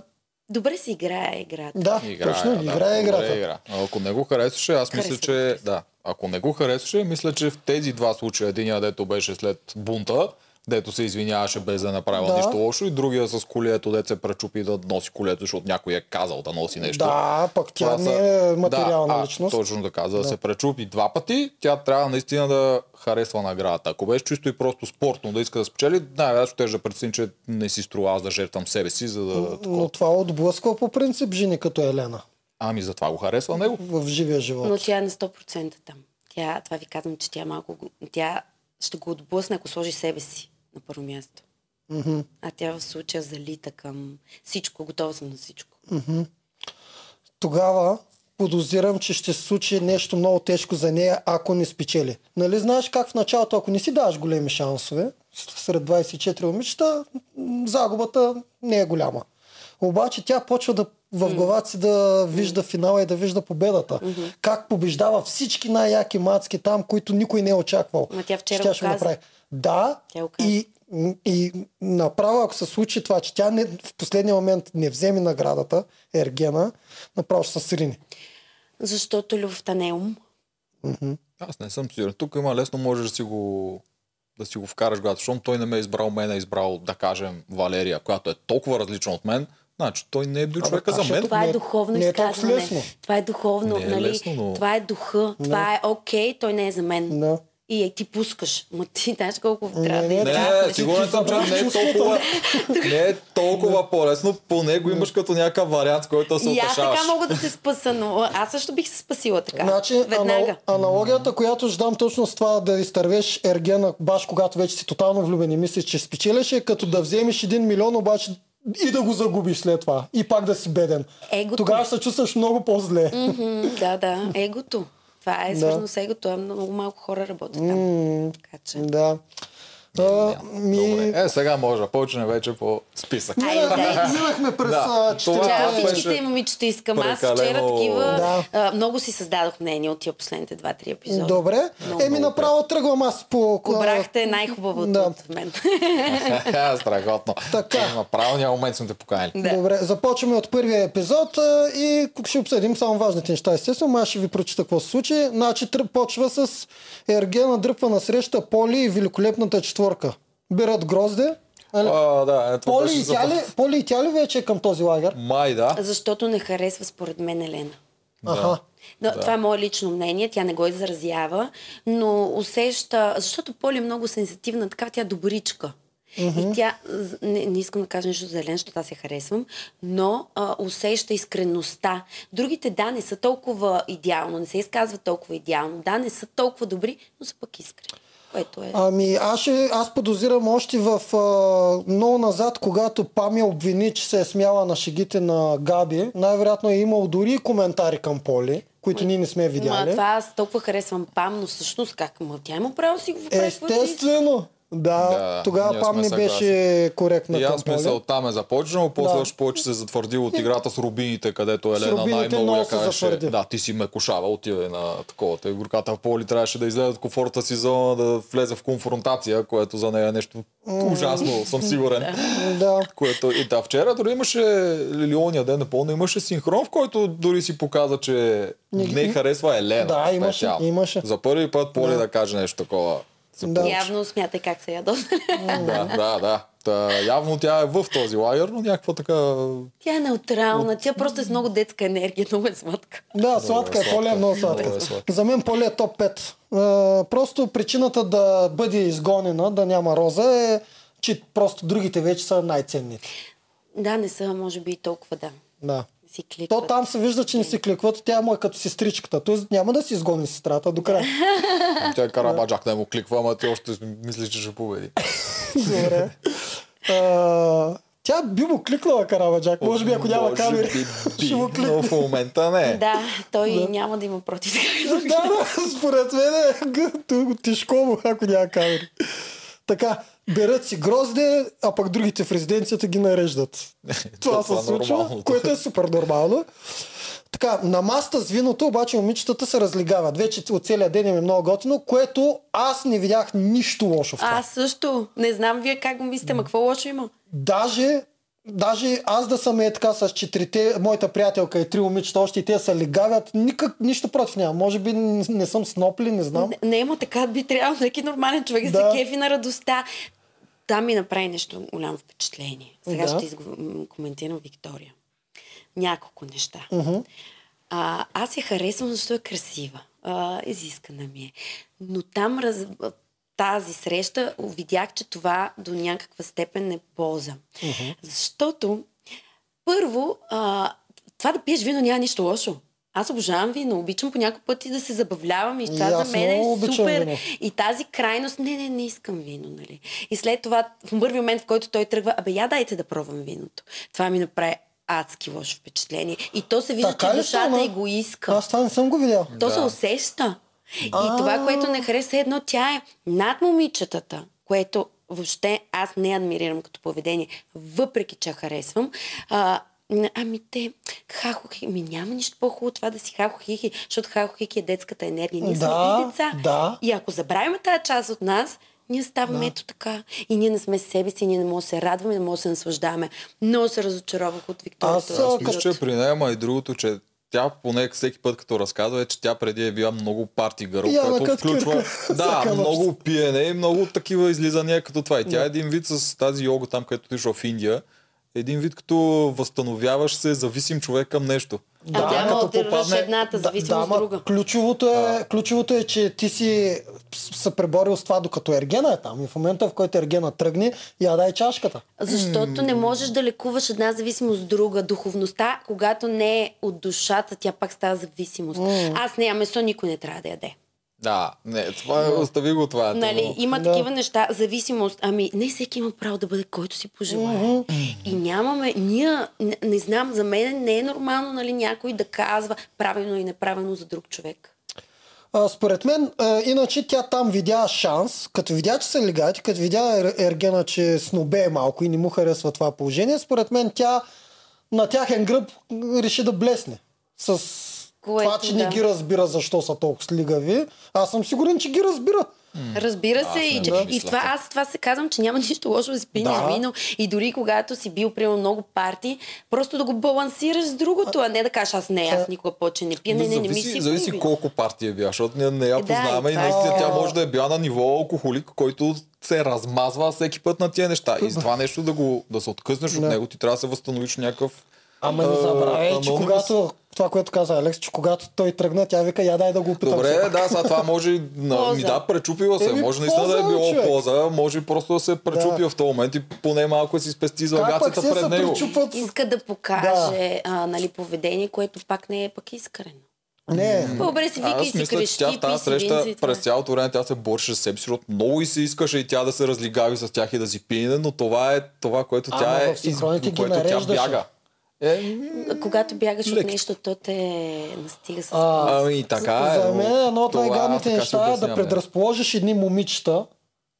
[SPEAKER 3] добре се играе играта.
[SPEAKER 1] Да,
[SPEAKER 2] Играе,
[SPEAKER 1] точно,
[SPEAKER 2] да,
[SPEAKER 1] играе
[SPEAKER 2] добре
[SPEAKER 1] играта.
[SPEAKER 2] игра. А Ако не го харесваше, аз мисля,
[SPEAKER 3] Харесва го,
[SPEAKER 2] че... Да, ако не го харесваше, мисля, че в тези два случая, единия дето беше след бунта, дето се извиняваше без да е направил
[SPEAKER 1] Да.
[SPEAKER 2] нищо лошо, и другия с колието, дето се пречупи да носи колието, защото някой е казал да носи нещо.
[SPEAKER 1] Да, пък тя
[SPEAKER 2] Това са-
[SPEAKER 1] не е материална
[SPEAKER 2] да, а,
[SPEAKER 1] личност.
[SPEAKER 2] Точно така, за да, се пречупи два пъти, тя трябва наистина да харесва наградата. Ако беше чисто и просто спортно да иска да спечели, най-вероятно ще да прецени, че не си струва аз да жертвам себе си, за да...
[SPEAKER 1] Но това отблъсква по принцип жени като Елена
[SPEAKER 2] Ами затова го харесва него.
[SPEAKER 1] в живия
[SPEAKER 3] Но
[SPEAKER 1] живот.
[SPEAKER 3] тя е на 100% там. Тя, това ви казвам, че тя малко... го- Тя ще го отблъсне, ако сложи себе си на първо място.
[SPEAKER 1] Мгм.
[SPEAKER 3] А тя в случая залита към всичко. Готова съм на всичко.
[SPEAKER 1] Тогава подозирам, че ще се случи нещо много тежко за нея, ако не спечели. Нали знаеш как в началото, ако не си даваш големи шансове, с- сред 24 момичета, м, загубата не е голяма. Обаче тя почва да в главата си да вижда финала и да вижда победата. Как побеждава всички най-яки мацки там, които никой не е очаквал.
[SPEAKER 3] Ма тя вчера
[SPEAKER 1] че тя
[SPEAKER 3] го
[SPEAKER 1] ще го
[SPEAKER 3] каза.
[SPEAKER 1] направи. Да,
[SPEAKER 3] Тя го каза.
[SPEAKER 1] и, и направо, ако се случи това, че тя не, в последния момент не вземе наградата, Ергена, направо ще се срини.
[SPEAKER 3] Защото любовта не е ум.
[SPEAKER 2] Аз не съм сигурен. Тук има лесно, можеш да си го да си го вкараш главата, защото той не ме е избрал мен, а е избрал, да кажем, Валерия, която е толкова различна от мен, значи той не е бил
[SPEAKER 1] Абе,
[SPEAKER 2] човека за
[SPEAKER 1] Паша,
[SPEAKER 2] мен.
[SPEAKER 3] Това
[SPEAKER 1] Не
[SPEAKER 3] е
[SPEAKER 1] е-
[SPEAKER 3] духовно
[SPEAKER 1] не е толкова
[SPEAKER 3] изказване.
[SPEAKER 1] лесно.
[SPEAKER 3] Това е духовно,
[SPEAKER 2] Не е
[SPEAKER 3] нали?
[SPEAKER 2] лесно, но-
[SPEAKER 3] Това е духа, това е окей, той не е за мен.
[SPEAKER 1] Да.
[SPEAKER 3] И е, ти пускаш. Ма ти знаеш колко трябва
[SPEAKER 1] не,
[SPEAKER 3] да
[SPEAKER 1] Да,
[SPEAKER 2] Не, не,
[SPEAKER 3] израснеш.
[SPEAKER 2] сигурен
[SPEAKER 1] ти
[SPEAKER 2] съм, че
[SPEAKER 1] забравяш
[SPEAKER 2] не е
[SPEAKER 1] чувството.
[SPEAKER 2] толкова, не е толкова по-лесно. Поне го имаш като някакъв вариант, с който се
[SPEAKER 3] И аз
[SPEAKER 2] утешаваш.
[SPEAKER 3] така мога да се спаса, но аз също бих се спасила така.
[SPEAKER 1] Значи,
[SPEAKER 3] Веднага.
[SPEAKER 1] анал- аналогията, която ще дам точно с това да изтървеш Ергена баш, когато вече си тотално влюбен и мислиш, че спечелиш, е като да вземеш 1 милион, обаче и да го загубиш след това. И пак да си беден.
[SPEAKER 3] Егото.
[SPEAKER 1] Тогава ще се чувстваш много по-зле.
[SPEAKER 3] Мгм, да, да, егото. Това е
[SPEAKER 1] Да.
[SPEAKER 3] свързано с егото. а Много малко хора работят там. Така че.
[SPEAKER 1] Да. А, ми...
[SPEAKER 2] Добре. Е, сега може да почнем вече по списък.
[SPEAKER 3] Айде.
[SPEAKER 1] Минахме през
[SPEAKER 2] Да.
[SPEAKER 1] а,
[SPEAKER 2] Това е
[SPEAKER 3] Да,
[SPEAKER 2] беше
[SPEAKER 3] всичките момичета искам. Аз вчера
[SPEAKER 2] прекалено-
[SPEAKER 3] такива...
[SPEAKER 1] Да.
[SPEAKER 3] а, много си създадох мнение от тия последните два-три епизода.
[SPEAKER 1] Добре.
[SPEAKER 3] Много.
[SPEAKER 1] Еми направо тръгвам аз по...
[SPEAKER 3] Обрахте най-хубавото
[SPEAKER 1] Да.
[SPEAKER 3] от мен.
[SPEAKER 2] Страхотно. Е,
[SPEAKER 1] Така.
[SPEAKER 2] Има правилния момент сме те поканили.
[SPEAKER 3] Да.
[SPEAKER 1] Добре, започваме от първия епизод а, и ще обсъдим само важните неща, естествено. но Аз ще ви прочита какво се случи. Значи тръ- почва с Ергена дръпва на среща Поли и великолепната четворка. Бират грозде. Али?
[SPEAKER 2] А, да, е, това
[SPEAKER 1] Поли,
[SPEAKER 2] беше
[SPEAKER 1] и тя
[SPEAKER 2] за-
[SPEAKER 1] ли, Поли и тя ли вече е към този лагер?
[SPEAKER 2] Май, да.
[SPEAKER 3] Защото не харесва според мен Елена.
[SPEAKER 1] Аха.
[SPEAKER 3] Но, да. Това е мое лично мнение, тя не го изразява, но усеща, защото Поли е много сенситивна, така тя е добричка. Mm-hmm. И тя, з- не, не искам да кажа нищо за Елен, защото аз я харесвам, но а, усеща искренността. Другите, да, не са толкова идеално, не се изказват толкова идеално, да, не са толкова добри, но са пък искрени. Което е...
[SPEAKER 1] Ами аз, ще, аз подозирам още в а, много назад, когато Пами обвини, че се е смяла на шегите на Габи. Най-вероятно е имал дори и коментари към Поли, които ние не сме
[SPEAKER 3] Ма,
[SPEAKER 1] видяли.
[SPEAKER 3] това е аз толкова харесвам Пам, но всъщност как? Ма, тя има право да си го прави каквото си иска.
[SPEAKER 1] Естествено. Да,
[SPEAKER 2] Да,
[SPEAKER 1] да
[SPEAKER 2] ние
[SPEAKER 1] тогава
[SPEAKER 2] сме
[SPEAKER 1] Пам не
[SPEAKER 2] съгласни.
[SPEAKER 1] беше коректна
[SPEAKER 2] И
[SPEAKER 1] към
[SPEAKER 2] аз мисъл
[SPEAKER 1] Поли.
[SPEAKER 2] там е започнал, после
[SPEAKER 1] Да.
[SPEAKER 2] още повече се е затвърдил от играта с рубините, където Елена
[SPEAKER 1] рубините
[SPEAKER 2] най-много
[SPEAKER 1] много
[SPEAKER 2] я
[SPEAKER 1] се
[SPEAKER 2] кажеше.
[SPEAKER 1] затвърди.
[SPEAKER 2] Да, ти си ме кошава, отивай на такова. Те горката в поли трябваше да излезе от комфорта си зона, да влезе в конфронтация, което за нея е нещо ужасно, съм сигурен.
[SPEAKER 1] Да.
[SPEAKER 2] Което и да, вчера дори имаше Лилиония ден напълно, имаше синхрон, в който дори си показа, че не харесва Елена.
[SPEAKER 1] Нали? Да, имаше,
[SPEAKER 2] специално.
[SPEAKER 1] имаше.
[SPEAKER 2] За първи път Поли да, каже нещо такова. се
[SPEAKER 1] Да.
[SPEAKER 3] Явно смятай как се ядосали.
[SPEAKER 2] да, да, да. Та, явно тя е в този лагер, но някаква така...
[SPEAKER 3] Тя е неутрална, тя просто е с много детска енергия, много е сладка.
[SPEAKER 1] Да, сладка е,
[SPEAKER 2] сладка.
[SPEAKER 1] Поли е много
[SPEAKER 2] Много е
[SPEAKER 1] сладка.
[SPEAKER 2] сладка.
[SPEAKER 1] За мен Поли е топ 5. А, просто причината да бъде изгонена, да няма Роза е, че просто другите вече са най-ценните.
[SPEAKER 3] Да, не са, може би и толкова, да.
[SPEAKER 1] Да.
[SPEAKER 3] Не Си кликват.
[SPEAKER 1] То там се вижда, че не си кликват, тя му е като сестричката. Тоест няма да си изгони сестрата до края.
[SPEAKER 2] Тя Карабаджак не му кликва, ама ти още мислиш, че ще победи.
[SPEAKER 1] Добре. А, тя би му кликнала Карабаджак, може би ако няма
[SPEAKER 2] Може
[SPEAKER 1] камери.
[SPEAKER 2] би би,
[SPEAKER 1] ще му
[SPEAKER 2] Но в момента
[SPEAKER 1] е.
[SPEAKER 2] не.
[SPEAKER 3] Да, той няма да има против.
[SPEAKER 1] да, да, според мен е г- тежко му, ако няма камери. Така, берат си грозде, а пък другите в резиденцията ги нареждат. Това
[SPEAKER 2] Това е
[SPEAKER 1] се случва,
[SPEAKER 2] нормално.
[SPEAKER 1] което е супер нормално. Така, на маста с виното обаче момичетата се разлигават. Вече от целия ден им е много готино, което аз не видях нищо лошо в това.
[SPEAKER 3] Аз също. Не знам вие как го мислите, ма какво лошо има?
[SPEAKER 1] Даже, даже аз да съм е така с четирите, моята приятелка и три момичета още и те се лигавят, никак, нищо против няма. Може би не, не съм снопли, не знам.
[SPEAKER 3] Не, не има така, би трябвало всеки нормален човек да
[SPEAKER 1] Да.
[SPEAKER 3] се кефи на радостта. Там ми направи нещо голямо впечатление. Сега
[SPEAKER 1] Да.
[SPEAKER 3] ще изго- м, коментирам Виктория. Няколко неща. А, аз я харесвам, защото е красива. А, изискана ми е. Но там раз... тази среща видях, че това до някаква степен е полза. Защото първо, а, това да пиеш вино няма нищо лошо. Аз обожавам вино, обичам по някой път и да се забавлявам и
[SPEAKER 1] И
[SPEAKER 3] това
[SPEAKER 1] аз
[SPEAKER 3] за мен
[SPEAKER 1] много
[SPEAKER 3] е
[SPEAKER 1] обичам
[SPEAKER 3] супер.
[SPEAKER 1] вино.
[SPEAKER 3] И тази крайност, не, не, не искам вино, нали. И след това, в първи момент, в който той тръгва, абе, я дайте да пробвам виното. Това ми направи адски лошо впечатление. И то се вижда,
[SPEAKER 1] Така
[SPEAKER 3] че
[SPEAKER 1] ли
[SPEAKER 3] душата е
[SPEAKER 1] стана?
[SPEAKER 3] и го иска.
[SPEAKER 1] Аз това не съм го видял.
[SPEAKER 3] То се усеща. И това, което не хареса, е едно тя е над момичетата, което въобще аз не адмирирам като поведение, въпреки че я харесвам. А, н- ами те, хахохи, ми няма нищо по-хубаво от това да си хахохихи, защото хахохихи е детската енергия. Ние сме
[SPEAKER 1] Да,
[SPEAKER 3] и деца.
[SPEAKER 1] да.
[SPEAKER 3] И ако забравим тази част от нас, ние ставаме
[SPEAKER 1] Да.
[SPEAKER 3] ето така. И ние не сме себе си, ние не можем да се радваме, не можем да се наслаждаваме. Много се разочаровах от Виктория.
[SPEAKER 1] Аз,
[SPEAKER 3] този
[SPEAKER 1] а,
[SPEAKER 2] Аз
[SPEAKER 3] епизод.
[SPEAKER 2] мисля, че е при нея, ма и другото, че тя поне всеки път, като разказва, е, че тя преди е била много парти гърл,
[SPEAKER 1] Пияна
[SPEAKER 2] което
[SPEAKER 1] като
[SPEAKER 2] включва
[SPEAKER 1] кирка.
[SPEAKER 2] да,
[SPEAKER 1] Всяка нощ.
[SPEAKER 2] много пиене и много такива излизания като това. И тя е един вид с тази йога там, където отишла в Индия. Един вид като възстановяваш се зависим човек към нещо.
[SPEAKER 3] Да,
[SPEAKER 2] Тя
[SPEAKER 3] ама
[SPEAKER 2] като
[SPEAKER 3] отираш едната, зависимо от
[SPEAKER 1] ма
[SPEAKER 3] друга.
[SPEAKER 1] Ключовото е, ключовото е, че ти си с- се преборил с това, докато Ергена е там. И в момента, в който Ергена тръгне, я дай чашката.
[SPEAKER 3] Защото не можеш да лекуваш една зависимост от друга. Духовността, когато не е от душата, тя пак става зависимост. Аз не ям месо, никой не трябва да яде.
[SPEAKER 2] Да, не, това е, остави го това. Е,
[SPEAKER 3] Нали, има
[SPEAKER 1] Да.
[SPEAKER 3] такива неща, зависимост. Ами, не всеки има право да бъде който си пожелае. И нямаме, ние, не, не знам, за мен не е нормално нали, някой да казва правилно и неправилно за друг човек.
[SPEAKER 1] А, според мен, а, иначе тя там видя шанс, като видя, че са легати, като видя Ер- Ергена, че снобе е малко и не му харесва това положение, според мен тя на тяхен гръб м, реши да блесне. С
[SPEAKER 3] Което
[SPEAKER 1] това, че
[SPEAKER 3] да.
[SPEAKER 1] не ги разбира защо са толкова слигави. Аз съм сигурен, че ги разбира.
[SPEAKER 3] Разбира
[SPEAKER 2] Аз
[SPEAKER 3] се,
[SPEAKER 2] не
[SPEAKER 3] и, че,
[SPEAKER 2] го
[SPEAKER 3] и
[SPEAKER 2] мисля.
[SPEAKER 3] в това аз това се казвам, че няма нищо лошо да си пиеш
[SPEAKER 1] Да.
[SPEAKER 3] вино и дори когато си бил приел много парти, просто да го балансираш с другото, а не да кажеш аз не, аз никога повече не пия, не, не, не ми
[SPEAKER 2] зависи,
[SPEAKER 3] си
[SPEAKER 2] зависи
[SPEAKER 3] пуби.
[SPEAKER 2] колко партия е била, защото ние не я
[SPEAKER 3] Е, да,
[SPEAKER 2] познаваме
[SPEAKER 3] и
[SPEAKER 2] и
[SPEAKER 3] това е.
[SPEAKER 2] наистина тя може да е била на ниво алкохолик, който се размазва всеки път на тия неща. И за това нещо да, го, да се откъснеш от
[SPEAKER 1] Да.
[SPEAKER 2] него, ти трябва да се възстановиш някакъв...
[SPEAKER 1] Ама не
[SPEAKER 2] а,
[SPEAKER 1] забравяй, че
[SPEAKER 2] анонимус.
[SPEAKER 1] когато това, което каза Алекс, че когато той тръгна, тя вика, я дай да го опитам. все
[SPEAKER 2] Добре,
[SPEAKER 1] пак.
[SPEAKER 2] да, сега това може и на,
[SPEAKER 3] Полза.
[SPEAKER 2] ми да, пречупила се.
[SPEAKER 1] Еми,
[SPEAKER 2] може наистина да е
[SPEAKER 1] полза,
[SPEAKER 2] било
[SPEAKER 1] човек.
[SPEAKER 2] полза, може и просто да се пречупи в този момент и поне малко да си спести
[SPEAKER 1] Как пък
[SPEAKER 2] излагацията
[SPEAKER 1] се
[SPEAKER 2] пред
[SPEAKER 1] се
[SPEAKER 2] него.
[SPEAKER 1] пречупват?
[SPEAKER 3] Иска да покаже а, нали, поведение, което пак не е пък искрено.
[SPEAKER 1] Не,
[SPEAKER 3] По-добре си викай и
[SPEAKER 2] Аз
[SPEAKER 3] си
[SPEAKER 2] мисля,
[SPEAKER 3] крещи,
[SPEAKER 2] че тя в
[SPEAKER 3] пий
[SPEAKER 2] тази
[SPEAKER 3] си винца
[SPEAKER 2] среща
[SPEAKER 3] и това
[SPEAKER 2] през
[SPEAKER 3] е.
[SPEAKER 2] цялото време тя се бореше с себе си, защото много и се искаше и тя да се разлигави с тях и да си пие, но това е това, което
[SPEAKER 1] Ама
[SPEAKER 2] тя е,
[SPEAKER 1] в
[SPEAKER 2] из-
[SPEAKER 1] синхроните ги
[SPEAKER 2] което тя
[SPEAKER 1] нареждаше.
[SPEAKER 2] бяга. Е,
[SPEAKER 3] Когато бягаш от
[SPEAKER 2] Леки.
[SPEAKER 3] нещо, то те настига с...
[SPEAKER 1] А,
[SPEAKER 2] ами така е.
[SPEAKER 1] За
[SPEAKER 2] но
[SPEAKER 1] мен едно от
[SPEAKER 2] това аз
[SPEAKER 1] най-гадните
[SPEAKER 2] така си
[SPEAKER 1] неща е да
[SPEAKER 2] обяснявам,
[SPEAKER 1] предразположиш едни момичета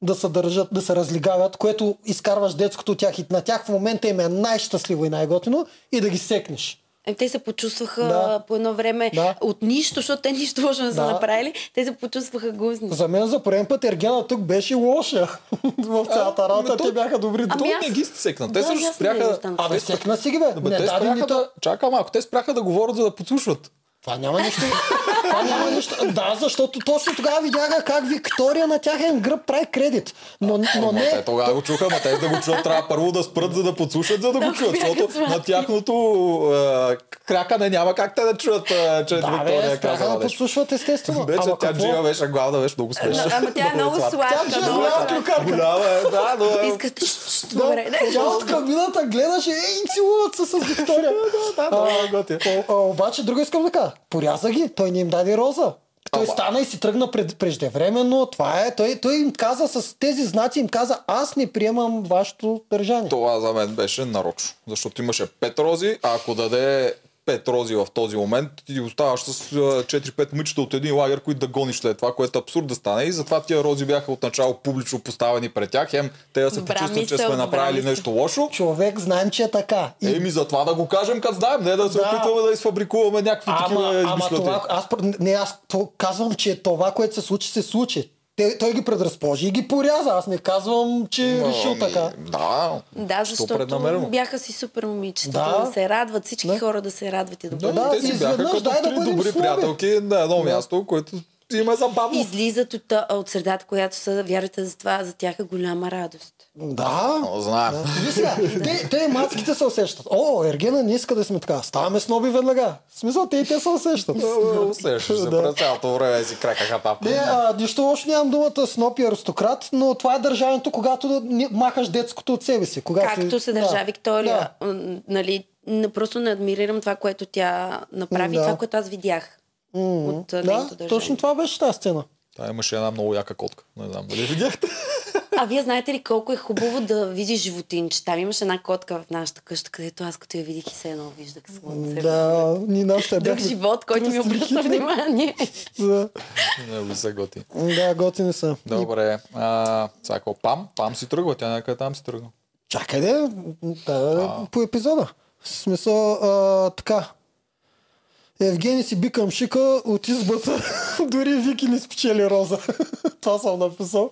[SPEAKER 1] да се държат, да се разлигават, което изкарваш детското от тях и на тях в момента им е най-щастливо и най-готино и да ги секнеш.
[SPEAKER 3] Е, Те се почувстваха
[SPEAKER 1] Да.
[SPEAKER 3] по едно време
[SPEAKER 1] Да.
[SPEAKER 3] от нищо, защото те нищо лошо не са
[SPEAKER 1] Да.
[SPEAKER 3] направили. Те се почувстваха гузни.
[SPEAKER 1] За мен за пореден път Ергена тук беше лоша в
[SPEAKER 2] А,
[SPEAKER 1] цялата
[SPEAKER 2] ме
[SPEAKER 1] работа.
[SPEAKER 2] Ами, то-
[SPEAKER 1] Те бяха добри.
[SPEAKER 3] Ами
[SPEAKER 2] Той
[SPEAKER 3] аз-
[SPEAKER 2] не ги секна. Те
[SPEAKER 3] Да,
[SPEAKER 2] също
[SPEAKER 3] аз не ги
[SPEAKER 2] спряха.
[SPEAKER 3] останах.
[SPEAKER 1] Абе,
[SPEAKER 2] те спря-
[SPEAKER 1] секна си ги, бе.
[SPEAKER 2] Абе,
[SPEAKER 1] Не
[SPEAKER 2] те
[SPEAKER 1] даде
[SPEAKER 2] спряха
[SPEAKER 1] нито...
[SPEAKER 2] да... Чакай малко, те спряха да говорят, за да подслушват.
[SPEAKER 1] Това няма нищо. Това няма нищо. Да, защото точно тогава видяха как Виктория на тяхен гръб прави кредит. Но, но
[SPEAKER 2] Ама е
[SPEAKER 1] не,
[SPEAKER 2] те тогава го чуха, ма те за да го чуят трябва първо да спрат, за да подслушат, за да го чуят,
[SPEAKER 3] бяха
[SPEAKER 2] защото
[SPEAKER 3] сладки.
[SPEAKER 2] на тяхното е, кракане няма как те да чуят, е, че
[SPEAKER 1] да,
[SPEAKER 2] Виктория
[SPEAKER 1] бе,
[SPEAKER 2] е
[SPEAKER 1] спряха
[SPEAKER 2] казала
[SPEAKER 1] да
[SPEAKER 2] нещо.
[SPEAKER 1] подслушват естествено.
[SPEAKER 2] Вече
[SPEAKER 1] Ама
[SPEAKER 2] тя
[SPEAKER 1] какво?
[SPEAKER 2] Джия беше главна, беше много
[SPEAKER 3] Но,
[SPEAKER 2] смешна.
[SPEAKER 3] ама тя е много сладка.
[SPEAKER 1] Тя е
[SPEAKER 3] много
[SPEAKER 1] голяма
[SPEAKER 3] сладка.
[SPEAKER 1] клюкарка.
[SPEAKER 2] Голяма е, да, но е...
[SPEAKER 3] Искаш... шш, шш,
[SPEAKER 1] Да,
[SPEAKER 3] Добре, не.
[SPEAKER 1] Тя от кабината гледаше и целуват се с Виктория.
[SPEAKER 2] Да, е да, готия.
[SPEAKER 1] О, а, обаче друго искам да кажа. Поряза ги, той не им даде роза. Той стана и си тръгна пред, преждевременно. Това е. Той, той им каза с тези знаци, им каза, аз не приемам вашето държание.
[SPEAKER 2] Това за мен беше нарочно, защото имаше пет рози, а ако даде пет рози в този момент, ти оставаш с а, 4-5 момичета от един лагер, които да гониш след това, което е абсурд да стане. И затова тия рози бяха отначало публично поставени пред тях. Хем, те да се
[SPEAKER 3] Добра
[SPEAKER 2] почувстват, че
[SPEAKER 3] мисъл,
[SPEAKER 2] сме
[SPEAKER 3] добра
[SPEAKER 2] направили
[SPEAKER 3] мисъл.
[SPEAKER 2] нещо лошо.
[SPEAKER 1] Човек, знаем, че е така. И
[SPEAKER 2] Еми, затова да го кажем, като знаем, не да се
[SPEAKER 1] Да.
[SPEAKER 2] опитваме да изфабрикуваме някакви такива
[SPEAKER 1] Ама, ама
[SPEAKER 2] измишлятини.
[SPEAKER 1] това, аз, пр- не, аз то, казвам, че това, което се случи, се случи. Те, той ги предразположи и ги поряза. Аз не казвам, че е
[SPEAKER 2] Ма,
[SPEAKER 1] решил
[SPEAKER 2] ами,
[SPEAKER 1] така.
[SPEAKER 2] Да,
[SPEAKER 3] Да, защото
[SPEAKER 2] преднамерено.
[SPEAKER 3] бяха си супер момичета.
[SPEAKER 1] Да.
[SPEAKER 3] Да. да се радват, всички
[SPEAKER 1] Да.
[SPEAKER 3] хора да се радват и да
[SPEAKER 2] Да,
[SPEAKER 1] Да,
[SPEAKER 2] те си бяха
[SPEAKER 1] изведнъж,
[SPEAKER 2] като
[SPEAKER 1] дай да
[SPEAKER 2] три
[SPEAKER 1] бъдем
[SPEAKER 2] добри
[SPEAKER 1] слаби.
[SPEAKER 2] приятелки на едно място, което им е забавно.
[SPEAKER 3] излизат от, та- от средата, която са, вярвате за това, за тях е голяма радост.
[SPEAKER 1] Да.
[SPEAKER 2] О, Знаем.
[SPEAKER 1] Виж сега, те, те мацките се усещат. О, Ергена не иска да сме така. Ставаме сноби веднага. В смисъл, те и те се усещат.
[SPEAKER 2] Усещаш се
[SPEAKER 1] Да.
[SPEAKER 2] през цялото време си кракаха там.
[SPEAKER 1] Не, а, нищо лошо нямам думата сноп и аристократ, но това е държането, когато да ни- махаш детското от себе си. Когато...
[SPEAKER 3] Както се
[SPEAKER 1] да.
[SPEAKER 3] държа Виктория. М, Нали, н- просто не адмирирам това, което тя направи,
[SPEAKER 1] М, да.
[SPEAKER 3] това, което аз видях
[SPEAKER 1] М,
[SPEAKER 3] от а,
[SPEAKER 1] Да,
[SPEAKER 3] нейното държание.
[SPEAKER 1] точно това беше тази сцена.
[SPEAKER 2] Та имаше една много яка котка. Не знам дали видяхте.
[SPEAKER 3] А вие знаете ли колко е хубаво да видиш животинче? Там имаше една котка в нашата къща, където аз като я видих и се едно виждах слънце.
[SPEAKER 1] Да, ни нашите
[SPEAKER 3] Друг
[SPEAKER 1] бяхме.
[SPEAKER 3] живот, който ми обръща
[SPEAKER 1] тръстихи.
[SPEAKER 3] внимание.
[SPEAKER 1] Да.
[SPEAKER 2] Много са готи.
[SPEAKER 1] Да, готини са.
[SPEAKER 2] Добре. А, сега какво? Пам? Пам си тръгва. Тя някъде там си тръгва.
[SPEAKER 1] Чакай де, да, по епизода. В смисъл, а, така. Евгений си би към шика от избата. Дори Вики не спечели роза. Това съм написал.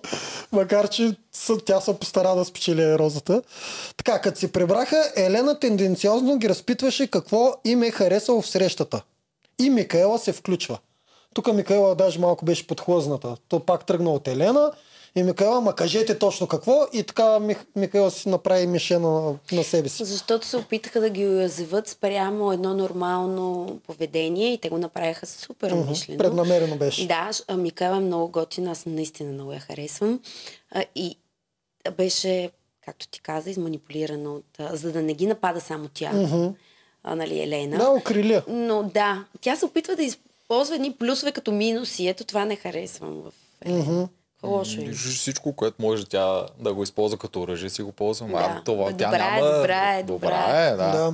[SPEAKER 1] Макар, че съ- тя се постара да спечели розата. Така, като си прибраха, Елена тенденциозно ги разпитваше какво им е харесало в срещата. И Микаела се включва. Тук Микаела даже малко беше подхлъзната. То пак тръгна от Елена. И Микаела, ма кажете точно какво. И така Мих, Микаела си направи мишена на себе си.
[SPEAKER 3] Защото се опитаха да ги уязват спрямо едно нормално поведение и те го направиха супер
[SPEAKER 1] Мгм.
[SPEAKER 3] умишлено.
[SPEAKER 1] Преднамерено беше.
[SPEAKER 3] Да, ш- а, Микаела е много готина, аз наистина много я харесвам. А, И беше, както ти каза, изманипулирана от... а, За да не ги напада само тя,
[SPEAKER 1] Мгм.
[SPEAKER 3] а, нали, Елена.
[SPEAKER 1] Да, окриля.
[SPEAKER 3] Но да, тя се опитва да използва едни плюсове като минуси. Ето това не харесвам в Елена.
[SPEAKER 1] Мгм.
[SPEAKER 3] Лошо е.
[SPEAKER 2] Виж всичко, което може тя да го използва като оръжие, си го ползва. Да.
[SPEAKER 3] Да.
[SPEAKER 2] А, това
[SPEAKER 3] Бе,
[SPEAKER 2] тя
[SPEAKER 3] добра е,
[SPEAKER 2] няма...
[SPEAKER 3] добра е, добра
[SPEAKER 2] добра е. Да.
[SPEAKER 1] Да.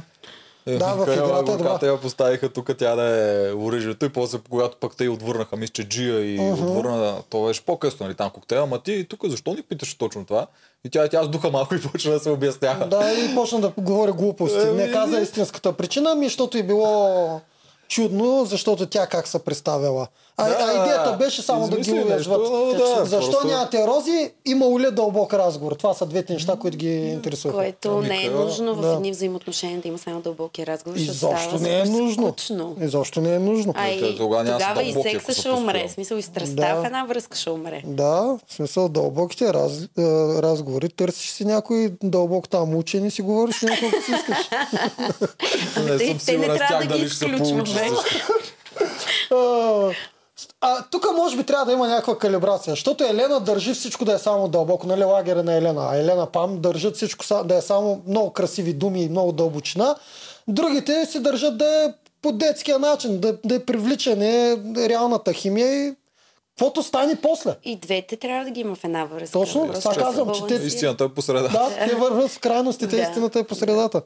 [SPEAKER 2] Е,
[SPEAKER 1] Да, в
[SPEAKER 2] Микаела
[SPEAKER 1] играта е
[SPEAKER 2] Адвоката
[SPEAKER 1] добра.
[SPEAKER 2] я поставиха тук, тя да е оръжието и после, когато пък те й отвърнаха, мисля, че Джия и
[SPEAKER 1] Мгм.
[SPEAKER 2] отвърна, то беше по-късно, нали, там коктейла, ама ти тук защо ни питаш точно това? И тя, тя сдуха малко и почна да се обяснява.
[SPEAKER 1] Да, и почна да говори глупости. Не
[SPEAKER 2] Еми.
[SPEAKER 1] каза истинската причина, ми защото и било чудно, защото тя как се представила. А,
[SPEAKER 2] Да,
[SPEAKER 1] а идеята беше само да ги
[SPEAKER 2] измисли нещо,
[SPEAKER 1] уязват.
[SPEAKER 2] но да,
[SPEAKER 1] Защо
[SPEAKER 2] просто-
[SPEAKER 1] нямате рози? Имало ли дълбок разговор? Това са двете неща, които ги интересуват.
[SPEAKER 3] Което не е
[SPEAKER 2] Микаела,
[SPEAKER 3] нужно в
[SPEAKER 1] да.
[SPEAKER 3] едни взаимоотношения да има само дълбоки разговори. защото
[SPEAKER 1] Изобщо
[SPEAKER 3] става
[SPEAKER 1] не е
[SPEAKER 3] супер
[SPEAKER 1] нужно.
[SPEAKER 3] скучно.
[SPEAKER 1] Изобщо не е нужно.
[SPEAKER 3] А
[SPEAKER 2] Те
[SPEAKER 3] и
[SPEAKER 2] тогава
[SPEAKER 3] тогава,
[SPEAKER 2] няма да са
[SPEAKER 3] и
[SPEAKER 2] дълбоки,
[SPEAKER 3] секса
[SPEAKER 2] ако са
[SPEAKER 3] ще умре.
[SPEAKER 2] постоянно.
[SPEAKER 3] В смисъл и страстта
[SPEAKER 1] Да.
[SPEAKER 3] в една връзка ще умре.
[SPEAKER 1] Да, в смисъл дълбоките раз, е, разговори. Търсиш си някой дълбок там учен и си говориш с него колкото си искаш.
[SPEAKER 2] не съм
[SPEAKER 3] те- те не
[SPEAKER 2] сигурен с
[SPEAKER 3] трябва
[SPEAKER 2] тях
[SPEAKER 3] да ги
[SPEAKER 2] дали ще се
[SPEAKER 3] изключваме.
[SPEAKER 2] получи. също.
[SPEAKER 1] А, А тук може би трябва да има някаква калибрация, защото Елена държи всичко да е само дълбоко, нали лагера на Елена, а Елена Пам държат всичко са- да е само много красиви думи и много дълбочина. Другите си държат да е по детския начин, да, да е привличане, реалната химия и каквото стане после.
[SPEAKER 3] И двете трябва да ги има в една връзка.
[SPEAKER 1] Точно,
[SPEAKER 3] Просто
[SPEAKER 1] това
[SPEAKER 3] се
[SPEAKER 1] казвам, че те-
[SPEAKER 3] балансира.
[SPEAKER 2] Истината е посреда.
[SPEAKER 1] Да, те върват в крайностите,
[SPEAKER 3] Да.
[SPEAKER 1] истината е по средата.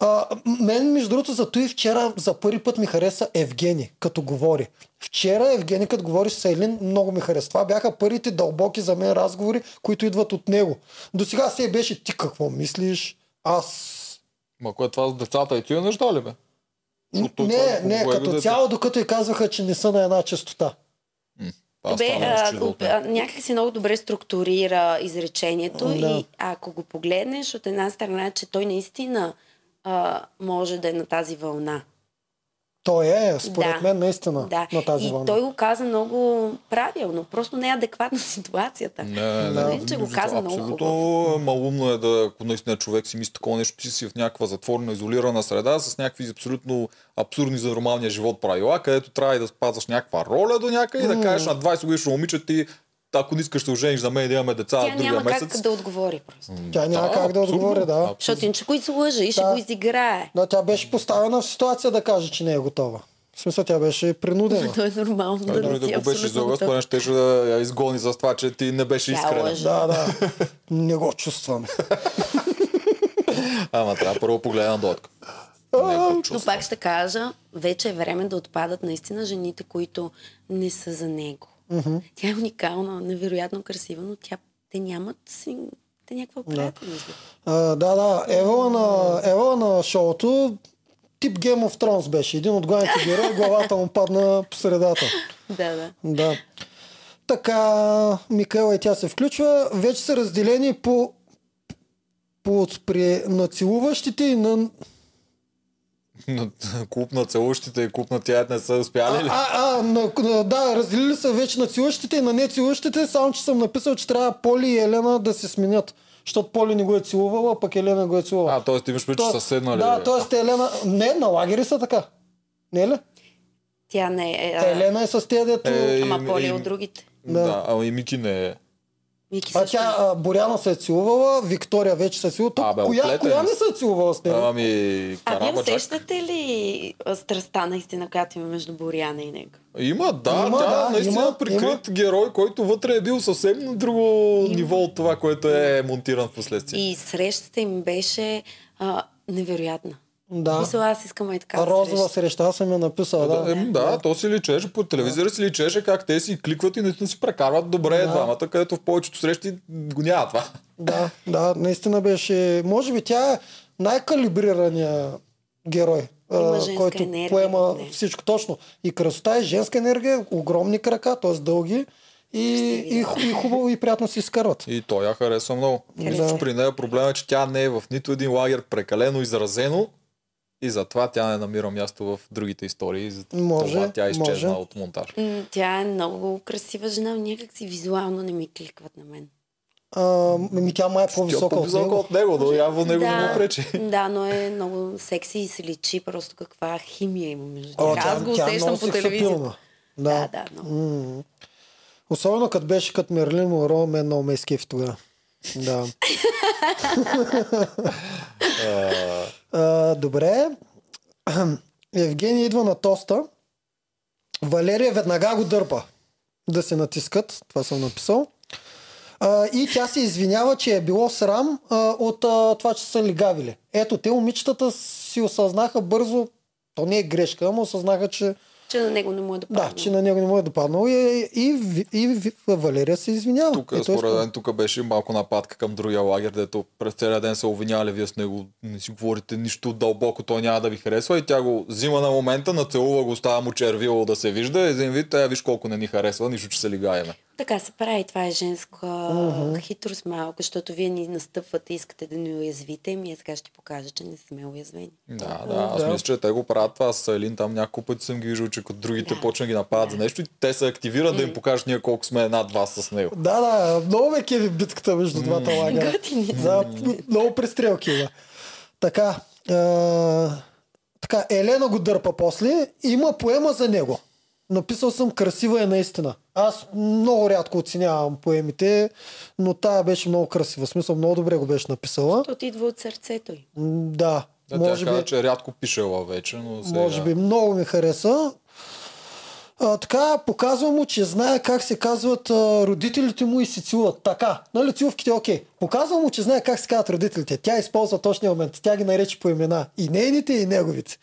[SPEAKER 1] А, м- мен, между другото, зато и вчера за първи път ми хареса Евгени, като говори. Вчера Евгени, като говориш с Елин, много ми хареса. Това бяха първите дълбоки за мен разговори, които идват от него. До сега се беше ти какво мислиш, аз
[SPEAKER 2] Ма кое е това с децата и тия неща ли бе? Защото това
[SPEAKER 1] не,
[SPEAKER 2] е
[SPEAKER 1] не,
[SPEAKER 2] хубаво да
[SPEAKER 1] като
[SPEAKER 2] дете.
[SPEAKER 1] цяло, докато и казваха, че не са на една частота.
[SPEAKER 2] Аз
[SPEAKER 3] Бе,
[SPEAKER 2] това не е
[SPEAKER 3] а,
[SPEAKER 2] го чудо от
[SPEAKER 3] а, някак си много добре структурира изречението
[SPEAKER 1] Да.
[SPEAKER 3] и ако го погледнеш от една страна, че той наистина а, може да е на тази вълна.
[SPEAKER 1] Той е, според
[SPEAKER 3] Да.
[SPEAKER 1] мен, наистина
[SPEAKER 3] Да.
[SPEAKER 1] на тази
[SPEAKER 3] и
[SPEAKER 1] вълна.
[SPEAKER 3] той го каза много правилно. Просто не е адекватна ситуацията.
[SPEAKER 2] Не,
[SPEAKER 1] Да.
[SPEAKER 2] не,
[SPEAKER 3] Нали, че го каза много
[SPEAKER 2] Абсолютно малумно е да, ако наистина човек си мисли такова нещо, ти си в някаква затворена, изолирана среда с някакви абсолютно абсурдни за нормалния живот правила, където трябва и да спазваш някаква роля до някъде и да
[SPEAKER 1] М.
[SPEAKER 2] кажеш на 20 годишно момиче ти, ако не искаш да се ожениш за мен и да имаме деца
[SPEAKER 3] Тя
[SPEAKER 2] другия
[SPEAKER 3] няма
[SPEAKER 2] месец.
[SPEAKER 3] как да отговори просто.
[SPEAKER 1] Тя няма
[SPEAKER 2] Да,
[SPEAKER 1] как да
[SPEAKER 2] абсолютно.
[SPEAKER 1] отговори, да.
[SPEAKER 2] Абсолютно.
[SPEAKER 3] Защото иначе го излъжа и ще
[SPEAKER 1] Да.
[SPEAKER 3] го изиграе.
[SPEAKER 1] Да, тя беше поставена в ситуация да каже, че не е готова. В смисъл, тя беше принудена.
[SPEAKER 3] То е нормално
[SPEAKER 2] Той
[SPEAKER 3] да
[SPEAKER 2] дори
[SPEAKER 3] не си
[SPEAKER 2] да го беше
[SPEAKER 3] абсолютно
[SPEAKER 2] излъгал,
[SPEAKER 3] готов.
[SPEAKER 2] според ще да я изгони за това, че ти не беше
[SPEAKER 3] Тя
[SPEAKER 2] искрена.
[SPEAKER 3] лъже.
[SPEAKER 1] да, да. Не го чувствам.
[SPEAKER 2] Ама трябва първо погледа на дотка. Не го
[SPEAKER 3] Но
[SPEAKER 2] чувствам.
[SPEAKER 3] пак ще кажа, вече е време да отпадат наистина жените, които не са за него. Тя е уникална, невероятно красива, но тя, те нямат си, те някаква приятелност.
[SPEAKER 1] А, да, да. Евала на, Евала на шоуто тип Game of Thrones беше. Един от главните герои, главата му падна по средата.
[SPEAKER 3] Да, да.
[SPEAKER 1] Да. Така, Микаела и тя се включва. Вече са разделени по, по при, на целуващите и на...
[SPEAKER 2] На- Клуб на целущите и клуб на тя не са успяли ли?
[SPEAKER 1] А, а, на, на, да, разделили са вече на целуващите и на не целуващите, само че съм написал, че трябва Поли и Елена да се сменят. Защото Поли не го е целувала, а пък Елена го е целувала.
[SPEAKER 2] А, т.е. ти имаш предвид, че
[SPEAKER 1] То-
[SPEAKER 2] са седнали.
[SPEAKER 1] Да, т.е. Елена... Не, на лагери са така. Не ли?
[SPEAKER 3] Тя не е...
[SPEAKER 1] Елена е с тези, дето...
[SPEAKER 2] Е,
[SPEAKER 3] Ама
[SPEAKER 2] им-
[SPEAKER 3] Поли е
[SPEAKER 2] им-
[SPEAKER 3] от другите.
[SPEAKER 2] Да, ама и Мики не е.
[SPEAKER 3] Вики
[SPEAKER 1] А
[SPEAKER 3] също.
[SPEAKER 1] тя а, Боряна се е целувала, Виктория вече се е целувала. Тук,
[SPEAKER 2] Абе,
[SPEAKER 1] коя,
[SPEAKER 2] оплетен.
[SPEAKER 1] коя не се е целувала с него?
[SPEAKER 2] Ами,
[SPEAKER 3] А вие
[SPEAKER 2] Карабаджак.
[SPEAKER 3] усещате ли а, страстта наистина, която има между Боряна и него?
[SPEAKER 2] Има, да,
[SPEAKER 1] Има,
[SPEAKER 2] има, тя
[SPEAKER 1] да,
[SPEAKER 2] да, наистина
[SPEAKER 1] има,
[SPEAKER 2] има, прикрит има. герой, който вътре е бил съвсем на друго има. ниво от това, което е монтиран в последствие.
[SPEAKER 3] И срещата им беше а, невероятна.
[SPEAKER 1] Да.
[SPEAKER 3] Мисля, аз искам и така. да
[SPEAKER 1] Розова
[SPEAKER 3] среща.
[SPEAKER 1] среща аз съм я написал,
[SPEAKER 2] Да,
[SPEAKER 1] да.
[SPEAKER 2] да, да, то си личеше, по телевизора си личеше как те си кликват и наистина си прекарват добре
[SPEAKER 1] Да.
[SPEAKER 2] да. двамата, където в повечето срещи го няма това.
[SPEAKER 1] Да, да, наистина беше. Може би тя е най-калибрирания герой, а,
[SPEAKER 3] Има женска
[SPEAKER 1] който
[SPEAKER 3] енергия
[SPEAKER 1] поема
[SPEAKER 3] в нея.
[SPEAKER 1] всичко точно. И красота и женска енергия, огромни крака, т.е. дълги и, и, ху- и хубаво и приятно си изкарват.
[SPEAKER 2] И той я харесва много.
[SPEAKER 1] Харесва.
[SPEAKER 2] Да. При нея проблема е, че тя не е в нито един лагер прекалено изразено и затова тя не намира място в другите истории. Затова
[SPEAKER 1] Може,
[SPEAKER 2] тя е изчезна
[SPEAKER 1] може.
[SPEAKER 2] от монтаж.
[SPEAKER 3] М, Тя е много красива жена, но някак си визуално не ми кликват на мен.
[SPEAKER 1] А, ми тя май е
[SPEAKER 2] Тя
[SPEAKER 1] по-висока от
[SPEAKER 2] по-висока
[SPEAKER 1] него.
[SPEAKER 2] от него, но явно него не му пречи.
[SPEAKER 3] Да, но е много секси и се личи просто каква химия има между
[SPEAKER 1] О,
[SPEAKER 3] тях. Аз го
[SPEAKER 1] е
[SPEAKER 3] усещам
[SPEAKER 1] много
[SPEAKER 3] по телевизията.
[SPEAKER 1] сексапилна.
[SPEAKER 3] Да,
[SPEAKER 1] Да.
[SPEAKER 3] да, но.
[SPEAKER 1] М. Особено като беше като Мерлин Моро, мен много ме изкефи тогава. Да.
[SPEAKER 2] А,
[SPEAKER 1] А, добре. Евгений идва на тоста. Валерия веднага го дърпа да се натискат. Това съм написал. А, и тя се извинява, че е било срам а, от а, това, че са лигавили. Ето, те момичетата си осъзнаха бързо, то не е грешка, ама осъзнаха, че
[SPEAKER 3] Че на него не му е допаднал.
[SPEAKER 1] да, че на него не му е допаднало и, и, Ви- и, Ви- Валерия се извинява. е
[SPEAKER 2] Тук,
[SPEAKER 1] и той
[SPEAKER 2] според
[SPEAKER 1] спо-
[SPEAKER 2] мен, тук беше малко нападка към другия лагер, дето през целия ден се обвинявали, вие с него не си говорите нищо дълбоко, той няма да ви харесва и тя го взима на момента, нацелува го, става му червило да се вижда и един вид, тая виж колко не ни харесва, нищо, че се лигаеме.
[SPEAKER 3] Така се прави, това е женска uh-huh. хитрост малко, защото вие ни настъпвате, искате да ни уязвите и ние сега ще покажа, че не сме уязвени.
[SPEAKER 2] Да, да, аз
[SPEAKER 1] Да.
[SPEAKER 2] мисля, че те го правят това с Елин, там няколко пъти съм ги виждал, че като другите
[SPEAKER 3] Да.
[SPEAKER 2] почна да ги нападат за нещо и те се активират да им покажат ние колко сме една-два с него.
[SPEAKER 1] Да, да, много ме кеви битката между двата лагера.
[SPEAKER 3] Готини.
[SPEAKER 1] Да, много пристрелки има. Така, а, така, Елена го дърпа после. Има поема за него. Написал съм красива е наистина. Аз много рядко оценявам поемите, но тая беше много красива. В смисъл, много добре го беше написала.
[SPEAKER 3] Тот идва от сърцето й.
[SPEAKER 1] М, Да,
[SPEAKER 2] Да,
[SPEAKER 1] може
[SPEAKER 2] тя
[SPEAKER 1] би,
[SPEAKER 2] каза, че рядко пишела вече, но сега...
[SPEAKER 1] може би много ми хареса. А, така, показва му, че знае как се казват а, родителите му и се целуват. Така, нали целувките, окей. Показва му, че знае как се казват родителите. Тя използва точния момент. Тя ги нарече по имена. И нейните, и неговите.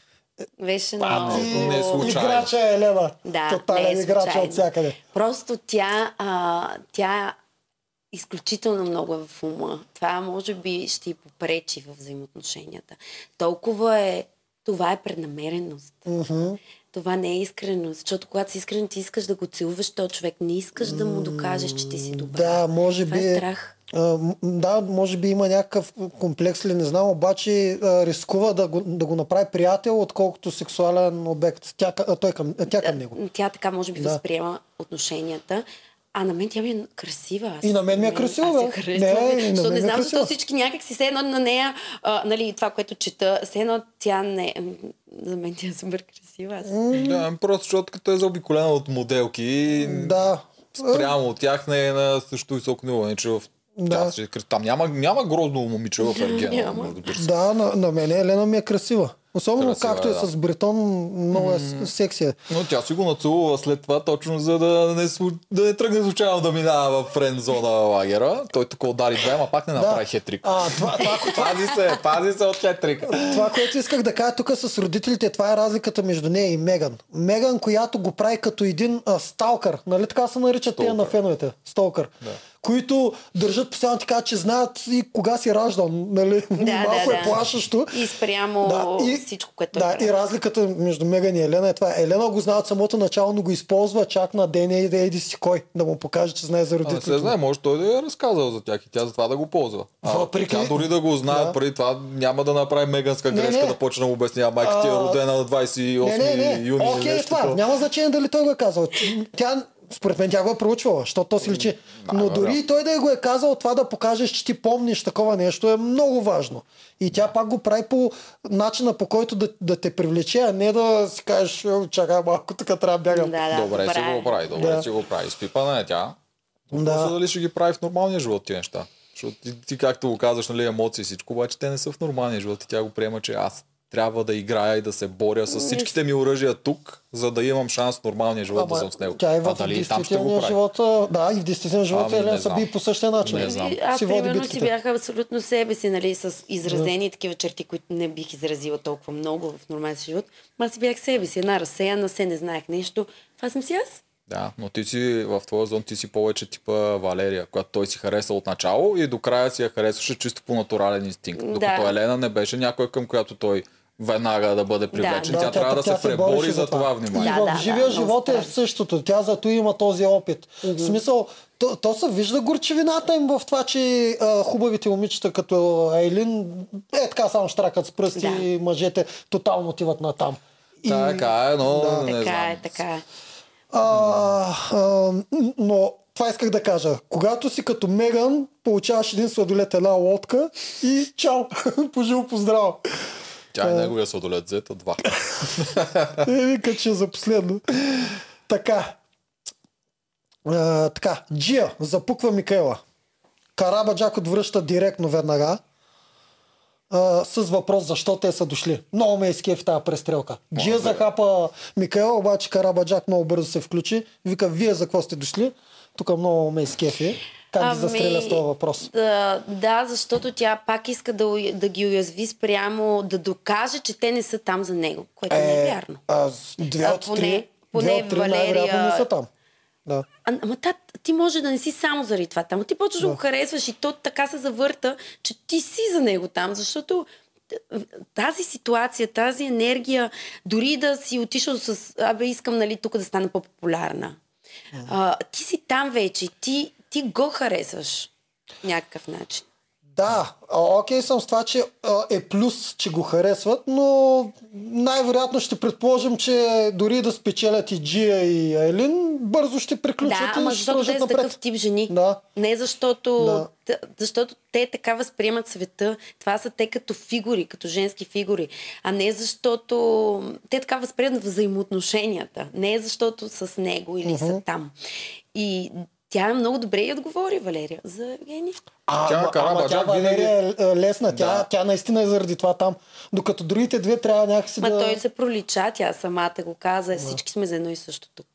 [SPEAKER 3] Беше
[SPEAKER 2] Падна.
[SPEAKER 3] много...
[SPEAKER 2] Не е случайно.
[SPEAKER 1] Играча е Елена.
[SPEAKER 3] Да,
[SPEAKER 1] Тотален
[SPEAKER 3] не е
[SPEAKER 1] играч
[SPEAKER 3] случайно.
[SPEAKER 1] от всякъде.
[SPEAKER 3] Просто тя, а, тя изключително много е в ума. Това може би ще й попречи в взаимоотношенията. Толкова е... Това е преднамереност.
[SPEAKER 1] Мгм.
[SPEAKER 3] Това не е искреност. Защото когато си искрен, ти искаш да го целуваш този човек. Не искаш да му докажеш, че ти си добра.
[SPEAKER 1] Да, може
[SPEAKER 3] Това
[SPEAKER 1] би.
[SPEAKER 3] е страх.
[SPEAKER 1] А, м- да, може би има някакъв комплекс ли, не знам, обаче а, рискува да го, да го направи приятел, отколкото сексуален обект. Тя, к- а, той към, а, тя към него.
[SPEAKER 3] Тя така може би
[SPEAKER 1] Да.
[SPEAKER 3] да. възприема отношенията. А на мен тя ми е красива. Аз,
[SPEAKER 1] И на мен ми е красива,
[SPEAKER 3] Аз я
[SPEAKER 1] бе.
[SPEAKER 3] харесвам,
[SPEAKER 1] Не, и на
[SPEAKER 3] бе. Защото
[SPEAKER 1] мен ми е
[SPEAKER 3] не знам
[SPEAKER 1] красива.
[SPEAKER 3] защо всички някак си все едно на нея, а, нали, това, което чета, все едно тя не... м, За мен тя е супер красива. Аз.
[SPEAKER 2] Да, просто защото като е заобиколена от моделки и
[SPEAKER 1] Да.
[SPEAKER 2] спрямо от тях не е на също високо ниво. Не, че в
[SPEAKER 1] Да.
[SPEAKER 2] да. там няма, няма грозно момиче в Ергена.
[SPEAKER 3] Няма.
[SPEAKER 2] разбира се.
[SPEAKER 1] Да, на, на мен Елена ми е красива. Особено
[SPEAKER 2] Красива,
[SPEAKER 1] както е
[SPEAKER 2] да.
[SPEAKER 1] с Бретон, много е с- секси. е.
[SPEAKER 2] Но тя си го нацелува след това, точно за да не, слу- да не тръгне случайно да минава в френд зона лагера. Той тук удари две, ама пак не направи хетрик.
[SPEAKER 1] А, това, това,
[SPEAKER 2] Пази се, пази се от хетрика.
[SPEAKER 1] това, което исках да кажа тук с родителите, това е разликата между нея и Меган. Меган, която го прави като един а, сталкър, нали така се наричат те на
[SPEAKER 2] Сталкър.
[SPEAKER 1] феновете? Сталкър. Които държат постоянно така, че знаят и кога си раждан, нали? Малко е плашещо.
[SPEAKER 3] И спрямо всичко, което
[SPEAKER 1] да,
[SPEAKER 3] е
[SPEAKER 1] и
[SPEAKER 3] правила.
[SPEAKER 1] разликата между Меган и Елена е това. Елена го знае от самото начало, но го използва чак на деня и да еди си кой, да му покаже, че знае за
[SPEAKER 2] А, не се
[SPEAKER 1] родителите.
[SPEAKER 2] знае, може той да е разказал за тях и тя за това да го ползва. А,
[SPEAKER 1] Въпреки-
[SPEAKER 2] Тя дори да го знае
[SPEAKER 1] Да.
[SPEAKER 2] преди това, няма да направи меганска
[SPEAKER 1] Не,
[SPEAKER 2] грешка
[SPEAKER 1] не.
[SPEAKER 2] да почне да му обяснява майка ти е
[SPEAKER 1] А,
[SPEAKER 2] родена на 28
[SPEAKER 1] Не, не, не.
[SPEAKER 2] юни. или
[SPEAKER 1] Окей,
[SPEAKER 2] нещо
[SPEAKER 1] това.
[SPEAKER 2] такова.
[SPEAKER 1] Няма значение дали той го е казал. Тя, според мен, тя го е проучвала, защото то си личи. Но
[SPEAKER 2] вероятно.
[SPEAKER 1] дори и той да е го е казал, това да покажеш, че ти помниш такова нещо е много важно. И тя пак го прави по начина по който да, да те привлече, а не да си кажеш, «О, чакай малко, тук трябва да бягам.
[SPEAKER 3] Да, да,
[SPEAKER 2] добре си
[SPEAKER 3] е.
[SPEAKER 2] го прави, добре
[SPEAKER 1] Да.
[SPEAKER 2] си го прави. Спипана е тя. Въпросът
[SPEAKER 1] Да.
[SPEAKER 2] е дали ще ги прави в нормалния живот тия неща. Защото ти, ти както го казваш, нали, емоции и всичко, обаче те не са в нормалния живот и тя го приема, че аз трябва да играя и да се боря с всичките ми оръжия тук, за да имам шанс в нормалния живот да съм с него.
[SPEAKER 1] Тя е и
[SPEAKER 2] а
[SPEAKER 1] в
[SPEAKER 2] дали и там ще го
[SPEAKER 1] действителния
[SPEAKER 2] прави?
[SPEAKER 1] живот, а, да, и в действителния живот
[SPEAKER 2] Ами,
[SPEAKER 1] Елена
[SPEAKER 2] не
[SPEAKER 1] се
[SPEAKER 2] знам.
[SPEAKER 1] би по същия начин.
[SPEAKER 2] Не знам.
[SPEAKER 3] Аз
[SPEAKER 1] Си води
[SPEAKER 3] примерно си
[SPEAKER 1] битките.
[SPEAKER 3] бях абсолютно себе си, нали, с изразени такива черти, които не бих изразила толкова много в нормалния си живот. Ма аз си бях себе си, една разсеяна, се не знаех нещо. Това съм си аз.
[SPEAKER 2] Да, но ти си в твоя зон, ти си повече типа Валерия, която той си хареса от начало и до края си я харесваше чисто по натурален инстинкт.
[SPEAKER 3] Да.
[SPEAKER 2] Докато Елена не беше някой, към която той веднага да бъде привлечен.
[SPEAKER 3] да.
[SPEAKER 2] тя,
[SPEAKER 1] Да,
[SPEAKER 2] трябва да
[SPEAKER 1] тя
[SPEAKER 2] се
[SPEAKER 1] се
[SPEAKER 2] пребори
[SPEAKER 1] бореше
[SPEAKER 2] за
[SPEAKER 1] за
[SPEAKER 2] това
[SPEAKER 1] това.
[SPEAKER 2] внимание.
[SPEAKER 1] И
[SPEAKER 3] Да,
[SPEAKER 1] в
[SPEAKER 3] да,
[SPEAKER 1] живия
[SPEAKER 3] да,
[SPEAKER 1] живот
[SPEAKER 3] много
[SPEAKER 1] е същото. Тя зато има този опит. В смисъл, то, то се вижда горчевината им в това, че а, хубавите момичета като Айлин е така само штракат с пръсти
[SPEAKER 3] Да.
[SPEAKER 1] и мъжете тотално отиват на там. И,
[SPEAKER 2] Така е, но
[SPEAKER 1] Да.
[SPEAKER 2] не
[SPEAKER 3] Така
[SPEAKER 2] знам.
[SPEAKER 3] е, така е.
[SPEAKER 1] а, а, но това исках да кажа. Когато си като Меган, получаваш един сладолет, една лодка и чао, пожил, поздраво.
[SPEAKER 2] Тя е неговия сладолет взета два.
[SPEAKER 1] Е, вика, че е за последно. Така. А, така. Джия запуква Микела. Карабаджак отвръща директно веднага а, с въпрос защо те са дошли. Много ме изкие в тази престрелка. Джия
[SPEAKER 2] да е.
[SPEAKER 1] захапа Микела, обаче Карабаджак много бързо се включи. Вика, вие за какво сте дошли? Тук много ме изкефи. Как
[SPEAKER 3] Ами,
[SPEAKER 1] ги застреля с този въпрос?
[SPEAKER 3] Да, да, защото тя пак иска да, уя- да ги уязви спрямо, да докаже, че те не са там за него, което не е вярно.
[SPEAKER 1] а, с- две
[SPEAKER 3] А,
[SPEAKER 1] от
[SPEAKER 3] поне-
[SPEAKER 1] три,
[SPEAKER 3] поне
[SPEAKER 1] две от три
[SPEAKER 3] Валерия-
[SPEAKER 1] най-вероятно не са там. Да.
[SPEAKER 3] А, ама та, ти може да не си само заради това там. Ти почваш да. го харесваш и то така се завърта, че ти си за него там, защото т- тази ситуация, тази енергия, дори да си отишъл с... Абе, искам, нали, тук да стана по-популярна. А, ти си там вече. Ти, ти го харесваш. Някакъв начин.
[SPEAKER 1] Да, а, окей съм с това, че а, е плюс, че го харесват, но най-вероятно ще предположим, че дори да спечелят и Джия и Айлин, бързо ще приключат
[SPEAKER 3] Да,
[SPEAKER 1] и
[SPEAKER 3] ама
[SPEAKER 1] ще
[SPEAKER 3] защото те
[SPEAKER 1] продължат
[SPEAKER 3] са такъв
[SPEAKER 1] напред.
[SPEAKER 3] тип жени.
[SPEAKER 1] Да.
[SPEAKER 3] Не защото,
[SPEAKER 1] Да.
[SPEAKER 3] да. защото те така възприемат света. Това са те като фигури, като женски фигури. А не защото... Те така възприемат взаимоотношенията. Не защото са с него или uh-huh. са там. И тя много добре и отговори, Валерия, за Евгений.
[SPEAKER 1] А,
[SPEAKER 2] Тя,
[SPEAKER 1] ама- ама
[SPEAKER 2] Карабаджак,
[SPEAKER 1] тя
[SPEAKER 2] винаги-
[SPEAKER 1] Валерия е, е лесна, тя,
[SPEAKER 2] Да.
[SPEAKER 1] тя наистина е заради това там. Докато другите две трябва някакси
[SPEAKER 3] Ма
[SPEAKER 1] да...
[SPEAKER 3] той се пролича, тя самата го каза. Всички сме за едно и също тук.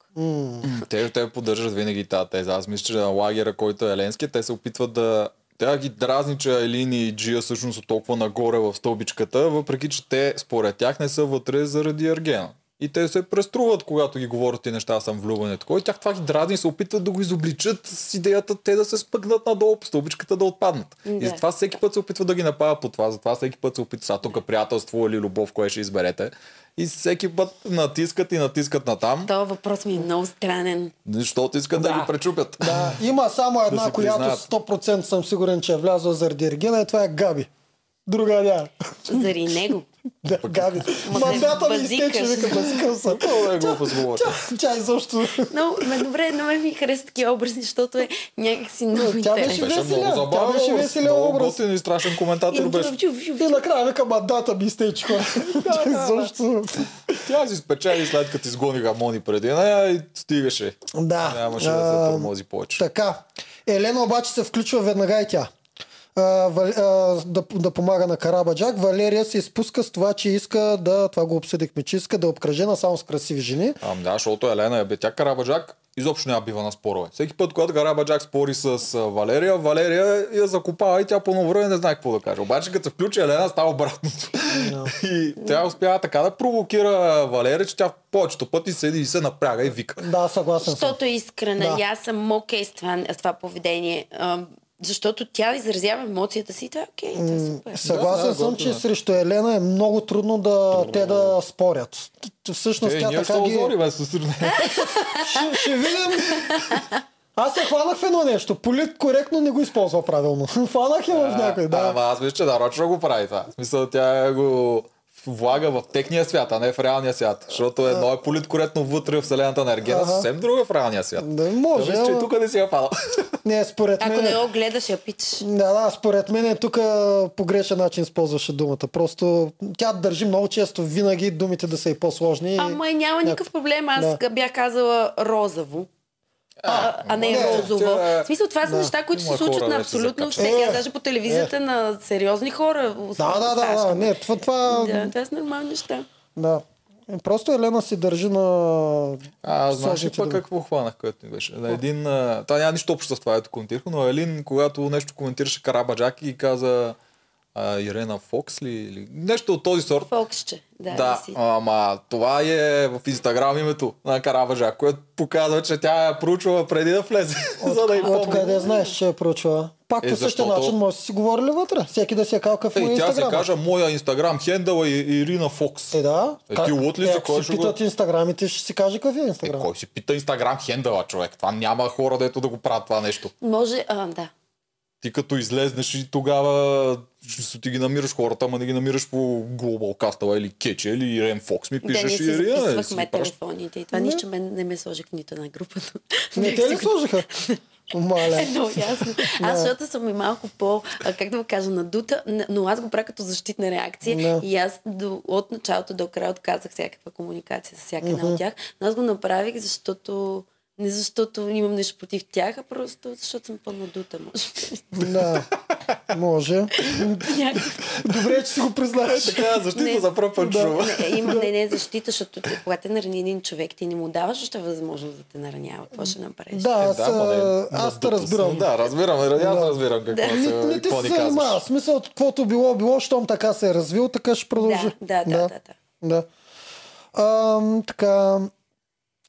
[SPEAKER 2] Те, те поддържат винаги тази теза. Аз мисля, че на лагера, който е Еленски, те се опитват да... Тя ги дразни, че Елин и Джия всъщност са толкова нагоре в стълбичката, въпреки че те според тях не са вътре заради Аргена. И те се преструват, когато ги говорят и неща съм влюбен и такова. И тях това ги дразни и се опитват да го изобличат с идеята те да се спъгнат надолу по стълбичката да отпаднат. И
[SPEAKER 3] Да.
[SPEAKER 2] затова всеки път се опитва да ги напада по това, затова всеки път се опитва сега тук приятелство или любов, кое ще изберете. И всеки път натискат и натискат натам.
[SPEAKER 3] Този въпрос ми е много странен.
[SPEAKER 2] Защото искат да,
[SPEAKER 1] Да.
[SPEAKER 2] ги пречупят.
[SPEAKER 1] Да, има само една,
[SPEAKER 2] си
[SPEAKER 1] която
[SPEAKER 2] признаят.
[SPEAKER 1] 100% съм сигурен, че е влязла заради Ергена и това е Габи. Друга няма.
[SPEAKER 3] Заради него.
[SPEAKER 1] Да, Габи.
[SPEAKER 3] Ма,
[SPEAKER 1] Мандата ми
[SPEAKER 3] базикаш.
[SPEAKER 1] изтече, вика, базикам съм.
[SPEAKER 2] Това е глупо сговор.
[SPEAKER 1] Тя, тя изобщо...
[SPEAKER 3] Но, ме, добре, на мен ми харесват такива образи, защото е някакси много
[SPEAKER 1] тя
[SPEAKER 3] интересно.
[SPEAKER 1] беше
[SPEAKER 2] Беше
[SPEAKER 1] Веселя.
[SPEAKER 2] много
[SPEAKER 1] Тя
[SPEAKER 2] забавно.
[SPEAKER 1] беше веселя
[SPEAKER 2] Много
[SPEAKER 1] образ.
[SPEAKER 2] готин и страшен
[SPEAKER 3] И
[SPEAKER 2] коментатор беше.
[SPEAKER 3] вю, вю,
[SPEAKER 1] И
[SPEAKER 3] вю.
[SPEAKER 1] накрая вика, мандата ми изтече хора. Тя изобщо...
[SPEAKER 2] Тя си спечели след като изгониха Мони преди нея и стигаше.
[SPEAKER 1] Да.
[SPEAKER 2] Нямаше да
[SPEAKER 1] А,
[SPEAKER 2] се тормози повече.
[SPEAKER 1] Така. Елена обаче се включва веднага и тя. А, Вал, а, да, да помага на Карабаджак. Валерия се изпуска с това, че иска да, това го обсъдихме, че иска да е обкръжена само с красиви жени.
[SPEAKER 2] Ам да, защото Елена е бе, тя Карабаджак изобщо няма бива на спорове. Всеки път, когато Карабаджак спори с а, Валерия, Валерия я закопава и тя по едно време не знае какво да каже. Обаче като се включи Елена, става обратното. и тя успява така да провокира Валерия, че тя повечето пъти седи и се напряга и вика.
[SPEAKER 1] Да, съгласен съм.
[SPEAKER 3] Защото е искрена
[SPEAKER 1] Да.
[SPEAKER 3] и аз съм окей с това, с това поведение. А, защото тя изразява емоцията си и това е окей, това е супер.
[SPEAKER 1] Съгласен
[SPEAKER 2] Да, да,
[SPEAKER 1] съм,
[SPEAKER 2] готино
[SPEAKER 1] че
[SPEAKER 2] е.
[SPEAKER 1] срещу Елена е много трудно да те да спорят. Т- т- Всъщност
[SPEAKER 2] Е,
[SPEAKER 1] тя
[SPEAKER 2] ние ще се
[SPEAKER 1] така ги...
[SPEAKER 2] озори, бе, със сърне.
[SPEAKER 1] Е, Ще, ще видим. Аз се хванах в едно нещо. Полит коректно не го използва правилно. Хванах я в някой, да.
[SPEAKER 2] Ама аз мисля, че нарочно го прави това. В смисъл, тя го влага в техния свят, а не в реалния свят. Защото едно е политкоректно вътре в вселената на Ергена,
[SPEAKER 1] Ага.
[SPEAKER 2] съвсем друго е в реалния свят.
[SPEAKER 1] Да, може,
[SPEAKER 2] Да, мисля, че и
[SPEAKER 1] ама-
[SPEAKER 2] тук не си я пада.
[SPEAKER 1] Не, според
[SPEAKER 3] Ако
[SPEAKER 1] мен... е-
[SPEAKER 3] не е го гледаш, я питаш.
[SPEAKER 1] Да, да, според мен е тук по грешен начин използваше думата. Просто тя държи много често винаги думите да са и по-сложни. и-
[SPEAKER 3] Ама и няма никакъв проблем. Аз
[SPEAKER 1] Да.
[SPEAKER 3] бях казала розово. а, а не,
[SPEAKER 2] не,
[SPEAKER 3] розово.
[SPEAKER 2] тя-
[SPEAKER 3] В смисъл, това са
[SPEAKER 1] Да.
[SPEAKER 3] неща, които
[SPEAKER 2] Има
[SPEAKER 3] се случват
[SPEAKER 2] хора,
[SPEAKER 3] на
[SPEAKER 2] дето се
[SPEAKER 3] абсолютно
[SPEAKER 2] закачат.
[SPEAKER 3] всеки.
[SPEAKER 1] Е,
[SPEAKER 3] Аз даже по телевизията на сериозни хора.
[SPEAKER 1] Да, да, да, да. Не, това, това
[SPEAKER 3] Да, това са нормални неща.
[SPEAKER 1] Да. Е, Просто Елена си държи на...
[SPEAKER 2] А, знаеш ли
[SPEAKER 1] Сложните
[SPEAKER 2] пък
[SPEAKER 1] думи.
[SPEAKER 2] какво хванах, което ми беше? На един, а, това няма нищо общо с това, ето коментирах, но Елин, когато нещо коментираше Карабаджак и каза а, Ирена Фокс ли, или нещо от този сорт.
[SPEAKER 3] Фоксче. Да,
[SPEAKER 2] Да,
[SPEAKER 3] не си.
[SPEAKER 2] ама това е в Инстаграм името на Карабаджак, което показва, че тя е проучвала преди да влезе, за да й
[SPEAKER 1] От
[SPEAKER 2] помни.
[SPEAKER 1] къде знаеш, че я проучва? Пак
[SPEAKER 2] Е,
[SPEAKER 1] по същия
[SPEAKER 2] защото-
[SPEAKER 1] начин може да си говорили вътре. Всеки да си е кал какъв му е
[SPEAKER 2] Ей, тя си
[SPEAKER 1] Инстаграм.
[SPEAKER 2] кажа, моя Инстаграм хендъл е Ирина Фокс.
[SPEAKER 1] Е, да.
[SPEAKER 2] Е,
[SPEAKER 1] Как-
[SPEAKER 2] ти луд ли си,
[SPEAKER 1] ако
[SPEAKER 2] кой
[SPEAKER 1] си
[SPEAKER 2] ще го-
[SPEAKER 1] питат Инстаграмите, ще си каже какъв е
[SPEAKER 2] Е,
[SPEAKER 1] Инстаграм.
[SPEAKER 2] кой си пита Инстаграм хендъла, човек? Това няма хора, дето да го правят това нещо.
[SPEAKER 3] Може, а, да.
[SPEAKER 2] Ти като излезнеш и тогава ще ти ги намираш хората, ама не ги намираш по Global Castle или Кетче или Ирен Фокс ми
[SPEAKER 3] Да, ние
[SPEAKER 2] пишеш е,
[SPEAKER 3] си
[SPEAKER 2] и Ирен.
[SPEAKER 3] записвахме телефоните и това
[SPEAKER 1] Не.
[SPEAKER 3] нищо мен не ме сложих в нито една група. но-
[SPEAKER 1] Не те ли сложиха? Мале.
[SPEAKER 3] Едно ясно. Аз защото съм и малко по, а, как да го кажа, надута, н- но аз го правя като защитна реакция
[SPEAKER 1] Да.
[SPEAKER 3] и аз до, от началото до края отказах всякаква комуникация с всяка една
[SPEAKER 1] Мгм.
[SPEAKER 3] от тях. Но аз го направих, защото не защото имам нещо против тях, а просто защото съм по-надута, може би.
[SPEAKER 1] Да. Може.
[SPEAKER 3] Някак-
[SPEAKER 1] Добре, че си го признаеш.
[SPEAKER 2] Е, Така, защита
[SPEAKER 3] Не.
[SPEAKER 2] за първ път чува.
[SPEAKER 3] не, е, има, не, не, защита, защото ти, когато те нарани един човек, ти не му даваш още възможност да те наранява. Какво ще направиш?
[SPEAKER 1] Е, Да, аз,
[SPEAKER 2] Е, ма не,
[SPEAKER 1] а, аз те
[SPEAKER 2] надуто съм.
[SPEAKER 1] разбирам.
[SPEAKER 2] Да, разбирам. нали, Аз
[SPEAKER 1] Да.
[SPEAKER 2] разбирам какво
[SPEAKER 1] Не,
[SPEAKER 2] се,
[SPEAKER 1] не ти се
[SPEAKER 2] какво ни казваш.
[SPEAKER 1] занимава. В Смисъл, каквото било, било, щом така се е развил, така ще продължи.
[SPEAKER 3] Да, да, да, да, да.
[SPEAKER 1] Да. А, така,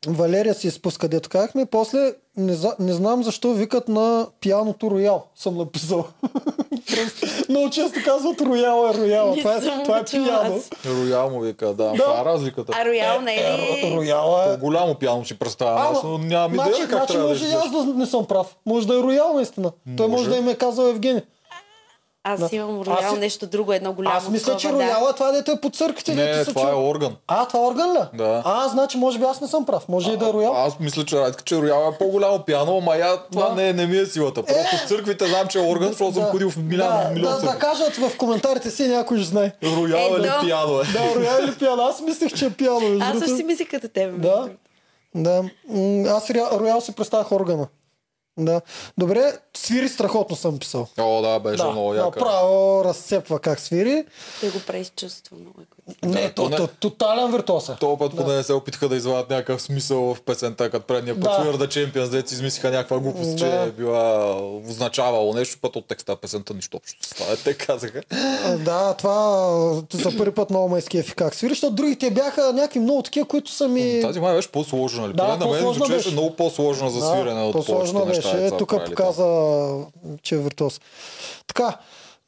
[SPEAKER 1] Валерия си изпуска, дето казахме. После не, за, не знам защо викат на пианото Роял, съм написал. Просто Много често казват Рояла, Рояла.
[SPEAKER 3] Не
[SPEAKER 1] Това е,
[SPEAKER 3] съм
[SPEAKER 1] това е
[SPEAKER 3] го чула
[SPEAKER 1] пиано.
[SPEAKER 3] аз.
[SPEAKER 2] Роял му вика, да.
[SPEAKER 1] Да.
[SPEAKER 2] Това е разликата.
[SPEAKER 3] А роял не е
[SPEAKER 1] Е,
[SPEAKER 3] ли...
[SPEAKER 1] Рояла е...
[SPEAKER 2] По-голямо пиано си представя. Аз но нямам
[SPEAKER 1] значи,
[SPEAKER 2] идея как
[SPEAKER 1] значи
[SPEAKER 2] трябва да
[SPEAKER 1] може и
[SPEAKER 2] изглежда.
[SPEAKER 1] аз да не съм прав. Може да е Роял наистина. Той може
[SPEAKER 2] Може.
[SPEAKER 1] да им е казал Евгений.
[SPEAKER 3] Аз
[SPEAKER 1] Да.
[SPEAKER 3] имам
[SPEAKER 1] Аз
[SPEAKER 3] роял
[SPEAKER 1] си-
[SPEAKER 3] нещо друго, едно голямо.
[SPEAKER 1] Аз мисля, че
[SPEAKER 3] такова, да.
[SPEAKER 1] Рояла е това, дето е по църквите. дето
[SPEAKER 2] Не,
[SPEAKER 1] се
[SPEAKER 2] това е
[SPEAKER 1] чува.
[SPEAKER 2] орган.
[SPEAKER 1] А, това е орган ли?
[SPEAKER 2] Да.
[SPEAKER 1] А, значи може би аз не съм прав. Може и да е Роял.
[SPEAKER 2] Аз мисля, че Радка, че Роял е по-голямо пиано, ама я, това
[SPEAKER 1] Да.
[SPEAKER 2] не, е- не ми е силата. Просто в църквите знам, че е орган, защото съм ходил в
[SPEAKER 1] да,
[SPEAKER 2] милион, милион
[SPEAKER 1] да, да
[SPEAKER 2] църкви.
[SPEAKER 1] кажат в коментарите си, някой ще знае.
[SPEAKER 2] Роял
[SPEAKER 3] Е,
[SPEAKER 2] или
[SPEAKER 3] да.
[SPEAKER 2] пиано е.
[SPEAKER 1] Да, Роял или пиано. Аз мислех, че е пиано. между
[SPEAKER 3] Аз
[SPEAKER 1] другото.
[SPEAKER 3] също си мислих като тебе. между
[SPEAKER 1] Да.
[SPEAKER 3] другото.
[SPEAKER 1] да. М, Аз Роя- Роял си представях органа. Да. Добре, свири страхотно съм писал.
[SPEAKER 2] О, да, беше
[SPEAKER 1] Да,
[SPEAKER 2] много яка.
[SPEAKER 1] направо разцепва как свири.
[SPEAKER 3] Той го прави с чувство много. е готино.
[SPEAKER 1] Не,
[SPEAKER 2] Да,
[SPEAKER 1] то,
[SPEAKER 2] поне-
[SPEAKER 1] то, тотален е. виртуоса.
[SPEAKER 2] Този път поне не се опитаха да извадят някакъв смисъл в песента, като предния път
[SPEAKER 1] Да.
[SPEAKER 2] да. We're the Champions, дето си измислиха някаква глупост, че
[SPEAKER 1] Да.
[SPEAKER 2] е била означавало нещо, път от текста на песента нищо общо. с Това е, те казаха.
[SPEAKER 1] А, Да, това а, за първи път много майски ефи как свири, защото другите бяха някакви много такива, които са ми...
[SPEAKER 2] Тази май беше по-сложна, нали?
[SPEAKER 1] Да,
[SPEAKER 2] Поне на мен
[SPEAKER 1] по-сложна
[SPEAKER 2] звучеше
[SPEAKER 1] беше.
[SPEAKER 2] много по-сложна за свирене от
[SPEAKER 1] по-сложно
[SPEAKER 2] повечето неща.
[SPEAKER 1] беше.
[SPEAKER 2] деца
[SPEAKER 1] Тук
[SPEAKER 2] правили там.
[SPEAKER 1] показа, че е виртуоз. Така,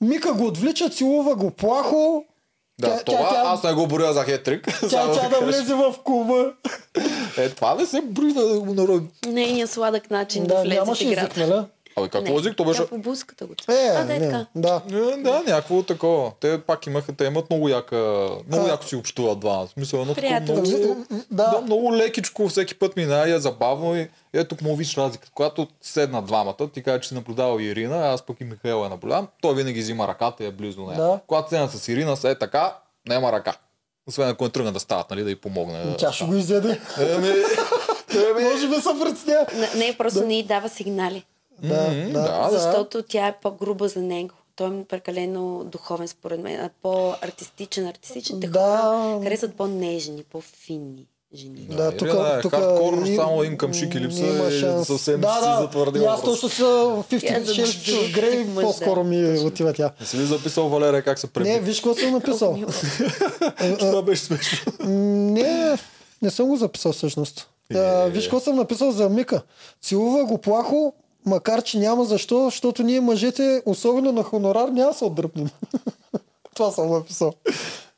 [SPEAKER 1] Мика го отвлича, целува го плахо.
[SPEAKER 2] Да,
[SPEAKER 1] тя,
[SPEAKER 2] това
[SPEAKER 1] тя, тя,
[SPEAKER 2] аз не го боря за хетрик.
[SPEAKER 1] тя,
[SPEAKER 2] само
[SPEAKER 1] тя да
[SPEAKER 2] кажа.
[SPEAKER 1] влезе в клуба.
[SPEAKER 2] Е, това не се брои да го народи.
[SPEAKER 3] Нейният е сладък начин да,
[SPEAKER 1] Да,
[SPEAKER 3] влезе в
[SPEAKER 1] нямаше език,
[SPEAKER 3] играта.
[SPEAKER 1] нали?
[SPEAKER 2] Абе, как
[SPEAKER 3] Не,
[SPEAKER 2] лозик, то беше...
[SPEAKER 3] Тя по буската го
[SPEAKER 1] Е,
[SPEAKER 3] а, да, е
[SPEAKER 1] не,
[SPEAKER 3] така.
[SPEAKER 1] да.
[SPEAKER 2] Е, да, някакво такова. Те пак имаха, те имат много яка, много
[SPEAKER 1] А.
[SPEAKER 2] яко си общуват два. В смисъл, едно такова
[SPEAKER 3] Приятелче.
[SPEAKER 2] много,
[SPEAKER 1] Да.
[SPEAKER 2] Ами, да. много лекичко всеки път мина и е забавно и е тук му виж разликата. Когато седна двамата, ти кажа, че си наблюдава Ирина, аз пък и Михаила я наблюдавам, той винаги взима ръката и е близо до нея.
[SPEAKER 1] Да.
[SPEAKER 2] Когато седна с Ирина, се е така, няма ръка. Освен ако не тръгна да стават, нали, да й помогне. Ами, да
[SPEAKER 1] Тя ще
[SPEAKER 2] става.
[SPEAKER 1] го изяде.
[SPEAKER 2] Еми, Ами,
[SPEAKER 1] Може би се притесня.
[SPEAKER 3] Не, Не, просто не й дава сигнали.
[SPEAKER 1] Да, да.
[SPEAKER 2] да.
[SPEAKER 3] Защото тя е по-груба за него. Той е прекалено духовен, според мен. а По-артистичен. Артистичните
[SPEAKER 1] Да.
[SPEAKER 3] хора харесват по-нежни, по-финни жени.
[SPEAKER 1] Да,
[SPEAKER 2] Да,
[SPEAKER 1] тук,
[SPEAKER 2] Ирина е
[SPEAKER 1] тук
[SPEAKER 2] хардкор,
[SPEAKER 1] и-
[SPEAKER 2] само един къмшик и липса
[SPEAKER 1] няма
[SPEAKER 2] и
[SPEAKER 1] шанс.
[SPEAKER 2] съвсем
[SPEAKER 1] да,
[SPEAKER 2] си
[SPEAKER 1] да,
[SPEAKER 2] затвърдила
[SPEAKER 1] и Аз
[SPEAKER 2] просто.
[SPEAKER 1] точно с а, 50
[SPEAKER 3] за
[SPEAKER 1] Shades
[SPEAKER 3] друг
[SPEAKER 1] Grey
[SPEAKER 3] тип мъж, да.
[SPEAKER 1] по-скоро ми е отива тя.
[SPEAKER 2] Не си ли записал, Валерия, как се
[SPEAKER 1] Не,
[SPEAKER 2] преби?
[SPEAKER 1] виж какво съм написал.
[SPEAKER 3] Мило.
[SPEAKER 2] Това беше смешно.
[SPEAKER 1] М, Не, не съм го записал всъщност. А,
[SPEAKER 2] Е.
[SPEAKER 1] виж какво съм написал за Мика. Целува го плахо, макар че няма защо, защото ние мъжете, особено на хонорар, няма да се отдръпнем. Това съм написал.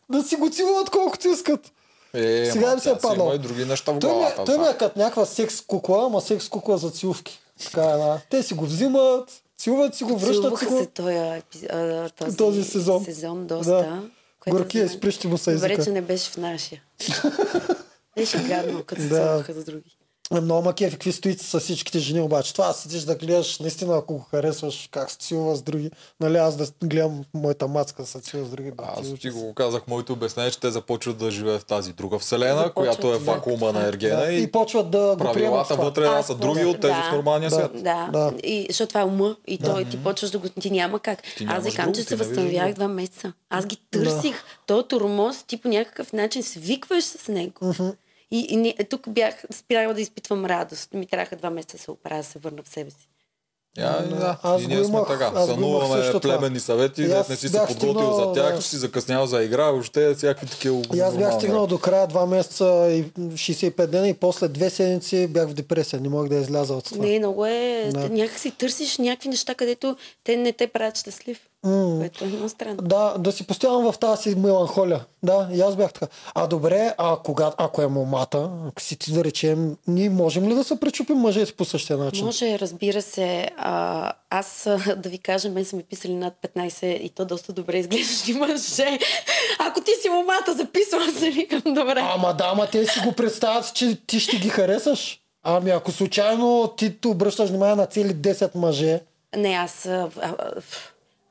[SPEAKER 1] Да си го целуват колкото искат.
[SPEAKER 2] Е,
[SPEAKER 1] Сега
[SPEAKER 2] ма,
[SPEAKER 1] им се
[SPEAKER 2] тя
[SPEAKER 1] е
[SPEAKER 2] си
[SPEAKER 1] паднал.
[SPEAKER 2] Има и други неща в
[SPEAKER 1] Той ми, е-
[SPEAKER 2] главата.
[SPEAKER 1] той ми
[SPEAKER 2] са.
[SPEAKER 1] е като някаква секс кукла, ама секс кукла за целувки. Така е, да. Те си го взимат, целуват си го, връщат си
[SPEAKER 3] Целуваха
[SPEAKER 1] го.
[SPEAKER 3] се този, епи- а, този,
[SPEAKER 1] Този сезон.
[SPEAKER 3] сезон доста.
[SPEAKER 1] Да.
[SPEAKER 3] което
[SPEAKER 1] Горкия,
[SPEAKER 3] за мен-
[SPEAKER 1] изприщи му се
[SPEAKER 3] Добре,
[SPEAKER 1] езика.
[SPEAKER 3] че не беше в нашия. беше гадно, като се
[SPEAKER 1] Да.
[SPEAKER 3] целуваха за други.
[SPEAKER 1] Е, Много ма кефи, какви стоици са всичките жени обаче. Това седиш да гледаш, наистина, ако го харесваш, как се целува с други. Нали, аз да гледам моята мацка да се целува с други. бе,
[SPEAKER 2] Аз
[SPEAKER 1] ти
[SPEAKER 2] ти
[SPEAKER 1] ужас.
[SPEAKER 2] го казах, моето обяснение, е, че те започват да живеят в тази друга вселена,
[SPEAKER 3] Започват,
[SPEAKER 2] която е
[SPEAKER 3] да.
[SPEAKER 2] вакуума на Ергена
[SPEAKER 1] Да,
[SPEAKER 2] и
[SPEAKER 1] и почват да го приемат
[SPEAKER 2] правилата
[SPEAKER 1] това.
[SPEAKER 2] вътре
[SPEAKER 3] Аз
[SPEAKER 2] са други
[SPEAKER 3] просто-
[SPEAKER 2] от тези
[SPEAKER 3] да.
[SPEAKER 2] в нормалния
[SPEAKER 1] Да.
[SPEAKER 2] свят.
[SPEAKER 3] Да.
[SPEAKER 1] Да.
[SPEAKER 3] да. И, защото това е ума и той ти почваш да го... Ти няма как.
[SPEAKER 2] Ти
[SPEAKER 3] аз
[SPEAKER 2] нямаш
[SPEAKER 3] ви казвам,
[SPEAKER 2] друго,
[SPEAKER 3] че
[SPEAKER 2] ти
[SPEAKER 3] се
[SPEAKER 2] не виждаш
[SPEAKER 3] възстановявах
[SPEAKER 2] друго.
[SPEAKER 3] два месеца. Аз ги търсих. Той тормоз, ти по някакъв начин свикваш с него. И, и не, тук бях спирала да изпитвам радост. Ми трябваха два месеца да се оправя, да се върна в себе си.
[SPEAKER 2] Я,
[SPEAKER 1] Да.
[SPEAKER 2] да,
[SPEAKER 1] Аз
[SPEAKER 2] и
[SPEAKER 1] го
[SPEAKER 2] ние сме
[SPEAKER 1] имах- аз
[SPEAKER 2] така.
[SPEAKER 1] го имах също
[SPEAKER 2] Сънуваме
[SPEAKER 1] това.
[SPEAKER 2] племенни съвети,
[SPEAKER 1] И
[SPEAKER 2] дет
[SPEAKER 1] аз
[SPEAKER 2] не си се
[SPEAKER 1] бях
[SPEAKER 2] подготвил
[SPEAKER 1] стигнал,
[SPEAKER 2] за тях,
[SPEAKER 1] да.
[SPEAKER 2] че си закъснял за игра, въобще всякакви такива.
[SPEAKER 1] И аз бях
[SPEAKER 2] нормални
[SPEAKER 1] стигнал до края два месеца и 65 дена и после две седмици бях в депресия. Не мога да изляза от това.
[SPEAKER 3] Не, много е.
[SPEAKER 1] Да.
[SPEAKER 3] Да. Някак си търсиш някакви неща, където те не те правят щастлив.
[SPEAKER 1] М.
[SPEAKER 3] Което е много странно.
[SPEAKER 1] Да, да си постоянно в тази си меланхолия. Да, и аз бях така. А добре, а кога, ако е момата, ако си ти да речем, ние можем ли да се пречупим мъжете по същия начин?
[SPEAKER 3] Може, разбира се. А, аз а, да ви кажа, мен са ми писали над 15 и то доста добре изглеждащи мъже. Ако ти си момата, записвам се, викам добре.
[SPEAKER 1] Ама да, ама те си го представят, че ти ще ги харесаш. Ами ако случайно ти т- обръщаш внимание на цели 10 мъже,
[SPEAKER 3] Не, аз а, а, а,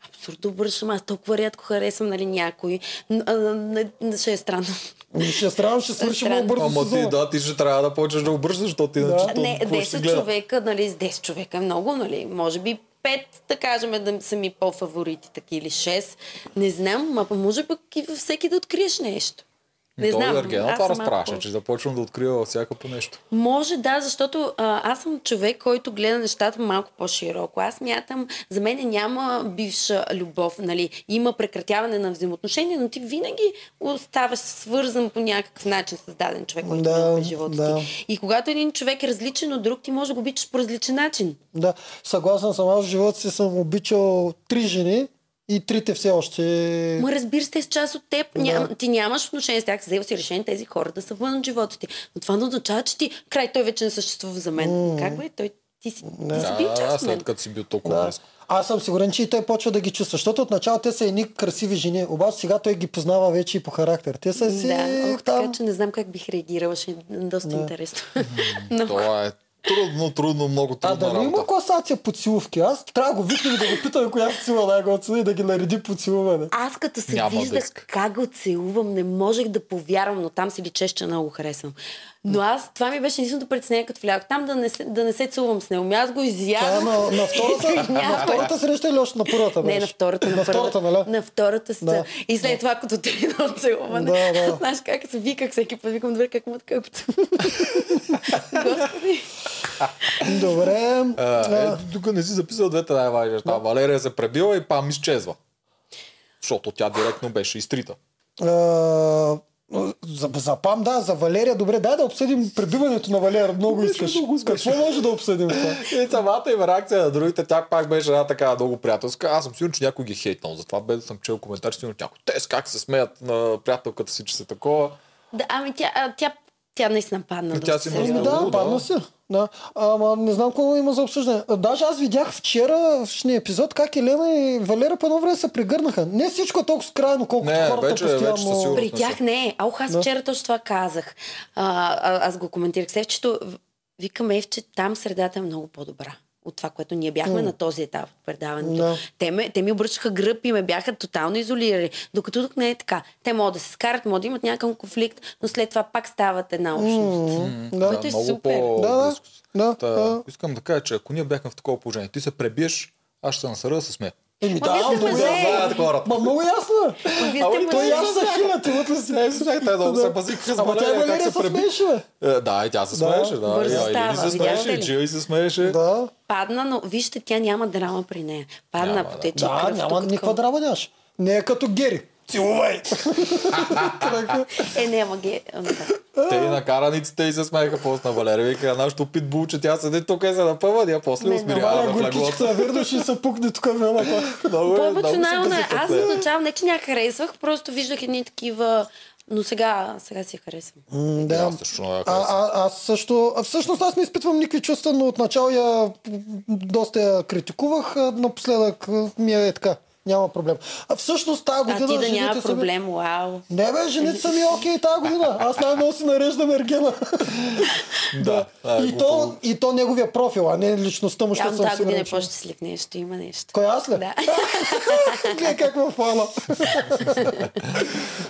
[SPEAKER 3] абсурдно обръщам. Аз толкова рядко харесвам нали, някой. Н- а, не- не- ще е странно.
[SPEAKER 1] ми ще е странно, ще свърши много
[SPEAKER 3] Странно.
[SPEAKER 1] бързо
[SPEAKER 2] Ама ти,
[SPEAKER 1] сезона.
[SPEAKER 2] да, ти ще трябва да почнеш да обръщаш, защото иначе
[SPEAKER 1] Да.
[SPEAKER 2] то
[SPEAKER 3] Е, не,
[SPEAKER 2] какво ще
[SPEAKER 3] 10
[SPEAKER 2] гледа?
[SPEAKER 3] човека, нали, с 10 човека е много, нали, може би 5, да кажем, да са ми по-фаворити, таки или 6. Не знам, ма може пък и във всеки да откриеш нещо. Не
[SPEAKER 2] Той
[SPEAKER 3] знам.
[SPEAKER 2] Ергена
[SPEAKER 3] аз
[SPEAKER 2] това
[SPEAKER 3] съм малко-
[SPEAKER 2] разпрашва, че започвам да открива във всяка по нещо.
[SPEAKER 3] Може, да, защото а, аз съм човек, който гледа нещата малко по-широко. Аз мятам, за мен няма бивша любов, нали? Има прекратяване на взаимоотношения, но ти винаги оставаш свързан по някакъв начин с даден човек, който
[SPEAKER 1] Да,
[SPEAKER 3] да, е живота
[SPEAKER 1] да.
[SPEAKER 3] ти. И когато един човек е различен от друг, ти може да го обичаш по различен начин.
[SPEAKER 1] Да, съгласен съм. Аз в живота си съм обичал три жени и трите все още.
[SPEAKER 3] Ма разбира се, те са част от теб.
[SPEAKER 1] Да.
[SPEAKER 3] Ням, ти нямаш отношение с тях, взел си решение тези хора да са вън от живота ти. Но това не означава, че ти край той вече не съществува за мен. Как бе? Той ти си, ти си бил
[SPEAKER 2] Да,
[SPEAKER 3] част от мен.
[SPEAKER 2] след като си бил толкова
[SPEAKER 1] Да.
[SPEAKER 2] близко.
[SPEAKER 1] Аз съм сигурен, че и той почва да ги чувства, защото отначало те са едни красиви жени, обаче сега той ги познава вече и по характер. Те са си
[SPEAKER 3] Да, ох,
[SPEAKER 1] там.
[SPEAKER 3] така че не знам как бих реагирала, ще е доста интересно. Но
[SPEAKER 2] Това е трудно, трудно, много
[SPEAKER 1] А
[SPEAKER 2] трудна
[SPEAKER 1] дали има
[SPEAKER 2] работа.
[SPEAKER 1] класация по целувки? Аз трябва да го викнем и да го питам коя поцелува най-готина и да ги нареди по целуване.
[SPEAKER 3] аз като се
[SPEAKER 2] Няма да
[SPEAKER 3] виждах
[SPEAKER 2] иска.
[SPEAKER 3] как го целувам, не можех да повярвам, но там си личеше, че много харесвам. Но аз, това ми беше единственото притеснение, като влях там да не се, да не се целувам с него. Ми Аз го
[SPEAKER 1] Тя е
[SPEAKER 3] изядам.
[SPEAKER 1] на, на, втората,
[SPEAKER 3] Извинявай.
[SPEAKER 1] на втората среща или още на първата?
[SPEAKER 3] Не,
[SPEAKER 1] беше?
[SPEAKER 3] на втората.
[SPEAKER 1] На втората, нали?
[SPEAKER 3] На втората си.
[SPEAKER 1] Да.
[SPEAKER 3] И след това, като тръгна от целуване,
[SPEAKER 1] Да, да.
[SPEAKER 3] аз знаеш как се виках всеки път, викам, добре, как му така Господи.
[SPEAKER 1] Добре.
[SPEAKER 2] А,
[SPEAKER 1] а,
[SPEAKER 2] е, тук не си записал двете най-важни неща. Валерия се пребила и пам изчезва. Защото тя директно беше изтрита.
[SPEAKER 1] а, за, за Пам, да, за Валерия, добре, дай да обсъдим пребиването на Валерия, много искаш. Какво може да обсъдим в това?
[SPEAKER 2] И самата им реакция на другите, тя пак беше една така много приятелска. Аз съм сигурен, че някой ги е хейтнал. Затова без да съм чел коментар, сигурно някой. Те с как се смеят на приятелката си, че са такова.
[SPEAKER 3] Да, ами тя, а, тя, тя наистина падна.
[SPEAKER 2] Тя
[SPEAKER 3] доста
[SPEAKER 2] си
[SPEAKER 1] Ами
[SPEAKER 2] Ами
[SPEAKER 3] сериозно.
[SPEAKER 2] много,
[SPEAKER 1] да,
[SPEAKER 2] да.
[SPEAKER 1] падна се. Да. Ама не знам какво има за обсъждане. А, Даже аз видях вчера в шния епизод как Елена и Валера по едно време се прегърнаха. Не всичко е толкова скрайно, колкото
[SPEAKER 2] Не,
[SPEAKER 1] хората
[SPEAKER 2] вече- вече
[SPEAKER 1] постоянно...
[SPEAKER 2] със сигурност.
[SPEAKER 3] При тях не е. Ох, аз
[SPEAKER 1] Да.
[SPEAKER 3] вчера точно това казах. А, а, аз го коментирах с Евчето. В- Викам Евче, там средата е много по-добра от това, което ние бяхме на този етап от предаването.
[SPEAKER 1] Да.
[SPEAKER 3] Те, ме, те ми обръчаха гръб и ме бяха тотално изолирали. Докато тук не е така. Те могат да се скарат, могат да имат някакъв конфликт, но след това пак стават една общност.
[SPEAKER 1] М, Да,
[SPEAKER 3] Което е
[SPEAKER 2] много
[SPEAKER 3] супер.
[SPEAKER 2] по
[SPEAKER 1] Да, да. Да,
[SPEAKER 2] Та,
[SPEAKER 1] да.
[SPEAKER 2] Искам да кажа, че ако ние бяхме в такова положение, ти се пребиеш, аз ще се насъра да се смея.
[SPEAKER 1] Еми,
[SPEAKER 3] Ма вие
[SPEAKER 1] да,
[SPEAKER 3] сте
[SPEAKER 1] много
[SPEAKER 3] мъже.
[SPEAKER 1] ясно.
[SPEAKER 2] Знаят хората.
[SPEAKER 1] Ма много ясно е.
[SPEAKER 3] Вие
[SPEAKER 2] Ама
[SPEAKER 3] сте
[SPEAKER 2] и
[SPEAKER 1] Той и
[SPEAKER 3] мъже.
[SPEAKER 1] аз се хилят, и вътре си.
[SPEAKER 2] Е, сега те много се пазиха с
[SPEAKER 1] Ама тя и
[SPEAKER 2] Валерия, как
[SPEAKER 1] Валерия
[SPEAKER 2] се
[SPEAKER 1] се
[SPEAKER 2] преби.
[SPEAKER 1] смееше, бе.
[SPEAKER 2] Е, Да, и тя се смееше, да.
[SPEAKER 3] Бързо
[SPEAKER 2] да,
[SPEAKER 3] става,
[SPEAKER 2] и се
[SPEAKER 3] видяхте
[SPEAKER 2] смееше, и
[SPEAKER 3] ли?
[SPEAKER 2] Джил и се смееше.
[SPEAKER 1] Да.
[SPEAKER 3] Падна, но вижте, тя няма драма при нея. Падна,
[SPEAKER 2] Няма, да.
[SPEAKER 3] потече
[SPEAKER 1] Да,
[SPEAKER 3] кръв.
[SPEAKER 1] няма
[SPEAKER 3] тук,
[SPEAKER 1] никаква
[SPEAKER 3] такова.
[SPEAKER 1] драма нямаш. Не е като Гери. Целувай!
[SPEAKER 3] Е, няма ги. ам, да.
[SPEAKER 2] Те и на караниците и се смееха после на Валерия. Вика, нашото питбул, че тя седи тук и се напъва, ние после
[SPEAKER 3] Не, е,
[SPEAKER 2] усмирява
[SPEAKER 1] Валя
[SPEAKER 2] е на флеглото.
[SPEAKER 1] горкичката, верно ще се пукне тук в едната.
[SPEAKER 2] Много е, много се
[SPEAKER 3] По-емоционална е. Аз
[SPEAKER 2] безпокоя.
[SPEAKER 3] отначало не, че ня харесвах, просто виждах едни такива... Но сега, сега си я харесвам.
[SPEAKER 1] М,
[SPEAKER 2] И
[SPEAKER 1] Да.
[SPEAKER 2] аз също много я
[SPEAKER 1] А,
[SPEAKER 2] харесвам.
[SPEAKER 1] а, аз също, а всъщност аз не изпитвам никакви чувства, но отначало я м, доста я критикувах, а напоследък а, ми е така. Няма проблем. А всъщност тази
[SPEAKER 3] А
[SPEAKER 1] година
[SPEAKER 3] ти да
[SPEAKER 1] жените
[SPEAKER 3] няма
[SPEAKER 1] са ми-
[SPEAKER 3] проблем, вау.
[SPEAKER 1] Не бе, жените са ми е окей тази година. Аз най-много си нареждам Ергена.
[SPEAKER 2] Да. е а,
[SPEAKER 1] и,
[SPEAKER 2] глупо.
[SPEAKER 1] то, и то неговия профил, а не личността му, защото
[SPEAKER 3] Явно
[SPEAKER 1] съм
[SPEAKER 3] тази година
[SPEAKER 1] сигурен,
[SPEAKER 3] е
[SPEAKER 1] че-
[SPEAKER 3] по-щастлив нещо, има нещо.
[SPEAKER 1] Кой е аз ли?
[SPEAKER 3] Да.
[SPEAKER 1] Гледай как ме фала.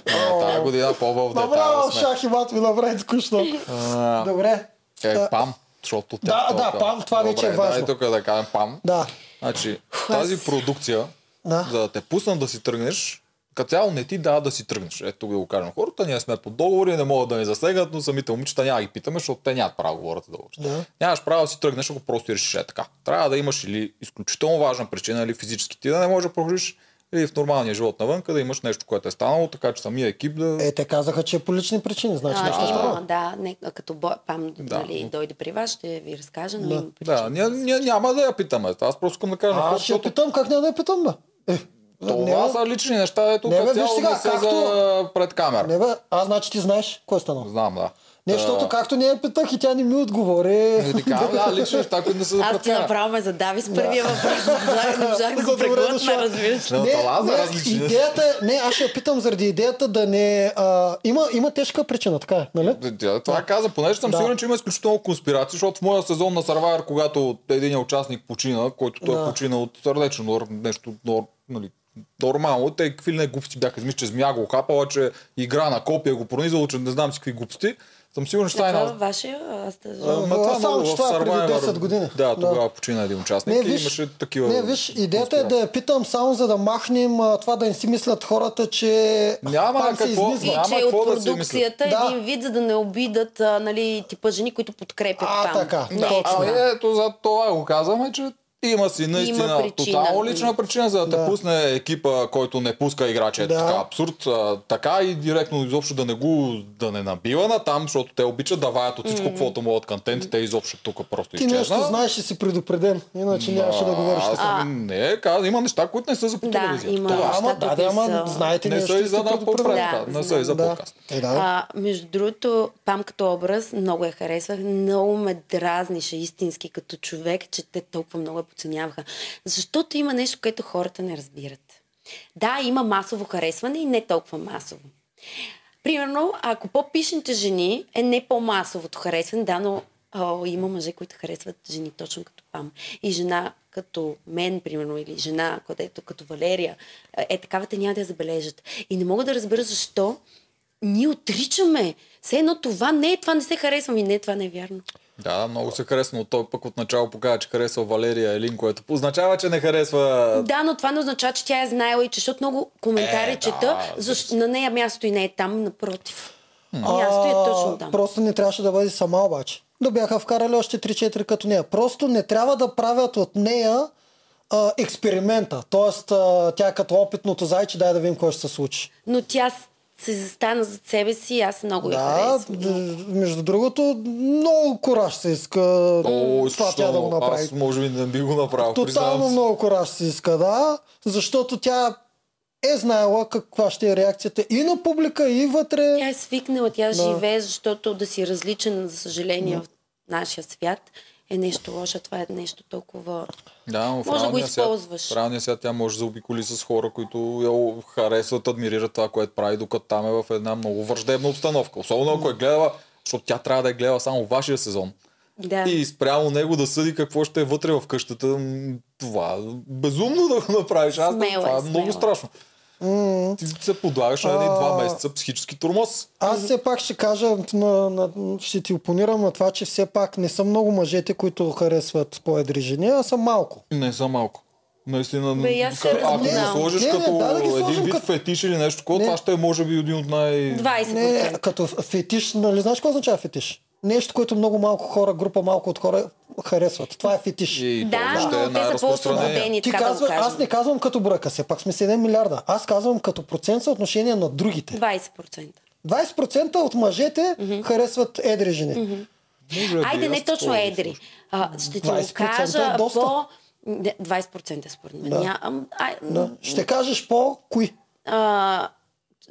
[SPEAKER 2] А, Тая година по-в
[SPEAKER 1] Направо
[SPEAKER 2] детайл
[SPEAKER 1] в
[SPEAKER 2] сме.
[SPEAKER 1] шах и мат ми направи скучно.
[SPEAKER 2] А,
[SPEAKER 1] Добре.
[SPEAKER 2] Е,
[SPEAKER 1] А,
[SPEAKER 2] пам, защото те
[SPEAKER 1] Да,
[SPEAKER 2] е
[SPEAKER 1] да,
[SPEAKER 2] толкова.
[SPEAKER 1] пам, това вече е
[SPEAKER 2] Добре,
[SPEAKER 1] важно.
[SPEAKER 2] Дай тук да кажем пам.
[SPEAKER 1] Да.
[SPEAKER 2] Значи,
[SPEAKER 3] Фу, аз-
[SPEAKER 2] тази продукция,
[SPEAKER 1] Да.
[SPEAKER 2] за да те пуснат да си тръгнеш, като цяло не ти дава да си тръгнеш. Ето тук да го кажем хората, ние сме по договори, не могат да ни засегнат, но самите момичета няма да ги питаме, защото те нямат право да говорят за договори.
[SPEAKER 1] Да.
[SPEAKER 2] Нямаш право да си тръгнеш, ако просто решиш е така. Трябва да имаш или изключително важна причина, или физически ти да не можеш да продължиш, или в нормалния живот навънка да имаш нещо, което е станало, така че самия екип да...
[SPEAKER 1] Е, те казаха, че е по лични причини, значи нещо
[SPEAKER 3] А,
[SPEAKER 1] е
[SPEAKER 3] има,
[SPEAKER 1] правил.
[SPEAKER 3] да, не, а като бо, пам,
[SPEAKER 2] Да.
[SPEAKER 3] нали, дойде при вас, ще ви разкажа, но
[SPEAKER 1] Да.
[SPEAKER 3] има причина.
[SPEAKER 2] Да, ние, ние, няма да я питаме. Аз просто искам да кажа, на
[SPEAKER 1] А,
[SPEAKER 2] хората,
[SPEAKER 1] Аз ще я питам, как няма да я питам, бе? Е,
[SPEAKER 2] Това
[SPEAKER 1] не,
[SPEAKER 2] са лични неща, ето
[SPEAKER 1] Не, бе,
[SPEAKER 2] като
[SPEAKER 1] виж
[SPEAKER 2] цяло
[SPEAKER 1] сега,
[SPEAKER 2] не се
[SPEAKER 1] както-
[SPEAKER 2] за пред камера.
[SPEAKER 1] бе, не бе, аз значи ти знаеш кой е станал.
[SPEAKER 2] Знам, да. Е,
[SPEAKER 1] Не,
[SPEAKER 2] Та,
[SPEAKER 1] защото както не я питах и тя не ми отговори.
[SPEAKER 2] Не ти казвам, да, лични неща, които не са за
[SPEAKER 3] Аз
[SPEAKER 2] пред
[SPEAKER 3] ти
[SPEAKER 2] камера.
[SPEAKER 3] направо ме задави с първия въпрос. Не можах да
[SPEAKER 1] Добре
[SPEAKER 3] го преглътна,
[SPEAKER 1] дошла.
[SPEAKER 3] разбираш. ли?
[SPEAKER 2] Не, това за различни неща.
[SPEAKER 1] идеята, е- не, аз ще я питам заради идеята да не... А, има, има тежка причина, така е, нали?
[SPEAKER 2] Тя- Това каза, понеже съм
[SPEAKER 1] Да.
[SPEAKER 2] сигурен, че има изключително конспирации, защото в моя сезон на Survivor, когато един е участник почина, който той
[SPEAKER 1] Да.
[SPEAKER 2] почина от сърдечен удар, нещо нор- нали, нормално, те какви ли не глупости бяха, мисля, че змия го хапала, че игра на копия го пронизала, че не знам си какви глупости. Съм сигурен, че
[SPEAKER 3] Това
[SPEAKER 2] стана.
[SPEAKER 3] вашия, аз те
[SPEAKER 1] А,
[SPEAKER 2] Ама това
[SPEAKER 1] само,
[SPEAKER 2] много
[SPEAKER 1] че
[SPEAKER 2] в
[SPEAKER 1] това е преди
[SPEAKER 2] Survivor.
[SPEAKER 1] 10 години.
[SPEAKER 2] Да,
[SPEAKER 1] Да.
[SPEAKER 2] тогава почина един участник
[SPEAKER 1] Не,
[SPEAKER 2] и
[SPEAKER 1] виж,
[SPEAKER 2] Е, имаше такива...
[SPEAKER 1] не, виж, идеята е да я питам само за да махнем а, това да не си мислят хората, че
[SPEAKER 2] Няма
[SPEAKER 1] там се
[SPEAKER 2] какво.
[SPEAKER 3] И
[SPEAKER 1] изнизва.
[SPEAKER 2] Няма
[SPEAKER 3] че
[SPEAKER 2] какво
[SPEAKER 3] от
[SPEAKER 2] да си
[SPEAKER 3] продукцията е
[SPEAKER 1] мисля.
[SPEAKER 3] един вид, за да не обидат а, нали, типа жени, които подкрепят
[SPEAKER 1] А,
[SPEAKER 3] там.
[SPEAKER 1] така.
[SPEAKER 3] Не,
[SPEAKER 2] Да,
[SPEAKER 3] е,
[SPEAKER 2] а,
[SPEAKER 3] че-
[SPEAKER 2] ето за това го казваме, че има си наистина
[SPEAKER 3] Има причина. нали?
[SPEAKER 2] тотално лична причина, за да,
[SPEAKER 1] Да.
[SPEAKER 2] те пусне екипа, който не пуска играчи. Е
[SPEAKER 1] Да.
[SPEAKER 2] така абсурд. А, така и директно изобщо да не го да не набива на там, защото те обичат да ваят от всичко, каквото могат контент. Те изобщо тук просто
[SPEAKER 1] Ти
[SPEAKER 2] изчезна.
[SPEAKER 1] нещо знаеш и си предупреден, иначе нямаше да говориш
[SPEAKER 2] Аз-
[SPEAKER 1] така.
[SPEAKER 2] Не, каза, има неща, които не са за по
[SPEAKER 3] Да,
[SPEAKER 2] телевизията.
[SPEAKER 3] има.
[SPEAKER 2] Това.
[SPEAKER 1] Ама,
[SPEAKER 3] нещата
[SPEAKER 1] да, да,
[SPEAKER 3] не
[SPEAKER 1] ама,
[SPEAKER 3] са-
[SPEAKER 1] знаете
[SPEAKER 2] Не
[SPEAKER 1] нещо и
[SPEAKER 2] са и
[SPEAKER 1] сте
[SPEAKER 2] за на
[SPEAKER 1] предупреден.
[SPEAKER 2] подкаст.
[SPEAKER 3] Да,
[SPEAKER 2] Не са и за
[SPEAKER 1] Да.
[SPEAKER 2] подкаст.
[SPEAKER 1] Е, да.
[SPEAKER 3] А, между другото, пам като образ, много я харесвах, много ме дразнише истински като човек, че те толкова много я подценяваха. Защото има нещо, което хората не разбират. Да, има масово харесване и не толкова масово. Примерно, ако по-пишните жени е не по-масовото харесване, да, но о, има мъже, които харесват жени точно като пам. И жена като мен, примерно, или жена, където като Валерия, е е, такава те няма да я забележат. И не мога да разбера защо ние отричаме. Все едно това не е, това не се харесвам и не, това не е вярно.
[SPEAKER 2] Да, много се харесва, но той пък отначало показва, че харесва Валерия Елин, което означава, че не харесва
[SPEAKER 3] Да, но това не означава, че тя е знаела и че, защото много коментари
[SPEAKER 2] Е, да,
[SPEAKER 3] чета, защо на нея място и не е там, напротив.
[SPEAKER 1] А,
[SPEAKER 3] Място е точно там.
[SPEAKER 1] Просто не трябваше да бъде сама обаче. Да бяха вкарали още 3-4 като нея. Просто не трябва да правят от нея а, експеримента. Тоест, а, тя е като опитното зайче, дай да видим какво ще се случи.
[SPEAKER 3] Но тя с- се застана зад себе си и аз много я
[SPEAKER 1] Да,
[SPEAKER 3] харесвам.
[SPEAKER 1] д- между другото, много кораж се иска
[SPEAKER 2] О,
[SPEAKER 1] това тя да го
[SPEAKER 2] изключително.
[SPEAKER 1] направи.
[SPEAKER 2] Аз може би не би го направил.
[SPEAKER 1] Тотално
[SPEAKER 2] признавам си.
[SPEAKER 1] много кораж се иска, да, защото тя е знаела каква ще е реакцията и на публика, и вътре.
[SPEAKER 3] Тя е свикнала, тя
[SPEAKER 1] Да.
[SPEAKER 3] живее, защото да си различен, за съжаление, в нашия свят е нещо лошо. а Това е нещо толкова...
[SPEAKER 2] Да, но в
[SPEAKER 3] Може да го
[SPEAKER 2] реалния свят-
[SPEAKER 3] използваш.
[SPEAKER 2] В реалния свят тя може да заобиколи с хора, които я харесват, адмирират това, което прави, докато там е в една много враждебна обстановка. Особено ако е гледала, защото тя трябва да е гледала само вашия сезон.
[SPEAKER 3] Да.
[SPEAKER 2] И спрямо него да съди какво ще е вътре в къщата. м, Това безумно да го направиш. Аз не,
[SPEAKER 3] Смела е,
[SPEAKER 2] това е
[SPEAKER 3] смела е.
[SPEAKER 2] много страшно. Ти се подлагаш на едни-два
[SPEAKER 1] А.
[SPEAKER 2] месеца психически тормоз.
[SPEAKER 1] Аз все пак ще кажа, на, на, ще ти опонирам на това, че все пак не са много мъжете, които харесват по-едри жени, а са малко.
[SPEAKER 2] Не са малко. Наистина,
[SPEAKER 3] Бе, и аз се
[SPEAKER 2] ка- ако
[SPEAKER 3] разбирам.
[SPEAKER 2] го сложиш
[SPEAKER 1] Не, не,
[SPEAKER 2] като
[SPEAKER 1] да, да ги сложим
[SPEAKER 2] един вид
[SPEAKER 1] като-
[SPEAKER 2] фетиш или нещо такова,
[SPEAKER 1] Не.
[SPEAKER 2] това ще е може би един от най...
[SPEAKER 3] 20%.
[SPEAKER 1] Не, не, като фетиш, нали знаеш какво означава фетиш? Нещо, което много малко хора, група малко от хора харесват. Това е фетиш.
[SPEAKER 2] И то
[SPEAKER 3] Да,
[SPEAKER 2] въобще
[SPEAKER 3] но
[SPEAKER 2] е
[SPEAKER 3] те са
[SPEAKER 2] най-разпространен.
[SPEAKER 3] по-освободени. Е,
[SPEAKER 1] Ти
[SPEAKER 3] така да го
[SPEAKER 1] казва,
[SPEAKER 3] кажем.
[SPEAKER 1] аз не казвам като бройка, все пак сме 7 милиарда. Аз казвам като процент съотношение на другите.
[SPEAKER 3] 20%.
[SPEAKER 1] 20% от мъжете харесват едри жени.
[SPEAKER 2] Може би,
[SPEAKER 3] Айде, не
[SPEAKER 2] аз такова
[SPEAKER 3] точно
[SPEAKER 2] го
[SPEAKER 3] едри.
[SPEAKER 2] слушам.
[SPEAKER 3] А, ще ти го
[SPEAKER 1] 20%
[SPEAKER 3] кажа
[SPEAKER 1] е доста.
[SPEAKER 3] по... Не, 20% е според мен.
[SPEAKER 1] Да.
[SPEAKER 3] Ня- ам, ай,
[SPEAKER 1] Да. Ще кажеш по кои?
[SPEAKER 3] а,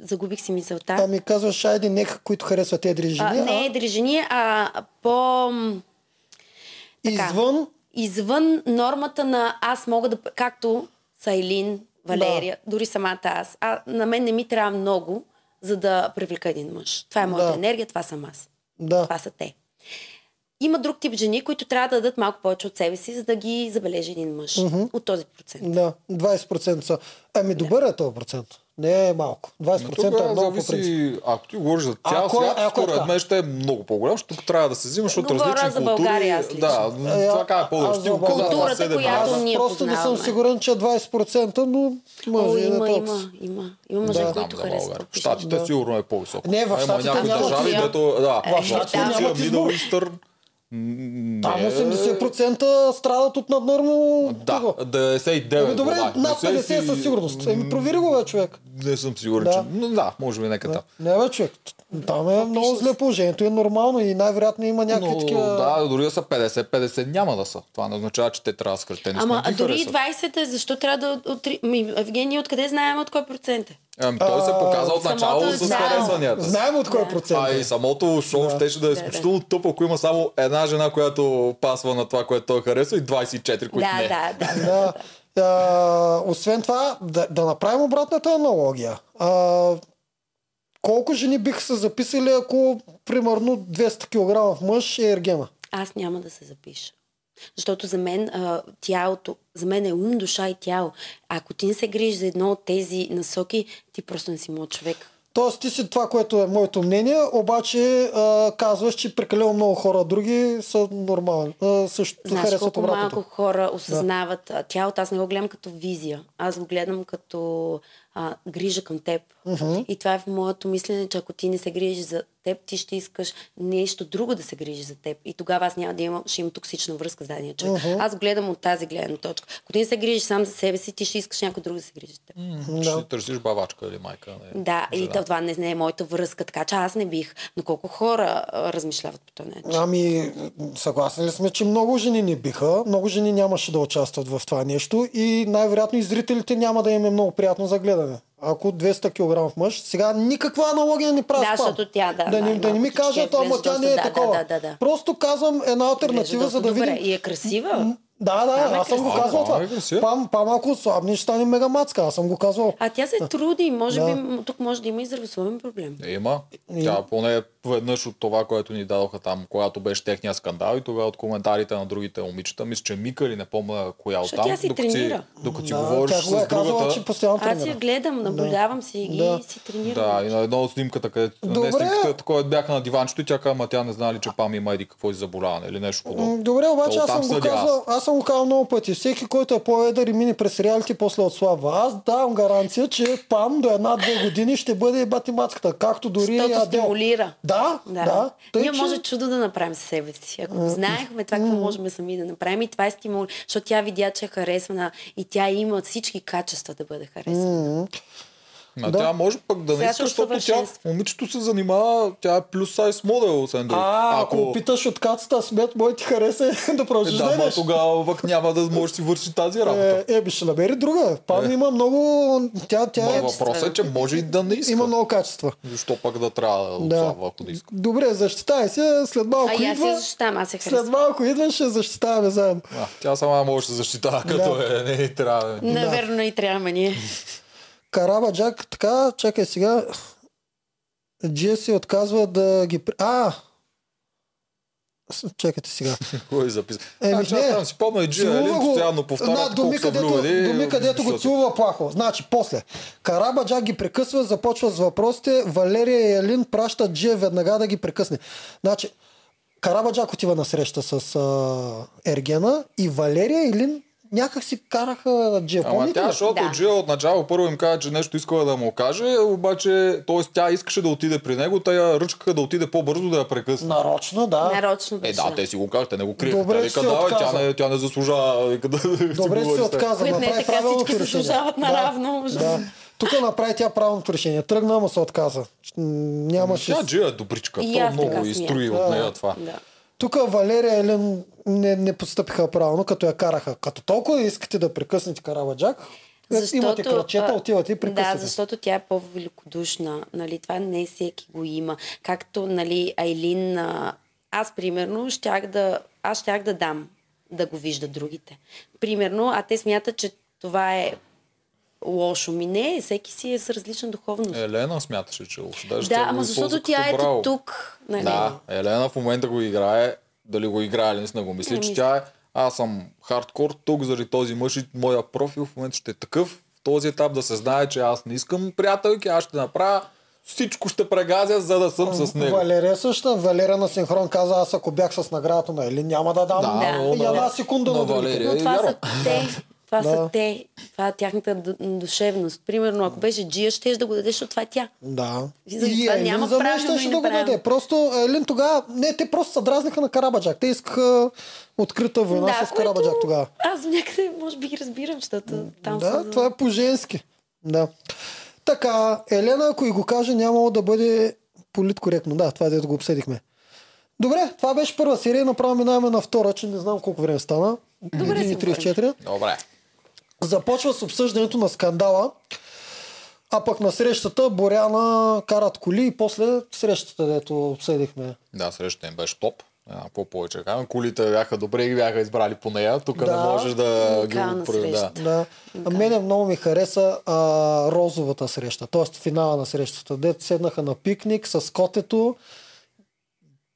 [SPEAKER 3] загубих си мисълта.
[SPEAKER 1] Ами казваш, айде, нека, които харесват едри
[SPEAKER 3] а,
[SPEAKER 1] жени.
[SPEAKER 3] не едри жени, а по... м,
[SPEAKER 1] а
[SPEAKER 3] е така.
[SPEAKER 1] извън
[SPEAKER 3] Извън нормата на аз мога да... п- Както Сайлин, Валерия, да. дори самата аз. А на мен не ми трябва много, за да привлека един мъж. Това е моята
[SPEAKER 1] Да.
[SPEAKER 3] да. енергия, това съм аз.
[SPEAKER 1] Да.
[SPEAKER 3] Това са те. Има друг тип жени, които трябва да дадат малко повече от себе си, за да ги забележи един мъж
[SPEAKER 1] Мгм.
[SPEAKER 3] от този процент.
[SPEAKER 1] Да, 20% са. Ами добър е този процент. Не е малко. 20% е
[SPEAKER 2] Ами Тук
[SPEAKER 1] много по принцип.
[SPEAKER 2] зависи, ако ти говориш за цял
[SPEAKER 1] Ако е-
[SPEAKER 2] свят,
[SPEAKER 1] ако е
[SPEAKER 2] според
[SPEAKER 1] така.
[SPEAKER 2] мен ще е много по-голям, защото тук трябва да се взимаш от
[SPEAKER 3] Говоря
[SPEAKER 2] различни
[SPEAKER 3] за
[SPEAKER 2] култури.
[SPEAKER 3] България, аз лично.
[SPEAKER 2] да,
[SPEAKER 1] Е,
[SPEAKER 2] това как
[SPEAKER 1] аз
[SPEAKER 2] е по-лошо.
[SPEAKER 1] за
[SPEAKER 2] Ти го каза, това
[SPEAKER 3] Културата,
[SPEAKER 2] седем аз.
[SPEAKER 3] която
[SPEAKER 1] Аз
[SPEAKER 3] ние
[SPEAKER 1] просто не съм
[SPEAKER 3] познаваме.
[SPEAKER 1] сигурен, че е 20%, но може
[SPEAKER 3] О,
[SPEAKER 1] и да
[SPEAKER 3] има,
[SPEAKER 1] е толкова.
[SPEAKER 3] има, има. Има мъже,
[SPEAKER 1] Да.
[SPEAKER 2] Знам
[SPEAKER 3] които
[SPEAKER 2] за България.
[SPEAKER 3] харесват.
[SPEAKER 2] Штатите
[SPEAKER 1] Да.
[SPEAKER 2] сигурно е по-високо.
[SPEAKER 1] Не, в
[SPEAKER 2] А има
[SPEAKER 1] Щатите
[SPEAKER 2] някои
[SPEAKER 1] няма
[SPEAKER 2] държави,
[SPEAKER 3] избор.
[SPEAKER 2] дето... Да,
[SPEAKER 3] Е,
[SPEAKER 2] в
[SPEAKER 3] в
[SPEAKER 2] Штатите,
[SPEAKER 3] Щатите
[SPEAKER 1] нямат избор.
[SPEAKER 2] Middle Eastern... м,
[SPEAKER 1] Там
[SPEAKER 2] не е-
[SPEAKER 1] 80% страдат от наднормено.
[SPEAKER 2] Да,
[SPEAKER 1] тегло.
[SPEAKER 2] 99.
[SPEAKER 1] Ами добре,
[SPEAKER 2] вода.
[SPEAKER 1] над 50
[SPEAKER 2] си-
[SPEAKER 1] със сигурност. Еми провери го, бе, човек.
[SPEAKER 2] Не съм сигурен,
[SPEAKER 1] Да.
[SPEAKER 2] че... Но да, може би нека там.
[SPEAKER 1] Не, бе, човек. Там е много зле положението. Е нормално и най-вероятно има някакви
[SPEAKER 2] Но
[SPEAKER 1] такива...
[SPEAKER 2] да, дори да са 50-50 няма да са. Това не означава, че те трябва да са скратени.
[SPEAKER 3] Ама а дори и 20-та, защо трябва да... от- От... Ми, Евгений, откъде знаем от кой процент е?
[SPEAKER 2] Ами той се
[SPEAKER 1] А,
[SPEAKER 2] показа от начало
[SPEAKER 3] самото
[SPEAKER 2] с
[SPEAKER 3] начало.
[SPEAKER 2] харесванията. си.
[SPEAKER 1] Знаем от кой процент.
[SPEAKER 2] А
[SPEAKER 1] е.
[SPEAKER 2] и самото шоу
[SPEAKER 1] Да.
[SPEAKER 2] щеше да е
[SPEAKER 3] да.
[SPEAKER 2] изключително тъпо, ако има само една жена, която пасва на това, което той харесва и 24, които
[SPEAKER 3] Да,
[SPEAKER 2] не.
[SPEAKER 3] да, да.
[SPEAKER 1] Да. А, Е, освен това, да, да направим обратната аналогия. А, колко жени биха се записали, ако примерно 200 кг мъж е ергена?
[SPEAKER 3] Аз няма да се запиша. Защото за мен а, тялото, за мен е ум, душа и тяло. Ако ти не се грижиш за едно от тези насоки, ти просто не си мой човек.
[SPEAKER 1] Тоест ти си това, което е моето мнение, обаче а, казваш, че прекалено много хора други са нормални. А, също
[SPEAKER 3] Знаеш
[SPEAKER 1] харесват
[SPEAKER 3] колко
[SPEAKER 1] обратното.
[SPEAKER 3] малко хора осъзнават да. тялото. Аз не го гледам като визия. Аз го гледам като а, грижа към теб.
[SPEAKER 1] Мгм.
[SPEAKER 3] И това е в моето мислене, че ако ти не се грижиш за теб, ти ще искаш нещо друго да се грижи за теб. И тогава аз няма да имам, ще имам токсична връзка с дадения човек.
[SPEAKER 1] Мгм.
[SPEAKER 3] Аз го гледам от тази гледна точка. Ако ти не се грижиш сам за себе си, ти ще искаш някой друг да се грижи за теб.
[SPEAKER 2] М, Ще
[SPEAKER 1] Да.
[SPEAKER 2] си търсиш бавачка или майка. Не.
[SPEAKER 3] Да, и
[SPEAKER 2] жена.
[SPEAKER 3] то- това не, не е моята връзка, така че аз не бих. Но колко хора а, размишляват по този начин?
[SPEAKER 1] Ами, съгласни ли сме, че много жени не биха, много жени нямаше да участват в това нещо и най-вероятно и зрителите няма да им е много приятно за гледане. Ако 200 кг мъж, сега никаква аналогия не прави
[SPEAKER 3] Да,
[SPEAKER 1] с това.
[SPEAKER 3] защото тя, да,
[SPEAKER 1] да, не, да не ми
[SPEAKER 3] най-малко, че
[SPEAKER 1] кажат,
[SPEAKER 3] тя
[SPEAKER 1] ама
[SPEAKER 3] изглежда
[SPEAKER 1] тя не е
[SPEAKER 3] доста- да,
[SPEAKER 1] такова.
[SPEAKER 3] да, да, да.
[SPEAKER 1] Просто казвам една
[SPEAKER 3] Изглежда
[SPEAKER 1] альтернатива, за
[SPEAKER 3] доста
[SPEAKER 1] да
[SPEAKER 3] добре.
[SPEAKER 1] видим.
[SPEAKER 3] И е красива.
[SPEAKER 1] Да, да,
[SPEAKER 3] Пам е
[SPEAKER 1] аз съм го
[SPEAKER 3] красива.
[SPEAKER 1] казвал
[SPEAKER 2] Пам
[SPEAKER 1] това.
[SPEAKER 2] е красива.
[SPEAKER 1] Пам, пам, ако слабни, ще стане мегамацка. Аз съм го казвал.
[SPEAKER 3] А тя се труди, може
[SPEAKER 1] Да.
[SPEAKER 3] би м- тук може да има и здравословен проблем.
[SPEAKER 2] Има.
[SPEAKER 1] Има.
[SPEAKER 2] Тя поне веднъж от това, което ни дадоха там, когато беше техния скандал и тогава от коментарите на другите момичета, мисля, че Мика или не помня коя от
[SPEAKER 3] Защото
[SPEAKER 2] там,
[SPEAKER 3] тя си
[SPEAKER 2] си,
[SPEAKER 3] тренира.
[SPEAKER 2] докато си
[SPEAKER 1] Да,
[SPEAKER 2] говориш
[SPEAKER 1] тя
[SPEAKER 2] с
[SPEAKER 1] го е
[SPEAKER 2] другата.
[SPEAKER 1] казала, че постоянно
[SPEAKER 3] Аз я
[SPEAKER 1] тренира.
[SPEAKER 3] гледам, наблюдавам си ги
[SPEAKER 1] Да.
[SPEAKER 3] и си тренирам.
[SPEAKER 2] Да, и на едно от снимката, където
[SPEAKER 1] Добре.
[SPEAKER 2] не снимката, такова е, бяха на диванчето и тя каза, ама тя не знае ли, че пам има еди какво си заболяване или нещо
[SPEAKER 1] М,
[SPEAKER 2] подобно.
[SPEAKER 1] Добре, обаче
[SPEAKER 2] То
[SPEAKER 1] аз съм,
[SPEAKER 2] оттам
[SPEAKER 1] го
[SPEAKER 2] съдя аз.
[SPEAKER 1] казвал, аз съм го казал много пъти. Всеки, който е по-едър и мине през сериалите, после отслабва. Аз давам гаранция, че пам до една-две години ще бъде и батимацката, както дори и
[SPEAKER 3] Защото
[SPEAKER 1] Адел.
[SPEAKER 3] стимулира.
[SPEAKER 1] Да, да. да. Тъй,
[SPEAKER 3] Ние
[SPEAKER 1] че-
[SPEAKER 3] може чудо да направим със себе си. Ако го знаехме това, какво можем сами да направим и това е стимул, защото тя видя, че е харесвана и тя има всички качества да бъде харесвана.
[SPEAKER 1] М,
[SPEAKER 2] А
[SPEAKER 1] Да.
[SPEAKER 2] тя може пък да не
[SPEAKER 3] Сега
[SPEAKER 2] иска,
[SPEAKER 3] ще
[SPEAKER 2] защото тя,
[SPEAKER 3] усъвършенства.
[SPEAKER 2] момичето се занимава, тя е плюс сайз модел, освен друго.
[SPEAKER 1] А, ако, питаш от кацата, смет, мой ти хареса да
[SPEAKER 2] Е,
[SPEAKER 1] продължиш
[SPEAKER 2] да, ма
[SPEAKER 1] идеш.
[SPEAKER 2] тогава пък няма да може да си върши тази работа.
[SPEAKER 1] Е, е, би ще набери друга.
[SPEAKER 2] Е.
[SPEAKER 1] Пам има много... Тя, тя е,
[SPEAKER 2] Ма въпросът е, че може и да не иска.
[SPEAKER 1] има много качества.
[SPEAKER 2] Защо пък да трябва да
[SPEAKER 1] Да.
[SPEAKER 2] отслабва, ако да иска?
[SPEAKER 1] Добре, защитай се, след малко
[SPEAKER 3] А и аз се
[SPEAKER 1] идва.
[SPEAKER 3] защитавам, аз се харесвам.
[SPEAKER 1] След малко идва, ще защитаваме заедно.
[SPEAKER 2] А, тя сама може да се защитава, като е, не й трябва.
[SPEAKER 3] Наверно и трябва ние.
[SPEAKER 1] Карабаджак, така, чакай сега. Джеси отказва да ги... при- А! С- Чакайте сега.
[SPEAKER 2] Кой записа?
[SPEAKER 1] Еми,
[SPEAKER 2] Значи, аз
[SPEAKER 1] не.
[SPEAKER 2] там си помня, Джия
[SPEAKER 1] Целува
[SPEAKER 2] Елин
[SPEAKER 1] го.
[SPEAKER 2] постоянно повтаря
[SPEAKER 1] На,
[SPEAKER 2] да, колко са
[SPEAKER 1] където,
[SPEAKER 2] влюбени.
[SPEAKER 1] думи, където го
[SPEAKER 2] защото-
[SPEAKER 1] целува плахо. Значи, после. Карабаджак ги прекъсва, започва с въпросите. Валерия и Елин пращат Джия веднага да ги прекъсне. Значи, Карабаджак отива на среща с а, Ергена и Валерия и Елин някак си караха Джия.
[SPEAKER 2] Ама
[SPEAKER 1] Помните
[SPEAKER 2] тя,
[SPEAKER 1] ли?
[SPEAKER 2] защото
[SPEAKER 3] Да.
[SPEAKER 2] Джия отначало първо им каза, че нещо искала да му каже, обаче, т.е. тя искаше да отиде при него, тя я ръчкаха да отиде по-бързо да я прекъсне.
[SPEAKER 1] Нарочно, да.
[SPEAKER 3] Нарочно
[SPEAKER 2] Е,
[SPEAKER 3] дошла.
[SPEAKER 2] да, те си го кажат, те не го крият.
[SPEAKER 1] Добре,
[SPEAKER 2] те
[SPEAKER 1] че
[SPEAKER 2] вика,
[SPEAKER 1] се
[SPEAKER 2] да, бе, тя,
[SPEAKER 1] отказа.
[SPEAKER 2] не, тя не заслужава. вика, да
[SPEAKER 1] Добре, че
[SPEAKER 2] говори
[SPEAKER 1] се
[SPEAKER 2] с теб.
[SPEAKER 1] отказа.
[SPEAKER 3] Абе, не,
[SPEAKER 1] Направи
[SPEAKER 3] така
[SPEAKER 1] правилното
[SPEAKER 3] всички се
[SPEAKER 1] решение.
[SPEAKER 3] заслужават наравно,
[SPEAKER 1] Да,
[SPEAKER 3] ужасно.
[SPEAKER 1] да. Тук направи тя правилното решение. Тръгна, ама се отказа. Ч- Нямаше.
[SPEAKER 2] Тя Джия е добричка,
[SPEAKER 3] И
[SPEAKER 2] то
[SPEAKER 3] аз така
[SPEAKER 2] много
[SPEAKER 3] смятам.
[SPEAKER 2] изтрои
[SPEAKER 1] Да.
[SPEAKER 2] от нея това.
[SPEAKER 3] Да.
[SPEAKER 1] Тук Валерия и Елен не, не постъпиха правилно, като я караха. Като толкова искате да прекъснете Карабаджак, Защото, имате крачета,
[SPEAKER 3] а,
[SPEAKER 1] отивате и
[SPEAKER 3] Да,
[SPEAKER 1] прекъсвате.
[SPEAKER 3] защото тя е по-великодушна. Нали? Това не всеки го има. Както нали, Айлин, а, аз примерно щях да, аз щях да дам да го виждат другите. Примерно, а те смятат, че това е лошо. Ми не, всеки си е с различна духовност.
[SPEAKER 2] Елена смяташе, че е лошо. Даже
[SPEAKER 3] да,
[SPEAKER 2] тя го
[SPEAKER 3] ама
[SPEAKER 2] използва
[SPEAKER 3] защото
[SPEAKER 2] като
[SPEAKER 3] тя е
[SPEAKER 2] браво.
[SPEAKER 3] тук. Нали?
[SPEAKER 2] Да, Елена в момента го играе. Дали го играе или не си не го мисли,
[SPEAKER 3] Не
[SPEAKER 2] че
[SPEAKER 3] мисля.
[SPEAKER 2] тя е аз съм хардкор тук заради този мъж и моя профил в момента ще е такъв. В този етап да се знае, че аз не искам приятелки, аз ще направя всичко ще прегазя, за да съм с него.
[SPEAKER 1] Валерия също. Валера на синхрон каза, аз ако бях с наградата на Елин, няма да дам
[SPEAKER 2] Да,
[SPEAKER 3] но
[SPEAKER 1] и
[SPEAKER 3] на-
[SPEAKER 1] една секунда
[SPEAKER 2] на
[SPEAKER 1] на другите.
[SPEAKER 2] Валерия.
[SPEAKER 3] Но
[SPEAKER 2] Е,
[SPEAKER 3] това
[SPEAKER 2] вярно.
[SPEAKER 3] са те. Това
[SPEAKER 1] Да.
[SPEAKER 3] са те. Това е тяхната д- душевност. Примерно, ако беше Джия, ще да го дадеш, защото това е тя.
[SPEAKER 1] Да. е,
[SPEAKER 3] За това няма
[SPEAKER 1] за мен
[SPEAKER 3] правилно
[SPEAKER 1] щеше
[SPEAKER 3] и
[SPEAKER 1] да го
[SPEAKER 3] неправилно.
[SPEAKER 1] даде. Просто Елин тогава... Не, те просто се дразниха на Карабаджак. Те искаха е, открита война
[SPEAKER 3] да,
[SPEAKER 1] с Карабаджак тогава.
[SPEAKER 3] Аз някъде, може би, ги разбирам, защото там
[SPEAKER 1] да,
[SPEAKER 3] са...
[SPEAKER 1] това е по-женски. Да. Така, Елена, ако и го каже, нямало да бъде политкоректно. Да, това е дето го обсъдихме. Добре, това беше първа серия. Направо минаваме на втора, че не знам колко време стана.
[SPEAKER 3] Добре си
[SPEAKER 1] 1,34.
[SPEAKER 2] Добре.
[SPEAKER 1] Започва с обсъждането на скандала. А пък на срещата Боряна карат коли и после срещата, дето обсъдихме.
[SPEAKER 2] Да, срещата им беше топ. А, какво повече казвам? Колите бяха добре и ги бяха избрали по нея. Тук
[SPEAKER 1] Да.
[SPEAKER 2] не можеш да ги
[SPEAKER 3] Уникална
[SPEAKER 2] опре- да.
[SPEAKER 3] среща.
[SPEAKER 1] Да. А мене много ми хареса а, розовата среща, т.е. финала на срещата. Дето седнаха на пикник с котето.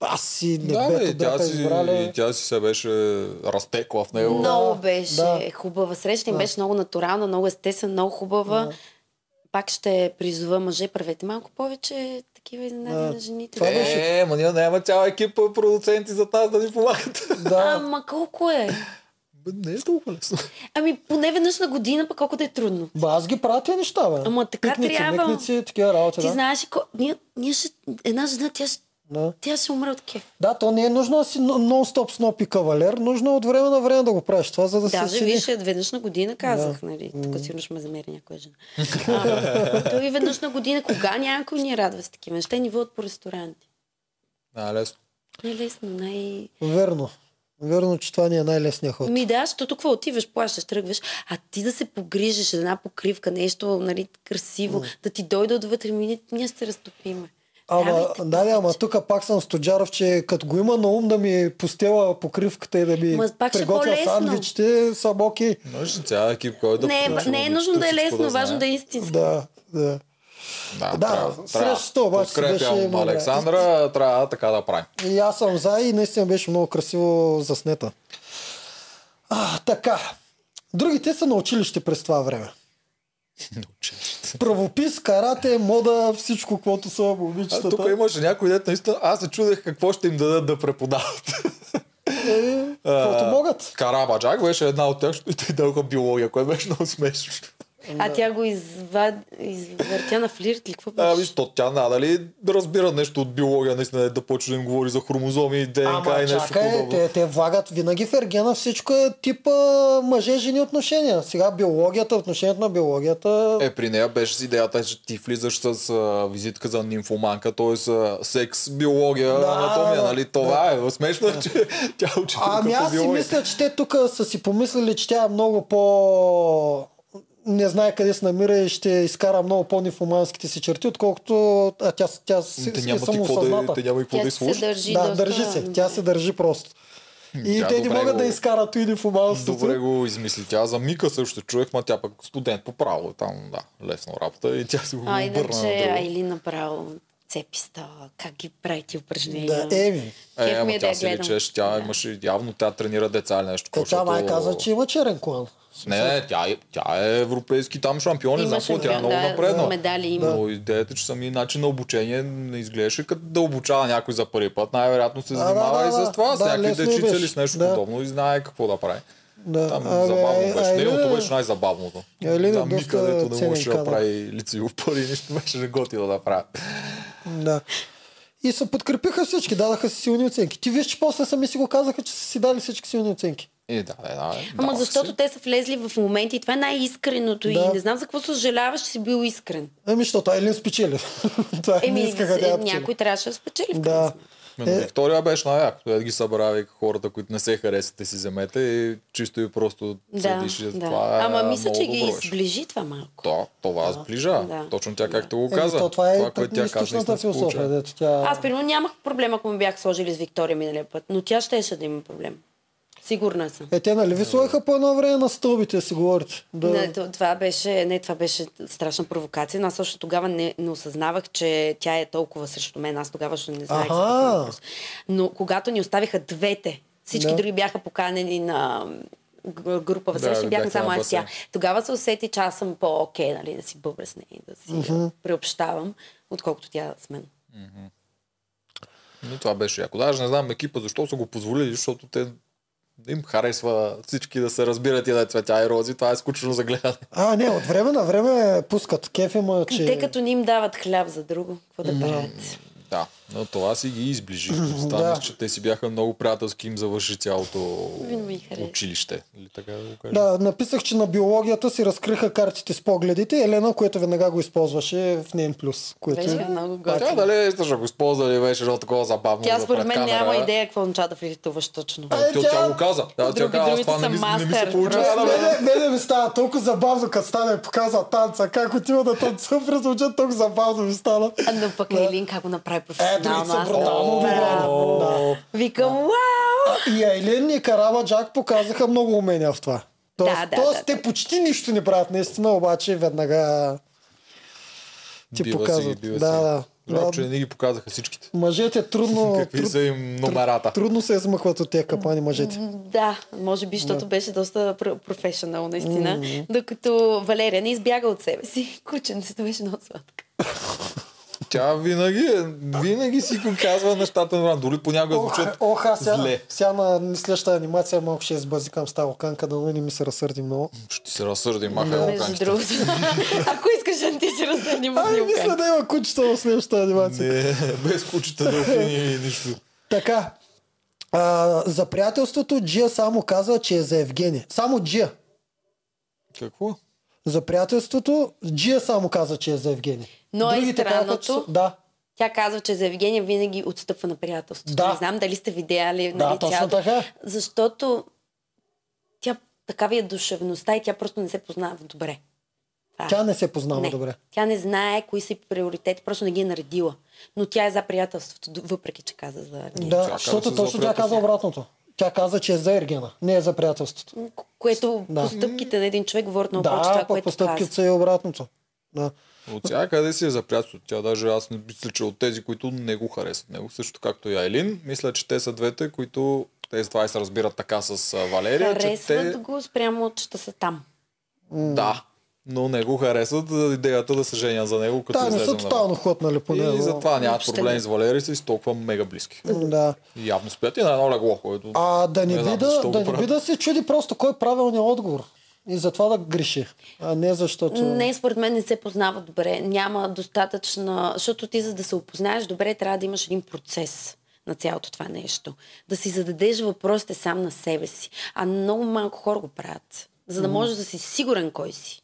[SPEAKER 1] Аз си
[SPEAKER 2] Да,
[SPEAKER 1] небето
[SPEAKER 2] бе,
[SPEAKER 1] да,
[SPEAKER 2] тя,
[SPEAKER 1] бяха
[SPEAKER 2] си,
[SPEAKER 1] избрали.
[SPEAKER 2] тя си се беше разтекла в него.
[SPEAKER 3] Много
[SPEAKER 1] Да,
[SPEAKER 3] беше
[SPEAKER 1] да.
[SPEAKER 3] хубава среща. Им
[SPEAKER 1] Да.
[SPEAKER 3] беше много натурална, много естествена, много хубава. Пак ще призова мъже, правете малко повече такива изненади
[SPEAKER 1] Да.
[SPEAKER 3] на жените.
[SPEAKER 1] Това
[SPEAKER 2] е,
[SPEAKER 1] беше-
[SPEAKER 2] ма ние няма цял екип продуценти за нас да ни помагат.
[SPEAKER 1] Да,
[SPEAKER 3] Ама колко е?
[SPEAKER 2] Бе, не е толкова лесно.
[SPEAKER 3] Ами поне веднъж на година, пък колко да е трудно.
[SPEAKER 1] Ба, аз ги правя тия неща, бе.
[SPEAKER 3] Ама така
[SPEAKER 1] пикници,
[SPEAKER 3] трябва.
[SPEAKER 1] микници, такива работи,
[SPEAKER 3] Ти
[SPEAKER 1] да.
[SPEAKER 3] знаеш, ли ко- ние, ние ще... една жена, тя ще,
[SPEAKER 1] да.
[SPEAKER 3] тя ще умре от кеф.
[SPEAKER 1] Да, то не е нужно да си но- нон-стоп сноп и кавалер, нужно е от време на време да го правиш това, за да се
[SPEAKER 3] Даже
[SPEAKER 1] сини.
[SPEAKER 3] виж, веднъж на година казах,
[SPEAKER 1] Да.
[SPEAKER 3] нали? Тук сигурно ще ме замери някоя жена. А, Той веднъж на година, кога някой ни радва с такива неща, ни водят по ресторанти. е
[SPEAKER 2] А, лесно.
[SPEAKER 3] Най-лесно, най...
[SPEAKER 1] Верно. Верно, че това ни е най-лесният ход.
[SPEAKER 3] Ми Ами да, защото какво отиваш, плащаш, тръгваш, а ти да се погрижиш за една покривка, нещо нали, красиво, да ти дойде отвътре, ми ние- ние ще се разтопиме.
[SPEAKER 1] Ама,
[SPEAKER 3] Давайте
[SPEAKER 1] да, да, ама
[SPEAKER 3] повече.
[SPEAKER 1] тук пак съм студжаров, че като го има на ум да ми постела покривката и да ми
[SPEAKER 3] Ма пак ще е
[SPEAKER 1] приготвя
[SPEAKER 3] по-лесно.
[SPEAKER 1] сандвичите, съм окей.
[SPEAKER 2] Може цял екип, който
[SPEAKER 3] не, е-
[SPEAKER 2] да
[SPEAKER 3] не е
[SPEAKER 2] обича,
[SPEAKER 3] нужно да е
[SPEAKER 2] всичко
[SPEAKER 3] лесно, важно да е
[SPEAKER 2] знае.
[SPEAKER 3] истинско.
[SPEAKER 1] Да, да.
[SPEAKER 2] Да,
[SPEAKER 1] Да,
[SPEAKER 2] трябва,
[SPEAKER 1] срещу
[SPEAKER 2] трябва.
[SPEAKER 1] обаче си
[SPEAKER 2] Подкрепям
[SPEAKER 1] беше добре.
[SPEAKER 2] Александра, трябва така да правим.
[SPEAKER 1] И аз съм за и наистина беше много красиво заснета. А, така. Другите са на училище през това време. Правопис, карате, мода, всичко, каквото са
[SPEAKER 2] А,
[SPEAKER 1] момичетата.
[SPEAKER 2] тук имаше някой дет, наистина, аз се чудех какво ще им дадат да преподават.
[SPEAKER 1] Е, Каквото
[SPEAKER 2] А,
[SPEAKER 1] могат.
[SPEAKER 2] Карабаджак беше една от тях, и те дълга биология, кое беше много смешно.
[SPEAKER 3] А тя го извад... извъртя на флирт ли? Какво беше?
[SPEAKER 2] А, виж, то тя надали да разбира нещо от биология, наистина е да почне да им говори за хромозоми, ДНК
[SPEAKER 1] Ама
[SPEAKER 2] и нещо
[SPEAKER 1] чакай,
[SPEAKER 2] подобно.
[SPEAKER 1] те, те влагат винаги в Ергена всичко е типа мъже-жени отношения. Сега биологията, отношението на биологията...
[SPEAKER 2] Е, при нея беше с идеята, че ти влизаш с а, визитка за нимфоманка, т.е. а, секс, биология,
[SPEAKER 1] Да,
[SPEAKER 2] анатомия,
[SPEAKER 1] да,
[SPEAKER 2] нали? Това е. Смешно е, че тя учи
[SPEAKER 1] Ами
[SPEAKER 2] като
[SPEAKER 1] аз си
[SPEAKER 2] биология.
[SPEAKER 1] мисля, че те тук са си помислили, че тя е много по... Не знае къде се намира и ще изкара много по-нифоманските си черти, отколкото а, тя, тя си,
[SPEAKER 2] Ами Те
[SPEAKER 1] си е
[SPEAKER 2] няма ти какво да,
[SPEAKER 1] самоосъзната.
[SPEAKER 2] те няма и какво
[SPEAKER 3] Тя
[SPEAKER 2] да
[SPEAKER 3] се
[SPEAKER 2] изслушат.
[SPEAKER 3] държи
[SPEAKER 1] да,
[SPEAKER 3] доста...
[SPEAKER 1] държи се. Тя се държи просто. И
[SPEAKER 2] Тя
[SPEAKER 1] те не
[SPEAKER 2] добре
[SPEAKER 1] могат
[SPEAKER 2] го-
[SPEAKER 1] да изкарат и нифоманството.
[SPEAKER 2] Добре го измисли. Тя за Мика също чуех, ма тя пък студент по право. Там, да, лесно работа и тя си го
[SPEAKER 3] А,
[SPEAKER 2] обърна на
[SPEAKER 3] иначе
[SPEAKER 2] друго.
[SPEAKER 3] Айли направо цепи става. Как ги прави ти упражнения?
[SPEAKER 1] Да, еми.
[SPEAKER 2] Е,
[SPEAKER 3] Кеф ми
[SPEAKER 2] ама
[SPEAKER 3] е да
[SPEAKER 2] тя
[SPEAKER 3] я
[SPEAKER 2] си
[SPEAKER 3] гледам.
[SPEAKER 2] личеш, тя
[SPEAKER 3] Да.
[SPEAKER 2] имаше, явно тя тренира деца или нещо.
[SPEAKER 1] Те тя
[SPEAKER 2] такова,
[SPEAKER 1] май
[SPEAKER 2] защото-
[SPEAKER 1] казва, че има черен клан.
[SPEAKER 2] Не, не, тя, е- тя е европейски там шампион, не знам
[SPEAKER 3] Имаше
[SPEAKER 2] какво, тя е много
[SPEAKER 3] да,
[SPEAKER 2] напредна.
[SPEAKER 3] медали има.
[SPEAKER 2] Но идеята, е, че самия начин на обучение не изглеждаше като да обучава някой за първи път. Най-вероятно се
[SPEAKER 1] Да,
[SPEAKER 2] занимава
[SPEAKER 1] да,
[SPEAKER 2] и
[SPEAKER 1] да,
[SPEAKER 2] с това, с
[SPEAKER 1] да,
[SPEAKER 2] някакви
[SPEAKER 1] лесно
[SPEAKER 2] дечица
[SPEAKER 1] беше.
[SPEAKER 2] или с нещо
[SPEAKER 1] Да.
[SPEAKER 2] подобно и знае какво да прави.
[SPEAKER 1] Да.
[SPEAKER 2] Там
[SPEAKER 1] Абе,
[SPEAKER 2] забавно
[SPEAKER 1] ай-
[SPEAKER 2] беше.
[SPEAKER 1] айде
[SPEAKER 2] Неговото
[SPEAKER 1] да-
[SPEAKER 2] беше най-забавното.
[SPEAKER 1] Айлин е
[SPEAKER 2] Там
[SPEAKER 1] доста
[SPEAKER 2] никъдето не
[SPEAKER 1] ценен
[SPEAKER 2] можеше да
[SPEAKER 1] кадър.
[SPEAKER 2] прави лицево пари, нищо беше не готино да прави.
[SPEAKER 1] Да. И се подкрепиха всички, дадаха си силни оценки. Ти виж, че после сами си го казаха, че са си дали всички силни оценки.
[SPEAKER 2] И да, да, да.
[SPEAKER 3] Ама
[SPEAKER 2] давах
[SPEAKER 3] защото
[SPEAKER 2] си.
[SPEAKER 3] те са влезли в моменти и това е най-искреното
[SPEAKER 1] Да.
[SPEAKER 3] и не знам за какво съжаляваш, че си бил искрен.
[SPEAKER 1] Ами, защото Айлин спечели. Това е, не Ами
[SPEAKER 3] Еми, е,
[SPEAKER 1] искаха да я печели.
[SPEAKER 3] някой трябваше да спечели в крайна
[SPEAKER 1] Да.
[SPEAKER 3] сметка.
[SPEAKER 2] Ме, на Виктория беше най-яко. Той ги събра вика, хората, които не се харесате, си вземете и чисто и просто
[SPEAKER 3] Да,
[SPEAKER 2] седиш. и
[SPEAKER 3] да.
[SPEAKER 2] Това е
[SPEAKER 3] Ама мисля,
[SPEAKER 2] много
[SPEAKER 3] че ги
[SPEAKER 2] добро беше.
[SPEAKER 3] изближи това малко.
[SPEAKER 2] То, това сближа.
[SPEAKER 3] Да.
[SPEAKER 2] Точно тя, както го
[SPEAKER 1] Еми,
[SPEAKER 2] каза.
[SPEAKER 1] то това е
[SPEAKER 2] това,
[SPEAKER 1] так-
[SPEAKER 2] което тя каза,
[SPEAKER 1] източната
[SPEAKER 2] наистина се
[SPEAKER 1] философия,
[SPEAKER 2] получа.
[SPEAKER 1] дето тя...
[SPEAKER 3] Аз, примерно, нямах проблем, ако ме бях сложили с Виктория миналия път, но тя щеше да има проблем. Сигурна съм.
[SPEAKER 1] Е, те нали ви слагаха по едно време на стълбите да си говорите? Да.
[SPEAKER 3] Не, то- това беше, не, това беше страшна провокация, но аз също тогава не, не осъзнавах, че тя е толкова срещу мен. Аз тогава ще не знаех. за какво става
[SPEAKER 1] Аха.
[SPEAKER 3] въпрос. Но когато ни оставиха двете, всички
[SPEAKER 1] Да.
[SPEAKER 3] други бяха поканени на г- група
[SPEAKER 2] Да,
[SPEAKER 3] среща, да,
[SPEAKER 2] бяхте
[SPEAKER 3] бяхме само
[SPEAKER 2] на
[SPEAKER 3] аз и тя.
[SPEAKER 2] басейн.
[SPEAKER 3] Тогава се усети, че аз съм по-окей, нали, да си бъбра с нея, и да си uh-huh. приобщавам, отколкото тя с мен.
[SPEAKER 2] Но Ами това беше яко. Даже не знам екипа защо са го позволили, защото те им харесва всички да се разбират и да е цветя и рози. Това е скучно за гледане.
[SPEAKER 1] А, не, от време на време пускат. Кеф има, че...
[SPEAKER 3] Че... Те като ни им дават хляб за друго, какво да правят?
[SPEAKER 2] Да, но това си ги изближи. Стана,
[SPEAKER 1] Да.
[SPEAKER 2] че те си бяха много приятелски им завърши цялото
[SPEAKER 3] Винаги ми хареса.
[SPEAKER 2] училище. Или така да го кажа.
[SPEAKER 1] Да, написах, че на биологията си разкриха картите с погледите. Елена, което веднага го използваше в нейн плюс. Което... е-
[SPEAKER 3] Беше много
[SPEAKER 2] Тя
[SPEAKER 3] готино.
[SPEAKER 2] дали ще го използвали беше едно такова забавно
[SPEAKER 3] Тя
[SPEAKER 2] за
[SPEAKER 3] според
[SPEAKER 2] пред
[SPEAKER 3] мен
[SPEAKER 2] камера.
[SPEAKER 3] няма идея какво означава да флиртуваш точно.
[SPEAKER 2] А, тя,
[SPEAKER 1] Е,
[SPEAKER 2] тя
[SPEAKER 1] тя-
[SPEAKER 2] го каза. Да, тя
[SPEAKER 3] Други-
[SPEAKER 2] каза, аз
[SPEAKER 3] другите
[SPEAKER 2] това не
[SPEAKER 3] са
[SPEAKER 2] ми, не ми се
[SPEAKER 3] мастер,
[SPEAKER 2] получава.
[SPEAKER 1] Не,
[SPEAKER 2] Да, да.
[SPEAKER 1] не, не, не ми става толкова забавно, като стане и показва танца. Как отива да танцува през очи, толкова забавно ми стана.
[SPEAKER 3] А, Но пък Елинка го направи
[SPEAKER 1] Е, другите
[SPEAKER 3] професионално.
[SPEAKER 1] са
[SPEAKER 3] аз
[SPEAKER 1] брутално
[SPEAKER 3] много
[SPEAKER 1] брутално,
[SPEAKER 3] браво.
[SPEAKER 1] да.
[SPEAKER 3] Викам, вау!
[SPEAKER 1] И Айлен и Карабаджак показаха много умения в това. Тоест,
[SPEAKER 3] Да, да,
[SPEAKER 1] тоест
[SPEAKER 3] да,
[SPEAKER 1] те
[SPEAKER 3] да.
[SPEAKER 1] почти нищо не правят, наистина, обаче веднага ти
[SPEAKER 2] Бива си ги,
[SPEAKER 1] показват.
[SPEAKER 2] бива си
[SPEAKER 1] да,
[SPEAKER 2] ги.
[SPEAKER 1] да.
[SPEAKER 2] Жалко,
[SPEAKER 1] Да.
[SPEAKER 2] че не ни ги показаха всичките.
[SPEAKER 1] Мъжете трудно,
[SPEAKER 2] Какви
[SPEAKER 1] труд-
[SPEAKER 2] са им номерата.
[SPEAKER 1] трудно се измъкват от тези капани мъжете.
[SPEAKER 3] Да, може би, защото беше доста пр- професионал, наистина. Докато Валерия не избяга от себе си. Кученцето беше много сладка.
[SPEAKER 2] Тя винаги, е- винаги си го казва нещата на Дори понякога
[SPEAKER 1] Ох,
[SPEAKER 2] звучат
[SPEAKER 1] ох, аз сега,
[SPEAKER 2] зле.
[SPEAKER 1] сега на мислеща анимация малко ще избазикам с тази оканка, да не ми се разсърди много.
[SPEAKER 2] Ще се разсърди, маха
[SPEAKER 3] Между
[SPEAKER 2] елканчета.
[SPEAKER 3] другото, ако искаш, да ти ще раздадим
[SPEAKER 1] Ай, Ами, мисля
[SPEAKER 3] бутилка.
[SPEAKER 1] да има кучета в следващата анимация.
[SPEAKER 2] Не, Е, без кучета дълфини и нищо.
[SPEAKER 1] Така. А, за приятелството Джия само каза, че е за Евгения. Само Джия.
[SPEAKER 2] Какво?
[SPEAKER 1] За приятелството Джия само каза, че е за Евгения.
[SPEAKER 3] Но е
[SPEAKER 1] казаха,
[SPEAKER 3] странното.
[SPEAKER 1] че са- Да,
[SPEAKER 3] Тя казва, че за Евгения винаги отстъпва на приятелството.
[SPEAKER 1] Да.
[SPEAKER 3] Не знам дали сте видяли.
[SPEAKER 1] да,
[SPEAKER 3] нали,
[SPEAKER 1] точно
[SPEAKER 3] цялото.
[SPEAKER 1] така.
[SPEAKER 3] Защото тя такава е душевността и тя просто не се познава добре. Това е.
[SPEAKER 1] Тя не се познава
[SPEAKER 3] не.
[SPEAKER 1] добре.
[SPEAKER 3] Тя не знае кои са й приоритети, просто не ги е наредила. Но тя е за приятелството, д- въпреки че каза за Евгения.
[SPEAKER 1] Да,
[SPEAKER 2] каза, че е
[SPEAKER 1] защото
[SPEAKER 2] за
[SPEAKER 1] точно тя
[SPEAKER 2] приятелство.
[SPEAKER 1] каза обратното. Тя каза, че е за Ергена, не е за приятелството.
[SPEAKER 3] Ко- Което
[SPEAKER 1] Да.
[SPEAKER 3] постъпките на един човек говорят много повече
[SPEAKER 1] да,
[SPEAKER 3] това,
[SPEAKER 1] пък
[SPEAKER 3] което
[SPEAKER 1] постъпките
[SPEAKER 3] каза.
[SPEAKER 1] са и обратното. Да.
[SPEAKER 2] От всякъде си е запрятал. Тя даже аз не мисля, че от тези, които не го харесват него, също както и Айлин, мисля, че те са двете, които те с това и се разбират така с а, Валерия, че
[SPEAKER 3] Харесват
[SPEAKER 2] те...
[SPEAKER 3] го спрямо, че ще са там.
[SPEAKER 2] Да, но не го харесват за идеята да се женя за него, като
[SPEAKER 1] Та не
[SPEAKER 2] излезе
[SPEAKER 1] са
[SPEAKER 2] на
[SPEAKER 1] тотално ход, нали,
[SPEAKER 2] И
[SPEAKER 1] поне. но-
[SPEAKER 2] затова нямат
[SPEAKER 3] Въобще
[SPEAKER 2] проблеми
[SPEAKER 3] не.
[SPEAKER 2] с Валерия и са си толкова мега близки.
[SPEAKER 1] Да.
[SPEAKER 2] И явно спят и на едно легло, което...
[SPEAKER 1] А да не,
[SPEAKER 2] Не
[SPEAKER 1] би
[SPEAKER 2] знам
[SPEAKER 1] да,
[SPEAKER 2] защо
[SPEAKER 1] да
[SPEAKER 2] го
[SPEAKER 1] не би
[SPEAKER 2] правят.
[SPEAKER 1] да се чуди просто кой е правилният отговор. И затова да греши. А не защото...
[SPEAKER 3] Не, според мен не се познава добре. Няма достатъчна... Защото ти за да се опознаеш добре, трябва да имаш един процес на цялото това нещо. Да си зададеш въпросите сам на себе си. А много малко хора го правят. За да можеш да си сигурен кой си.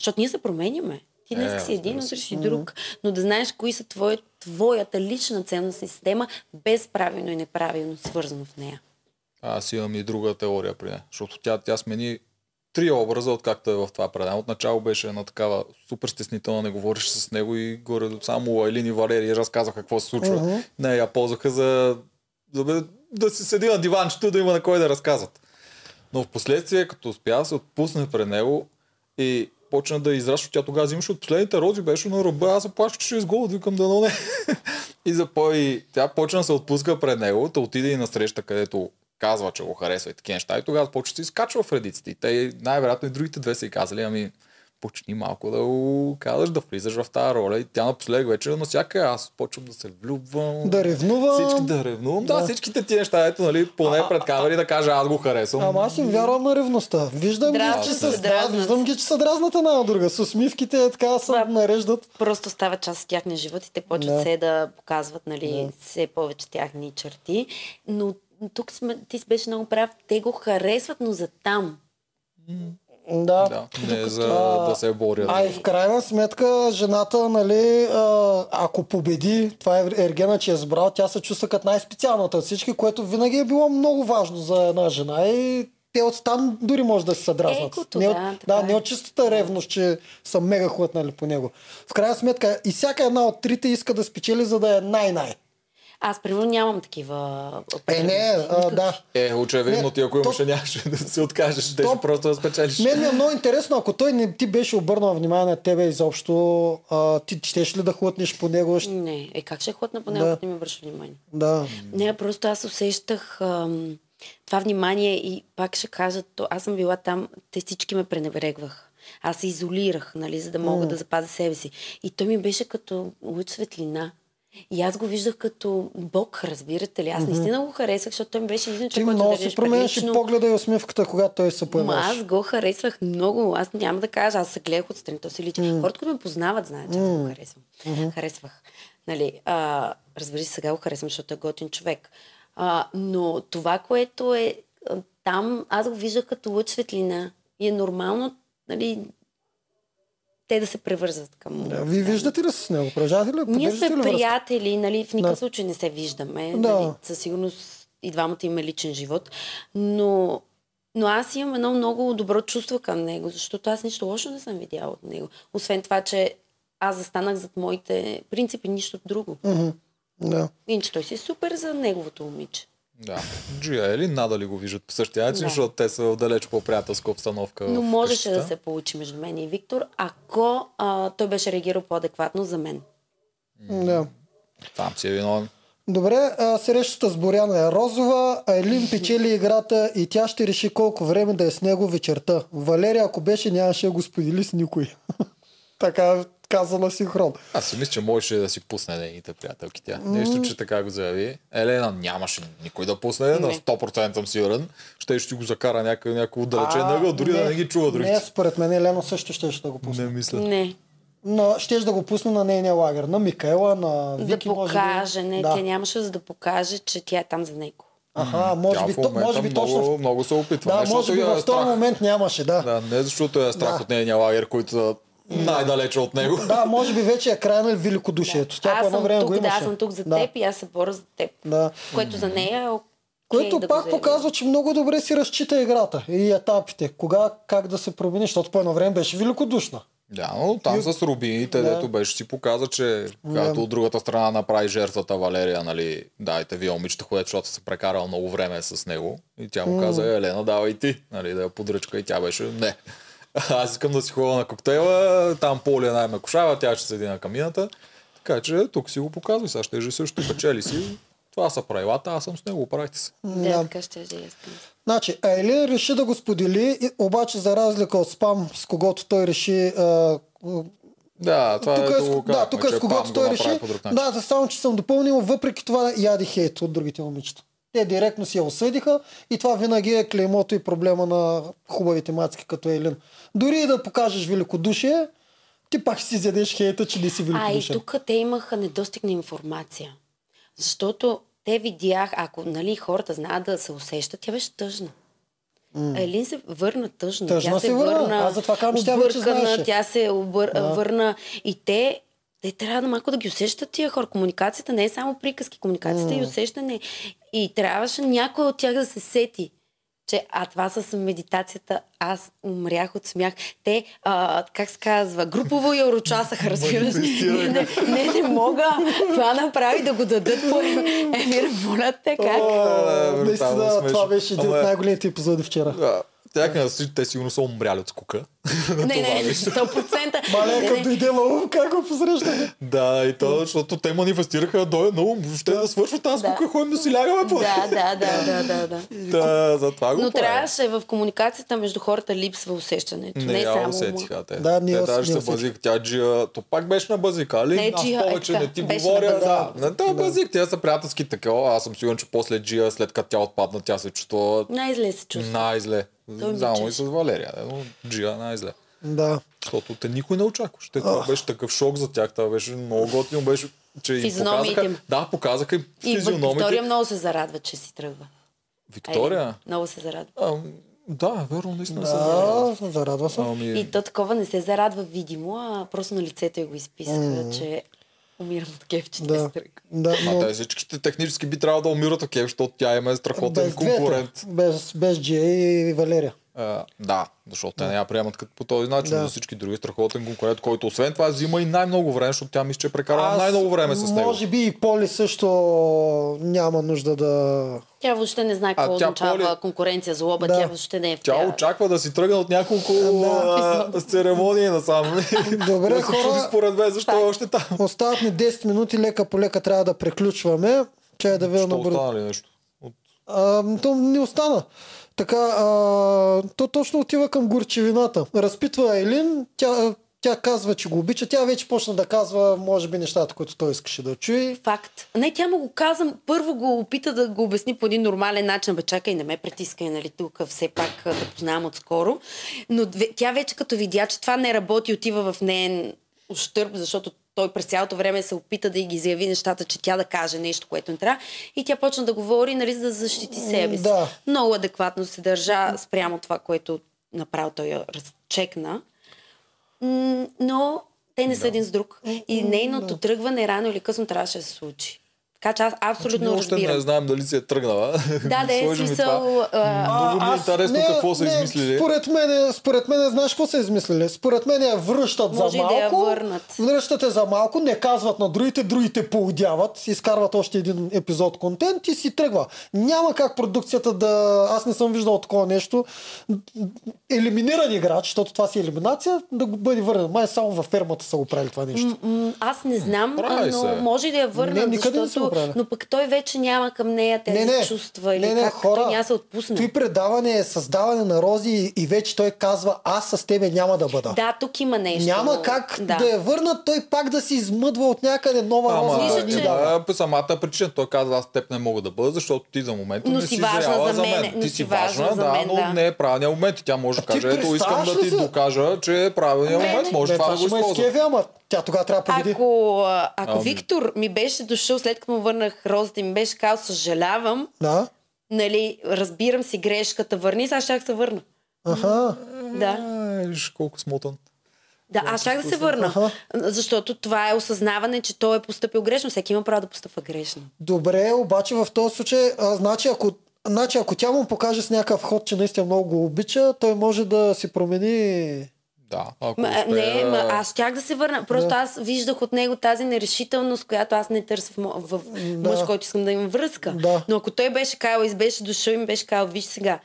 [SPEAKER 3] Защото ние се променяме. Ти днес
[SPEAKER 2] Е,
[SPEAKER 3] си един,
[SPEAKER 2] разбира
[SPEAKER 3] утре си друг. Но да знаеш кои са твоя, твоята лична ценностна система, без правилно и неправилно свързано в нея.
[SPEAKER 2] Аз имам и друга теория при нея, защото тя, тя смени три образа, откакто е в това предаване. Отначало беше една такава супер стеснителна, не говориш с него и горе до само Айлин и Валерия разказаха какво се случва.
[SPEAKER 1] Мгм.
[SPEAKER 2] Uh-huh. Не, я ползваха за, за да, да си седи на диванчето, да има на кой да разказват. Но в последствие, като успя, се отпусне при него и почна да израства. Тя тогава взимаше от последните рози, беше на ръба. Аз заплашвах, че ще изголът, викам да не. и за по- и тя почна да се отпуска пред него, да отиде и на среща, където казва, че го харесва и такива неща. И тогава почва да се изкачва в редиците. И те най-вероятно и другите две са и казали, ами почни малко да го казваш, да влизаш в тази роля. И тя напоследък вече на всяка аз почвам да се влюбвам.
[SPEAKER 1] Да ревнувам.
[SPEAKER 2] Всички да ревнувам. Да,
[SPEAKER 1] Да.
[SPEAKER 2] всичките ти неща, ето, нали, поне пред камери да кажа аз го харесвам.
[SPEAKER 1] Ама аз им вярвам на ревността. Виждам ги,
[SPEAKER 3] Дразнат
[SPEAKER 1] че
[SPEAKER 3] се,
[SPEAKER 1] се да,
[SPEAKER 3] дразнат.
[SPEAKER 1] виждам ги, че са дразнат една на друга. С усмивките е така се
[SPEAKER 3] Да.
[SPEAKER 1] нареждат.
[SPEAKER 3] просто става част от тяхния живот и те почват
[SPEAKER 1] Да.
[SPEAKER 3] да. се да показват нали, да. все повече тяхни черти. Но тук сме, ти си беше много прав. Те го харесват, но за там.
[SPEAKER 1] Да.
[SPEAKER 2] Да, не за
[SPEAKER 1] А,
[SPEAKER 2] да се борят.
[SPEAKER 1] А и в крайна сметка жената, нали, а, ако победи, това е Ергена, че е избрал, тя се чувства като най-специалната от всички, което винаги е било много важно за една жена и те оттам дори може да се съдразнат.
[SPEAKER 3] Екото,
[SPEAKER 1] не от,
[SPEAKER 3] да, така
[SPEAKER 1] да,
[SPEAKER 3] е.
[SPEAKER 1] не от чистата ревност, че съм мега хлътнали по него. В крайна сметка и всяка една от трите иска да спечели, за да е най-най.
[SPEAKER 3] Аз, примерно, нямам такива
[SPEAKER 1] Е, не, а,
[SPEAKER 3] потребности.
[SPEAKER 1] да.
[SPEAKER 2] Е, очевидно
[SPEAKER 1] Не,
[SPEAKER 2] ти ако
[SPEAKER 1] то-
[SPEAKER 2] имаше, нямаше да се откажеш, ще
[SPEAKER 1] То-
[SPEAKER 2] просто да спечелиш.
[SPEAKER 1] Мен ми е много интересно, ако той не ти беше обърнал внимание на тебе изобщо, а, ти щеш ли да хлътнеш по него? Ще-
[SPEAKER 3] Не, е как ще хлътна по него,
[SPEAKER 1] Да.
[SPEAKER 3] като не ми обръща внимание?
[SPEAKER 1] Да.
[SPEAKER 3] Не, просто аз усещах ам, това внимание и пак ще кажа, то, аз съм била там, те всички ме пренебрегваха. Аз се изолирах, нали, за да мога
[SPEAKER 1] М.
[SPEAKER 3] да запазя себе си. И той ми беше като луч светлина. И аз го виждах като бог, разбирате ли? Аз наистина го харесвах, защото той ми беше един
[SPEAKER 1] Ти
[SPEAKER 3] човек, който
[SPEAKER 1] много
[SPEAKER 3] държеше
[SPEAKER 1] се променяш и
[SPEAKER 3] прилично.
[SPEAKER 1] погледа и усмивката, когато той се
[SPEAKER 3] Ма аз
[SPEAKER 1] появяваш.
[SPEAKER 3] го харесвах много. Аз няма да кажа, аз се гледах отстрани, то си личи. Хората, които ме познават, знаят, че аз го харесвам. Харесвах. Нали, а, разбери се, сега го харесвам, защото е готин човек. А, но това, което е а, там, аз го виждах като лъч светлина. И е нормално, нали, те да се превързват към...
[SPEAKER 1] Да, Вие виждате ли се с него? Продължавате ли?
[SPEAKER 3] Ние
[SPEAKER 1] Поддържате ли
[SPEAKER 3] сме
[SPEAKER 1] връзка?
[SPEAKER 3] приятели, нали, в никакъв
[SPEAKER 1] Да.
[SPEAKER 3] случай не се виждаме.
[SPEAKER 1] Да.
[SPEAKER 3] Нали, със сигурност и двамата имаме личен живот. Но, но аз имам едно много добро чувство към него, защото аз нищо лошо не съм видяла от него. Освен това, че аз застанах зад моите принципи, нищо друго.
[SPEAKER 1] Мгм. Да.
[SPEAKER 3] Иначе той си е супер за неговото момиче.
[SPEAKER 2] Да. Джия или Нада ли го виждат по същия начин,
[SPEAKER 3] Да.
[SPEAKER 2] защото те са в далеч по-приятелска обстановка.
[SPEAKER 3] Но
[SPEAKER 2] в
[SPEAKER 3] можеше да
[SPEAKER 2] къщата.
[SPEAKER 3] се получи между мен и Виктор, ако а, той беше реагирал по-адекватно за мен.
[SPEAKER 1] Да.
[SPEAKER 2] Там си е виновен.
[SPEAKER 1] Добре, а, срещата с Боряна е розова, а Елин печели играта и тя ще реши колко време да е с него вечерта. Валерия, ако беше, нямаше да го сподели с никой. така каза на синхрон.
[SPEAKER 2] Аз си мисля, че можеше да си пусне нейните приятелки тя. Нещо, че така го заяви. Елена нямаше никой да пусне, на 100% съм сигурен. Ще ще го закара някъде някакво отдалечен
[SPEAKER 1] А,
[SPEAKER 2] ъгъл, дори да Е, не ги чува
[SPEAKER 1] Не,
[SPEAKER 2] другите.
[SPEAKER 1] според мен Елена също ще да го пусне.
[SPEAKER 2] Не мисля.
[SPEAKER 3] Не.
[SPEAKER 1] Но ще да го пусне на нейния лагер, на Микаела, на
[SPEAKER 3] Да
[SPEAKER 1] Вики, може би.
[SPEAKER 3] покаже, не,
[SPEAKER 1] да.
[SPEAKER 3] тя нямаше за да покаже, че тя е там за него.
[SPEAKER 1] Аха, може
[SPEAKER 2] Тя
[SPEAKER 1] би,
[SPEAKER 2] в
[SPEAKER 1] то-
[SPEAKER 2] момента
[SPEAKER 1] може би
[SPEAKER 2] много,
[SPEAKER 1] точно... в-
[SPEAKER 2] много се опитва.
[SPEAKER 1] Да,
[SPEAKER 2] Не,
[SPEAKER 1] може
[SPEAKER 2] защото
[SPEAKER 1] би
[SPEAKER 2] я е
[SPEAKER 1] в този
[SPEAKER 2] страх.
[SPEAKER 1] момент нямаше, да.
[SPEAKER 2] Да, не защото я е страх
[SPEAKER 1] Да.
[SPEAKER 2] от нейния лагер, които са най-далече от него.
[SPEAKER 1] Да, може би вече е край на великодушието. Тя по
[SPEAKER 3] аз
[SPEAKER 1] едно
[SPEAKER 3] съм
[SPEAKER 1] време
[SPEAKER 3] тук,
[SPEAKER 1] го
[SPEAKER 3] да,
[SPEAKER 1] имаше.
[SPEAKER 3] аз съм тук за
[SPEAKER 1] Да,
[SPEAKER 3] теб и аз се боря за теб.
[SPEAKER 1] Да.
[SPEAKER 3] Което за нея е окей
[SPEAKER 1] Което
[SPEAKER 3] да го
[SPEAKER 1] пак
[SPEAKER 3] заяви.
[SPEAKER 1] показва, че много добре си разчита играта и етапите. Кога, как да се промени, защото по едно време беше великодушна.
[SPEAKER 2] Да, но там с рубините,
[SPEAKER 1] Да.
[SPEAKER 2] дето беше си показа, че когато от другата страна направи жертвата Валерия, нали, дайте вие момичето, което защото се прекарал много време с него. И тя му каза, «Е, Елена, давай ти, нали, да я подръчка. И тя беше, не. Аз искам да си ходя на коктейла, там Поли е най-ме кошава, тя ще седи на камината. Така че тук си го показвай, сега ще же също печели си. Това са правилата, аз съм с него, правите се.
[SPEAKER 3] Да, така ще да искам.
[SPEAKER 1] Значи, Айлин реши да го сподели, и- обаче за разлика от спам, с когото той реши а,
[SPEAKER 2] Да, това
[SPEAKER 1] тук
[SPEAKER 2] е,
[SPEAKER 1] е, с-
[SPEAKER 2] друго
[SPEAKER 1] да,
[SPEAKER 2] казахме,
[SPEAKER 1] тук е
[SPEAKER 2] че
[SPEAKER 1] с
[SPEAKER 2] Пам
[SPEAKER 1] когото
[SPEAKER 2] го
[SPEAKER 1] той
[SPEAKER 2] направи
[SPEAKER 1] реши.
[SPEAKER 2] по друг начин.
[SPEAKER 1] Да, да, само че съм допълнил, въпреки това яди хейт от другите момичета. Те директно си я осъдиха и това винаги е клеймото и проблема на хубавите мацки като Елин. Дори и да покажеш великодушие, ти пак ще си изядеш хейта, че не си
[SPEAKER 3] А и
[SPEAKER 1] великодушен.
[SPEAKER 3] тук те имаха недостиг на информация. Защото те видях, ако нали, хората знаят да се усещат, тя беше тъжна. Mm. Елин се върна тъжна.
[SPEAKER 1] Тъжна
[SPEAKER 3] тя се
[SPEAKER 1] се върна.
[SPEAKER 3] върна.
[SPEAKER 1] Аз затова казвам, че тя вече
[SPEAKER 3] объркана,
[SPEAKER 1] знаеше.
[SPEAKER 3] Тя се обър... върна. И те, те трябва да малко да ги усещат тия хора. Комуникацията не е само приказки, комуникацията е и усещане. И трябваше някой от тях да се сети че а това с медитацията, аз умрях от смях. Те, а, как се казва, групово я урочасаха, разбираш. не, не, не, не, мога. Това направи да го дадат по Емир, моля те, как?
[SPEAKER 2] Е,
[SPEAKER 1] О,
[SPEAKER 2] брутално
[SPEAKER 1] Наистина, това
[SPEAKER 2] смешно.
[SPEAKER 1] беше един
[SPEAKER 2] Ама
[SPEAKER 1] от
[SPEAKER 2] е-
[SPEAKER 1] най-големите епизоди вчера.
[SPEAKER 2] Да. Тя каза, всички те сигурно са умряли от скука.
[SPEAKER 3] не, не, 100%.
[SPEAKER 1] Мале,
[SPEAKER 3] Е, Не,
[SPEAKER 1] като
[SPEAKER 3] не.
[SPEAKER 1] дойде Лаум, как го посрещаме?
[SPEAKER 2] да, и то, защото те манифестираха до едно, въобще да свършва тази скука, ходим да си лягаме по
[SPEAKER 3] Да, да, да, да, да, да.
[SPEAKER 2] Да, за това го
[SPEAKER 3] Но
[SPEAKER 2] прави.
[SPEAKER 3] трябваше в комуникацията между хората липсва усещането. Не,
[SPEAKER 2] Не, е я
[SPEAKER 3] само ума.
[SPEAKER 2] усетиха те.
[SPEAKER 1] Да, ние
[SPEAKER 2] те
[SPEAKER 1] ус-
[SPEAKER 2] даже
[SPEAKER 1] ние
[SPEAKER 2] се
[SPEAKER 1] усетиха.
[SPEAKER 2] базик. Тя Джия, то пак беше на базик, али?
[SPEAKER 3] Не,
[SPEAKER 2] аз
[SPEAKER 3] Джия,
[SPEAKER 2] повече
[SPEAKER 3] е така,
[SPEAKER 2] не ти
[SPEAKER 3] беше
[SPEAKER 2] говоря.
[SPEAKER 3] на
[SPEAKER 2] да,
[SPEAKER 3] базик.
[SPEAKER 2] на този базик. Тя са приятелски такива. Аз съм сигурен, че после Джия, след като тя отпадна, тя се чувства
[SPEAKER 3] Най-зле се чувства.
[SPEAKER 2] най-зле.
[SPEAKER 3] Той ми
[SPEAKER 2] Само и с
[SPEAKER 3] чеше.
[SPEAKER 2] Валерия. не, Но Джия най-зле.
[SPEAKER 1] Да.
[SPEAKER 2] Защото те никой не очакваше. Те, това беше такъв шок за тях. Това беше много готино. Беше, че им
[SPEAKER 3] Физиономиите
[SPEAKER 2] показаха.
[SPEAKER 3] им.
[SPEAKER 2] Да, показаха и
[SPEAKER 3] И Виктория
[SPEAKER 2] физиономите.
[SPEAKER 3] много се зарадва, че си тръгва. Елин,
[SPEAKER 2] Виктория?
[SPEAKER 3] Много се зарадва.
[SPEAKER 2] Ам, да, верно, наистина се зарадва.
[SPEAKER 1] Да, зарадва съм.
[SPEAKER 2] Ами,
[SPEAKER 3] И то такова не се зарадва видимо, а просто на лицето я го изписаха, че умирам от кеф, че не
[SPEAKER 1] Да.
[SPEAKER 3] се тръгва.
[SPEAKER 1] Да,
[SPEAKER 2] а те всичките технически би трябвало да умират, окей, защото тя има
[SPEAKER 1] но
[SPEAKER 2] страхотен
[SPEAKER 1] без двете.
[SPEAKER 2] конкурент.
[SPEAKER 1] Без, без Джей и Валерия.
[SPEAKER 2] А, да, защото те не я приемат като по този начин,
[SPEAKER 1] Да.
[SPEAKER 2] да. за всички други страхотен конкурент, който освен това взима и най-много време, защото тя мисля, че е прекарала
[SPEAKER 1] Аз
[SPEAKER 2] най-много време с него.
[SPEAKER 1] Може би и Поли също няма нужда да...
[SPEAKER 3] Тя въобще не знае
[SPEAKER 2] А
[SPEAKER 3] какво
[SPEAKER 2] тя
[SPEAKER 3] означава
[SPEAKER 2] Поли-
[SPEAKER 3] конкуренция, злоба.
[SPEAKER 1] Да.
[SPEAKER 3] Тя въобще не е в
[SPEAKER 2] Тя
[SPEAKER 3] тя.
[SPEAKER 2] очаква да си тръгне от няколко а, с церемонии насам.
[SPEAKER 1] Добре,
[SPEAKER 2] Не се чуди
[SPEAKER 1] хора.
[SPEAKER 2] според мен, защо е още там.
[SPEAKER 1] Остават ни 10 минути, лека по лека трябва да приключваме. Чай да е видя
[SPEAKER 2] Що
[SPEAKER 1] на бързо.
[SPEAKER 2] остана ли нещо? От-
[SPEAKER 1] А, то не остана. Така, а, то точно отива към горчевината. Разпитва Елин, тя, тя казва, че го обича. Тя вече почна да казва, може би, нещата, които той искаше да чуе.
[SPEAKER 3] Факт. Не, тя му го каза, първо го опита да го обясни по един нормален начин. Бе, чакай, не ме притискай, нали, тук все пак а, да познавам отскоро. Но две- тя вече като видя, че това не работи, отива в неен ущърп, защото той през цялото време се опита да й ги заяви нещата, че тя да каже нещо, което не трябва. И тя почна да говори, нали, за да защити себе си.
[SPEAKER 1] да.
[SPEAKER 3] Много адекватно се държа спрямо това, което направо той я разчекна. М, но те не са един с друг.
[SPEAKER 1] Е,
[SPEAKER 3] И нейното тръгване рано или късно трябваше да се случи. Така че аз
[SPEAKER 2] Значи, Ние
[SPEAKER 3] абсолютно
[SPEAKER 2] още не
[SPEAKER 3] разбирам.
[SPEAKER 2] знаем дали си е тръгнала.
[SPEAKER 3] Да, да, е
[SPEAKER 2] Сложи ми това.
[SPEAKER 3] смисъл. а,
[SPEAKER 2] Много ми е
[SPEAKER 1] аз-
[SPEAKER 2] интересно какво са измислили.
[SPEAKER 1] Според мен, според мен, знаеш какво са измислили? Според мен я връщат
[SPEAKER 3] Може и
[SPEAKER 1] за
[SPEAKER 3] да я
[SPEAKER 1] малко.
[SPEAKER 3] върнат.
[SPEAKER 1] Връщат я за малко, не казват на другите, другите поудяват, изкарват още един епизод контент и си тръгва. Няма как продукцията да... Аз не съм виждал такова нещо. Елиминиран играч, защото това си е елиминация, да го бъде върнат. Май само във фермата са го правили това нещо.
[SPEAKER 3] м- м, аз не знам, а,
[SPEAKER 2] Прави
[SPEAKER 3] но
[SPEAKER 2] се.
[SPEAKER 3] може и да я
[SPEAKER 1] Не,
[SPEAKER 3] върнат,
[SPEAKER 1] никъде не се
[SPEAKER 3] защото...
[SPEAKER 1] оправя.
[SPEAKER 3] но пък той вече няма към нея тези чувства или как той няма да се отпусне.
[SPEAKER 1] Той предаване е създаване на рози и, и вече той казва, аз с тебе няма да бъда.
[SPEAKER 3] Да, тук има нещо.
[SPEAKER 1] Няма
[SPEAKER 3] но-
[SPEAKER 1] как да. да я върнат, той пак да си измъдва от някъде нова
[SPEAKER 2] Ама,
[SPEAKER 1] роза.
[SPEAKER 3] Мисля,
[SPEAKER 1] да ни
[SPEAKER 3] че-
[SPEAKER 1] дава.
[SPEAKER 2] да, по самата причина. Той казва, аз теб не мога да бъда, защото ти за момента
[SPEAKER 3] Но
[SPEAKER 2] не
[SPEAKER 3] си
[SPEAKER 2] си,
[SPEAKER 3] важна
[SPEAKER 2] зряла
[SPEAKER 3] за
[SPEAKER 2] за
[SPEAKER 3] мен,
[SPEAKER 2] мен.
[SPEAKER 3] но
[SPEAKER 2] Ти
[SPEAKER 3] си
[SPEAKER 2] си
[SPEAKER 3] важна
[SPEAKER 2] важна,
[SPEAKER 3] за
[SPEAKER 2] да,
[SPEAKER 3] мен,
[SPEAKER 2] но
[SPEAKER 3] да.
[SPEAKER 2] не е правилният момент. И Тя може да
[SPEAKER 1] ти
[SPEAKER 2] каже, ето искам
[SPEAKER 1] представяш
[SPEAKER 2] да
[SPEAKER 1] ли
[SPEAKER 2] ти
[SPEAKER 1] се?
[SPEAKER 2] докажа, че е правилният
[SPEAKER 3] Ме-
[SPEAKER 2] момент. Може
[SPEAKER 1] Бе,
[SPEAKER 2] това да го
[SPEAKER 1] ще е ме
[SPEAKER 2] използва.
[SPEAKER 1] изкефи, ама тя тогава трябва да победи.
[SPEAKER 3] Ако, а, ако
[SPEAKER 2] Ами.
[SPEAKER 3] Виктор ми беше дошъл след като му върнах розата и ми беше казал, съжалявам,
[SPEAKER 1] Да.
[SPEAKER 3] нали, разбирам си грешката, върни, сега ще се върна.
[SPEAKER 1] Аха.
[SPEAKER 3] Да.
[SPEAKER 2] Е, Виж колко смотан.
[SPEAKER 3] Да, аз ще да се върна.
[SPEAKER 1] Значи Аха.
[SPEAKER 3] Защото това е осъзнаване, че той е поступил грешно. Всеки има право да постъпва грешно.
[SPEAKER 1] Добре, обаче в този случай, а, значи ако Значи, ако тя му покаже с някакъв ход, че наистина много го обича, той може да си промени.
[SPEAKER 2] Да, ако
[SPEAKER 3] Ма, е, не,
[SPEAKER 2] успее,
[SPEAKER 3] ма, аз щях да се върна. Просто аз виждах от него тази нерешителност, която аз не търся в, мо- в
[SPEAKER 1] Да.
[SPEAKER 3] мъж, който искам да им връзка.
[SPEAKER 1] Да.
[SPEAKER 3] Но ако той беше казал и беше дошъл и ми беше казал, виж сега,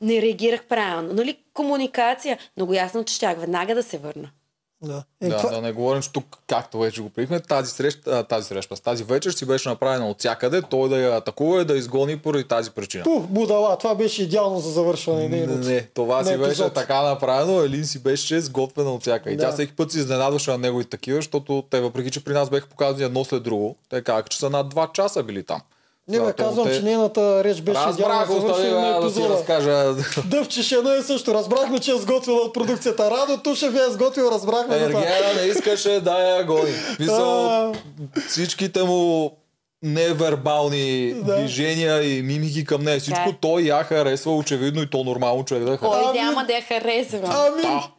[SPEAKER 3] не реагирах правилно. Нали, комуникация. Много ясно, че щях веднага да се върна.
[SPEAKER 1] Да. Е,
[SPEAKER 2] Да,
[SPEAKER 1] това...
[SPEAKER 2] да не говорим, че тук, както вече го приехме, тази среща, а, тази среща, с тази вечер си беше направена от всякъде, той да я атакува и да изгони поради тази причина.
[SPEAKER 1] Пу, будала, това беше идеално за завършване. Не,
[SPEAKER 2] Не,
[SPEAKER 1] не,
[SPEAKER 2] не, това
[SPEAKER 1] на
[SPEAKER 2] си беше
[SPEAKER 1] епизод.
[SPEAKER 2] така направено, Елин си беше сготвена от всяка. И
[SPEAKER 1] Да.
[SPEAKER 2] тя всеки път си изненадваше на него и такива, защото те, въпреки че при нас бяха показани едно след друго, те казаха, че са над 2 часа били там.
[SPEAKER 1] не е бе,
[SPEAKER 2] Защото
[SPEAKER 1] казвам,
[SPEAKER 2] те-
[SPEAKER 1] че нейната реч беше идеална
[SPEAKER 2] Разбрах,
[SPEAKER 1] за
[SPEAKER 2] остави
[SPEAKER 1] завършване на
[SPEAKER 2] бе, да си
[SPEAKER 1] епизода. Е,
[SPEAKER 2] разкажа.
[SPEAKER 1] Дъвчеше едно и също. Разбрахме, че е сготвила от продукцията. Радо Тушев я е сготвил, разбрахме. но това-
[SPEAKER 2] Ергена не искаше да я гони. В Смисъл,
[SPEAKER 1] А.
[SPEAKER 2] всичките му невербални
[SPEAKER 1] Да.
[SPEAKER 2] движения и мимики към нея, всичко
[SPEAKER 3] Да.
[SPEAKER 2] той я харесва очевидно и то нормално човек да харесва.
[SPEAKER 3] Кой
[SPEAKER 1] Ами-
[SPEAKER 3] няма да я харесва?
[SPEAKER 1] Ами,
[SPEAKER 2] Да.